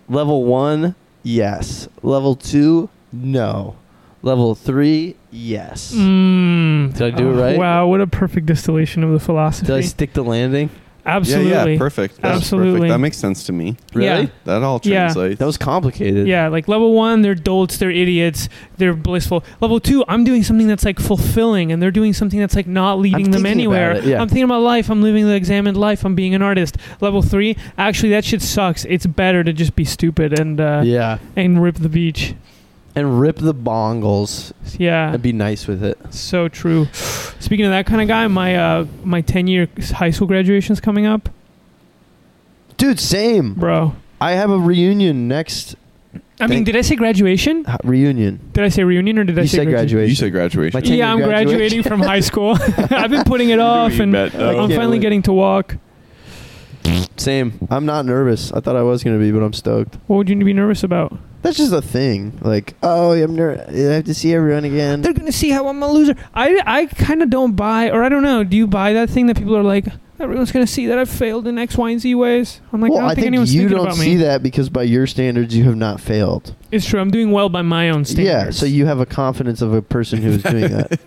Speaker 6: Level one, yes. Level two,
Speaker 4: No.
Speaker 6: level three, yes.
Speaker 2: Mm.
Speaker 6: Did I do it right?
Speaker 2: Wow, what a perfect distillation of the philosophy.
Speaker 6: Did I stick the landing?
Speaker 2: Absolutely.
Speaker 3: Yeah, yeah, perfect. That's
Speaker 2: Absolutely.
Speaker 3: perfect. That makes sense to me.
Speaker 6: Really?
Speaker 2: Yeah.
Speaker 3: That all
Speaker 2: Yeah.
Speaker 3: translates.
Speaker 6: That was complicated.
Speaker 2: Yeah, like level one, they're dolts, they're idiots, they're blissful. Level two, I'm doing something that's like fulfilling, and they're doing something that's like not leading them
Speaker 6: thinking
Speaker 2: anywhere.
Speaker 6: about it, yeah.
Speaker 2: I'm thinking about life. I'm living the examined life. I'm being an artist. Level three, actually, that shit sucks. It's better to just be stupid and uh,
Speaker 6: Yeah.
Speaker 2: and rip the beach.
Speaker 6: And rip the bongles
Speaker 2: Yeah,
Speaker 6: and be nice with it.
Speaker 2: so true. Speaking of that kind of guy, my uh, my 10 year high school graduation's coming up,
Speaker 4: Dude, same.
Speaker 2: bro.
Speaker 4: I have a reunion next
Speaker 2: I mean,
Speaker 4: Thank-
Speaker 2: did I say graduation?
Speaker 4: h- reunion.
Speaker 2: Did I say reunion or did I
Speaker 4: you
Speaker 2: say
Speaker 4: said
Speaker 2: graduation?
Speaker 4: graduation.
Speaker 3: you said graduation.
Speaker 4: My ten- 10-year
Speaker 2: Yeah, I'm graduating
Speaker 4: graduation.
Speaker 2: from high school. I've been putting it off, and
Speaker 3: Met
Speaker 4: I
Speaker 2: I'm
Speaker 4: can't
Speaker 2: finally
Speaker 4: wait.
Speaker 2: getting to walk.
Speaker 6: Same.
Speaker 4: I'm not nervous. I thought I was gonna be, but I'm stoked.
Speaker 2: What would you be nervous about?
Speaker 4: That's just a thing. Like, oh, I'm ner- I have to see everyone again.
Speaker 2: They're gonna see how I'm a loser. I I kind of don't buy, or I don't know. Do you buy that thing that people are like, everyone's gonna see that I've failed in X, Y, and Z ways? I'm like,
Speaker 4: well,
Speaker 2: I don't think, anyone's
Speaker 4: you
Speaker 2: thinking
Speaker 4: don't
Speaker 2: about
Speaker 4: see
Speaker 2: me.
Speaker 4: that because by your standards, you have not failed.
Speaker 2: It's true. I'm doing well by my own
Speaker 4: Yeah,
Speaker 2: standards.
Speaker 4: so you have a confidence of a person who is doing that.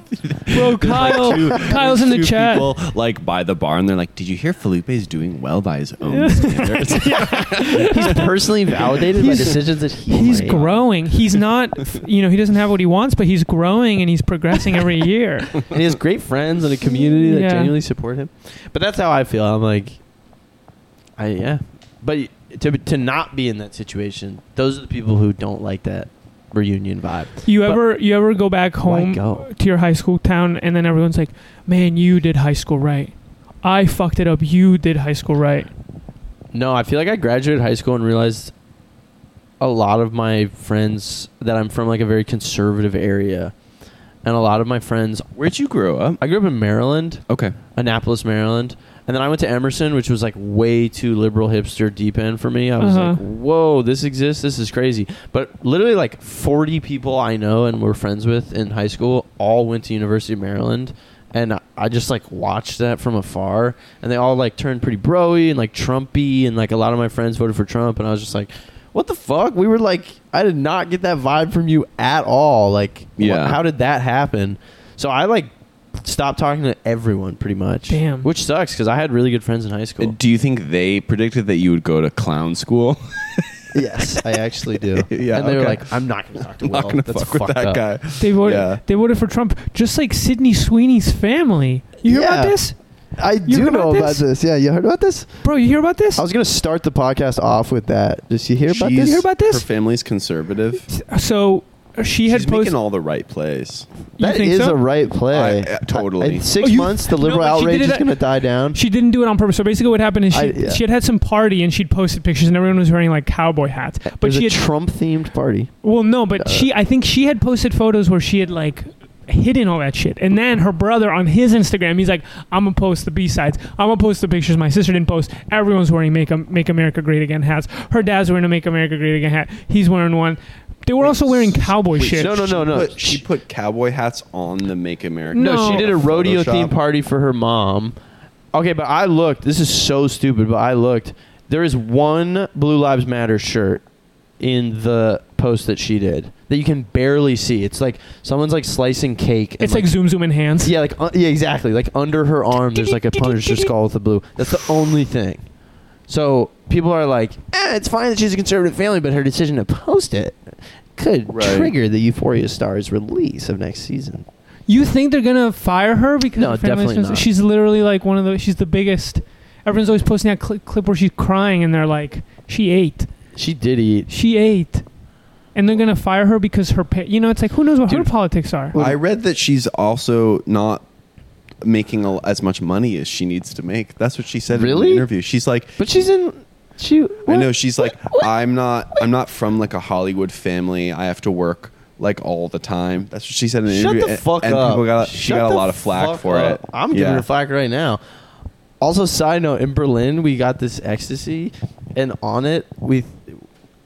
Speaker 2: bro, Oh, Kyle, Kyle's in the
Speaker 3: Two
Speaker 2: chat.
Speaker 3: People like by the bar, and they're like, "Did you hear Felipe's doing well by his own
Speaker 2: Yeah.
Speaker 3: standards?"
Speaker 4: He's personally validated
Speaker 2: He's-
Speaker 4: decisions that he
Speaker 2: He's
Speaker 4: made.
Speaker 2: growing. He's not, you know, he doesn't have what he wants, but he's growing and he's progressing every year.
Speaker 6: And he has great friends and a community that
Speaker 2: Yeah.
Speaker 6: genuinely support him. But that's how I feel. I'm like,
Speaker 4: I yeah, but to to not be in that situation, those are the people who don't like that reunion vibe.
Speaker 2: You
Speaker 4: But-
Speaker 2: ever you ever go back
Speaker 4: Why
Speaker 2: home
Speaker 4: go?
Speaker 2: to your high school town and then everyone's like, "Man, you did high school right. I fucked it up. You did high school right."
Speaker 4: No, I feel like I graduated high school and realized a lot of my friends that I'm from like a very conservative area, and a lot of my friends.
Speaker 3: Where'd you grow up?
Speaker 4: I grew up in Maryland,
Speaker 3: Okay.
Speaker 4: Annapolis, Maryland, and then I went to Emerson, which was like way too liberal, hipster, deep end for me. I was
Speaker 2: Uh-huh.
Speaker 4: like, "Whoa, this exists. This is crazy." But literally, like 40 people I know and were friends with in high school all went to University of Maryland, and I- I just like watched that from afar, and they all like turned pretty broy and like Trumpy, and like a lot of my friends voted for Trump, and I was just like. What the fuck? We were like, I did not get that vibe from you at all. Like, wh-
Speaker 3: Yeah.
Speaker 4: how did that happen? So I like stopped talking to everyone pretty much.
Speaker 2: Damn.
Speaker 4: Which sucks because I had really good friends in high school.
Speaker 3: Do you think they predicted that you would go to clown school?
Speaker 11: Yes, I actually do.
Speaker 3: yeah.
Speaker 4: and they were
Speaker 3: okay.
Speaker 4: like, I'm not going to talk to
Speaker 3: I'm
Speaker 4: Will.
Speaker 3: not gonna
Speaker 4: That's
Speaker 3: fuck with
Speaker 4: fucked
Speaker 3: that
Speaker 4: up."
Speaker 3: guy.
Speaker 2: They voted
Speaker 3: Yeah.
Speaker 2: they voted for Trump just like Sidney Sweeney's family. You hear about
Speaker 11: Yeah.
Speaker 2: this?
Speaker 11: I do
Speaker 2: heard about
Speaker 11: know about
Speaker 2: this?
Speaker 11: this. Yeah, you heard about this?
Speaker 2: Bro, you hear about this?
Speaker 11: I was gonna start the podcast off with that. Did you hear about
Speaker 3: She's-
Speaker 11: this?
Speaker 2: You hear about this?
Speaker 3: Her family's conservative.
Speaker 2: so she
Speaker 3: She's
Speaker 2: had posted
Speaker 3: making all the right plays.
Speaker 2: you
Speaker 11: That
Speaker 2: think
Speaker 11: is
Speaker 2: so?
Speaker 11: a right play.
Speaker 3: I- uh, totally.
Speaker 11: In six
Speaker 2: Oh, you-
Speaker 11: months, the
Speaker 2: No,
Speaker 11: liberal
Speaker 2: but she did
Speaker 11: outrage
Speaker 2: it
Speaker 11: is
Speaker 2: at-
Speaker 11: going to die down.
Speaker 2: She didn't do it on purpose. So basically, what happened is she,
Speaker 11: I- yeah.
Speaker 2: she had had some party and she'd posted pictures and everyone was wearing like cowboy hats.
Speaker 11: It
Speaker 2: But
Speaker 11: was
Speaker 2: she
Speaker 11: a
Speaker 2: had
Speaker 11: Trump-themed party.
Speaker 2: well, no, but
Speaker 11: Uh,
Speaker 2: she I think she had posted photos where she had like hidden all that shit. And then her brother on his Instagram, he's like, "I'm gonna post the B sides. I'm gonna post the pictures my sister didn't post. Everyone's wearing make Am- make America great again hats. Her dad's wearing a make America great again hat. He's wearing one. They were also wearing cowboy shit.
Speaker 4: no, no, no, no.
Speaker 3: But she put cowboy hats on the Make America.
Speaker 4: No,
Speaker 2: No.
Speaker 4: she did a rodeo
Speaker 3: Photoshop.
Speaker 4: theme party for her mom. Okay, but I looked. This is so stupid, but I looked. There is one Blue Lives Matter shirt in the post that she did that you can barely see. It's like someone's like slicing cake. And
Speaker 2: It's like, zoom zoom in hands.
Speaker 4: Yeah, like uh, yeah, exactly. Like under her arm, there's like a Punisher skull with the blue. That's the only thing. So people are like, eh, it's fine that she's a conservative family, but her decision to post it could
Speaker 3: Right.
Speaker 4: trigger the Euphoria Stars release of next season.
Speaker 2: You think they're gonna fire her because
Speaker 4: No,
Speaker 2: her family's
Speaker 4: definitely
Speaker 2: friends-
Speaker 4: not.
Speaker 2: she's literally like one of the she's the biggest. Everyone's always posting that cli clip where she's crying and they're like, she ate,
Speaker 4: She did eat.
Speaker 2: she ate, and they're gonna fire her because her pa- you know it's like who knows what
Speaker 4: Dude.
Speaker 2: her politics are.
Speaker 3: I read that she's also not making a, as much money as she needs to make. That's what she said in
Speaker 4: Really?
Speaker 3: an interview. She's like,
Speaker 4: But she's in. She.
Speaker 3: I
Speaker 4: what?
Speaker 3: know she's like,
Speaker 4: What?
Speaker 3: I'm not, I'm not from like a Hollywood family. I have to work like all the time. That's what she said in an
Speaker 4: Shut
Speaker 3: interview.
Speaker 4: the
Speaker 3: and-
Speaker 4: fuck
Speaker 3: and
Speaker 4: up.
Speaker 3: people got, she
Speaker 4: Shut
Speaker 3: got a
Speaker 4: the
Speaker 3: lot of flack
Speaker 4: fuck
Speaker 3: for
Speaker 4: up.
Speaker 3: it.
Speaker 4: I'm giving her flack right now. Also, side note: in Berlin, we got this ecstasy, and on it we,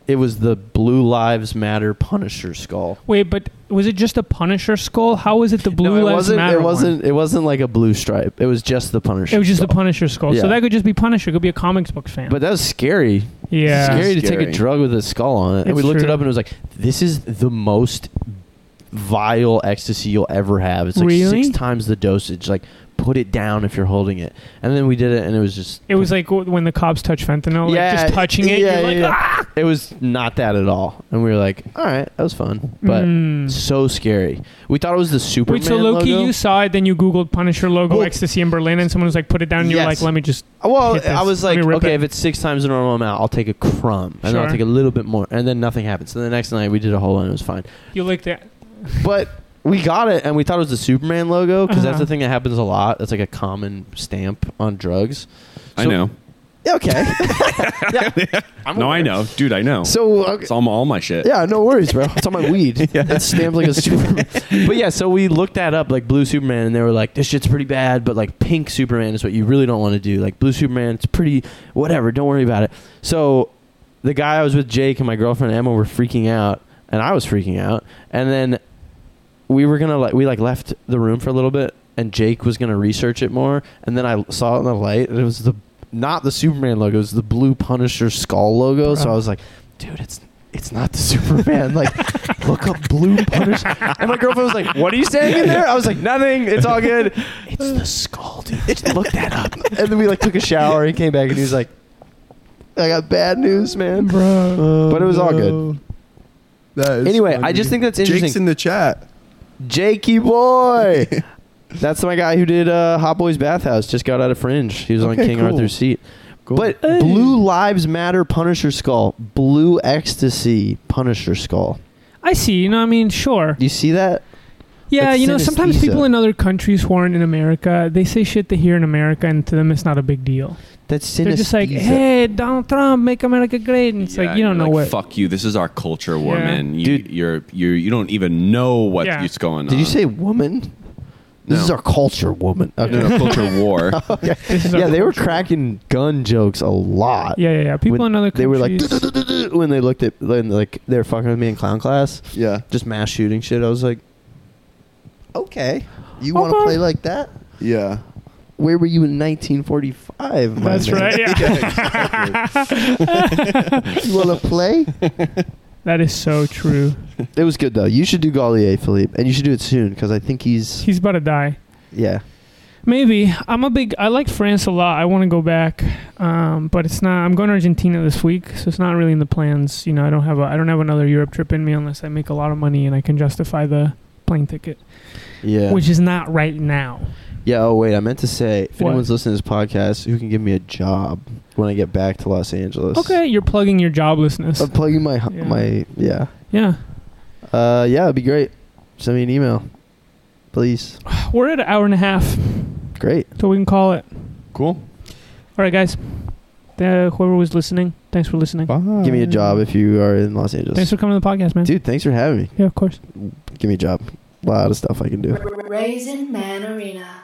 Speaker 4: it was the Blue Lives Matter Punisher skull.
Speaker 2: Wait, but was it just a Punisher skull? How was it the blue
Speaker 4: no, it
Speaker 2: lives
Speaker 4: wasn't.
Speaker 2: matter?
Speaker 4: it
Speaker 2: one?
Speaker 4: wasn't. It wasn't like a blue stripe. It was just the Punisher.
Speaker 2: It was just a
Speaker 4: skull.
Speaker 2: Punisher skull. So
Speaker 4: Yeah.
Speaker 2: that could just be Punisher. It could be a comics book fan.
Speaker 4: But that was scary.
Speaker 2: yeah,
Speaker 4: Scary to
Speaker 3: Scary.
Speaker 4: take a drug with a skull on it. and
Speaker 2: It's
Speaker 4: we looked it
Speaker 2: true.
Speaker 4: up and it was like, this is the most vile ecstasy you'll ever have. It's like
Speaker 2: Really?
Speaker 4: six times the dosage. Like, put it down if you're holding it. And then we did it and it was just.
Speaker 2: it was like w- when the cops touch fentanyl, like
Speaker 4: Yeah,
Speaker 2: just touching it.
Speaker 4: yeah,
Speaker 2: you're like,
Speaker 4: yeah.
Speaker 2: "Ah!"
Speaker 4: It was not that at all. And we were like, all right, that was fun. But
Speaker 2: Mm.
Speaker 4: so scary. We thought it was the Superman.
Speaker 2: Wait, so Loki,
Speaker 4: logo.
Speaker 2: you saw it, then you Googled Punisher logo
Speaker 4: Well-
Speaker 2: ecstasy in Berlin, and someone was like, put it down, and you're
Speaker 4: Yes.
Speaker 2: like, let me just.
Speaker 4: Uh, Well,
Speaker 2: hit this.
Speaker 4: I was
Speaker 2: Let
Speaker 4: like,
Speaker 2: me rip
Speaker 4: okay,
Speaker 2: it.
Speaker 4: if it's six times the normal amount, I'll take a crumb, and then I'll
Speaker 2: Sure.
Speaker 4: take a little bit more, and then nothing happened. So the next night we did a whole one, it was fine.
Speaker 2: You licked it.
Speaker 4: But we got it, and we thought it was the Superman logo because that's
Speaker 2: Uh-huh.
Speaker 4: the thing that happens a lot. That's like a common stamp on drugs.
Speaker 3: I
Speaker 4: So-
Speaker 3: know.
Speaker 4: Yeah, okay. yeah, I'm
Speaker 3: No, I
Speaker 4: aware.
Speaker 3: know, dude. I know.
Speaker 4: So okay.
Speaker 3: it's all, all my shit.
Speaker 4: Yeah, no worries, bro. It's on my weed. It's stamped like a Superman. but yeah, so we looked that up, like Blue Superman, and they were like, this shit's pretty bad, but like pink Superman is what you really don't want to do. Like Blue Superman, it's pretty, whatever, don't worry about it. So the guy I was with, Jake, and my girlfriend Emma were freaking out, and I was freaking out. And then we were gonna like we like left the room for a little bit and Jake was gonna research it more and then I saw it in the light and it was the not the Superman logo, it was the blue Punisher skull logo. So
Speaker 2: Bruh.
Speaker 4: I was like, dude, it's it's not the Superman. Like, look up blue Punisher. And my girlfriend was like, "What are you saying in there?" I was like, "Nothing. It's all good. It's the skull, dude. Just look that up." And then we like took a shower and came back and he was like, "I got bad news, man."
Speaker 2: Bro.
Speaker 4: But it was all good. Anyway, I just think that's interesting.
Speaker 3: Jake's in the chat.
Speaker 4: Jakey boy. That's my guy who did uh, Hot Boys Bathhouse. Just got out of Fringe. He was on
Speaker 3: Okay,
Speaker 4: King
Speaker 3: cool.
Speaker 4: Arthur's seat.
Speaker 3: Cool.
Speaker 4: But Blue Lives Matter Punisher Skull, Blue Ecstasy Punisher Skull.
Speaker 2: I see. You know, I mean, sure.
Speaker 4: You see that?
Speaker 2: Yeah,
Speaker 4: That's
Speaker 2: you know, sometimes
Speaker 4: synesthesia.
Speaker 2: people in other countries who aren't in America, they say shit they hear in America, and to them, it's not a big deal.
Speaker 4: That's synesthesia.
Speaker 2: They're just like, "Hey, Donald Trump, make America great," and it's
Speaker 12: Yeah,
Speaker 2: like you don't
Speaker 12: you're
Speaker 2: know
Speaker 12: like,
Speaker 2: what.
Speaker 12: Fuck you. This is our culture, woman. You,
Speaker 4: Dude.
Speaker 12: you're you you don't even know what's
Speaker 2: Yeah.
Speaker 12: going on.
Speaker 4: Did you say woman? This
Speaker 12: No.
Speaker 4: is our culture, woman. Okay.
Speaker 12: no, no, culture war?
Speaker 2: This is
Speaker 4: yeah,
Speaker 2: our-
Speaker 4: they were cracking gun jokes a lot.
Speaker 2: Yeah, yeah, yeah. People
Speaker 4: When
Speaker 2: in other countries.
Speaker 4: They were like "Duh-duh-duh-duh-duh," when they looked at when, like they were fucking with me in clown class,
Speaker 3: yeah,
Speaker 4: just mass shooting shit. I was like, okay, you want to
Speaker 2: Okay.
Speaker 4: play like that?
Speaker 3: yeah.
Speaker 4: Where were you in 1945? my
Speaker 2: That's
Speaker 4: man?
Speaker 2: right. Yeah.
Speaker 4: you want to play?
Speaker 2: that is so true.
Speaker 4: It was good though. You should do Gallier, Philippe, and you should do it soon because I think he's
Speaker 2: He's about to die.
Speaker 4: yeah.
Speaker 2: Maybe I'm a big. I like France a lot. I want to go back, um, but it's not. I'm going to Argentina this week, so it's not really in the plans. You know, I don't have a. I don't have another Europe trip in me unless I make a lot of money and I can justify the plane ticket,
Speaker 4: Yeah.
Speaker 2: which is not right now.
Speaker 4: yeah. Oh wait, I meant to say if
Speaker 2: What?
Speaker 4: anyone's listening to this podcast, who can give me a job when I get back to Los Angeles?
Speaker 2: Okay, you're plugging your joblessness.
Speaker 4: I'm plugging my hu-
Speaker 2: Yeah.
Speaker 4: my yeah.
Speaker 2: yeah,
Speaker 4: Uh, yeah, it'd be great. Send me an email, please.
Speaker 2: we're at an hour and a half,
Speaker 4: Great.
Speaker 2: so we can call it.
Speaker 3: Cool.
Speaker 2: All right, guys. Uh, whoever was listening, thanks for listening.
Speaker 3: Bye.
Speaker 4: Give me a job if you are in Los Angeles.
Speaker 2: Thanks for coming to the podcast, man.
Speaker 4: Dude, thanks for having me.
Speaker 2: Yeah, of course.
Speaker 4: Give me a job. A lot of stuff I can do.
Speaker 1: Raisin Man Arena.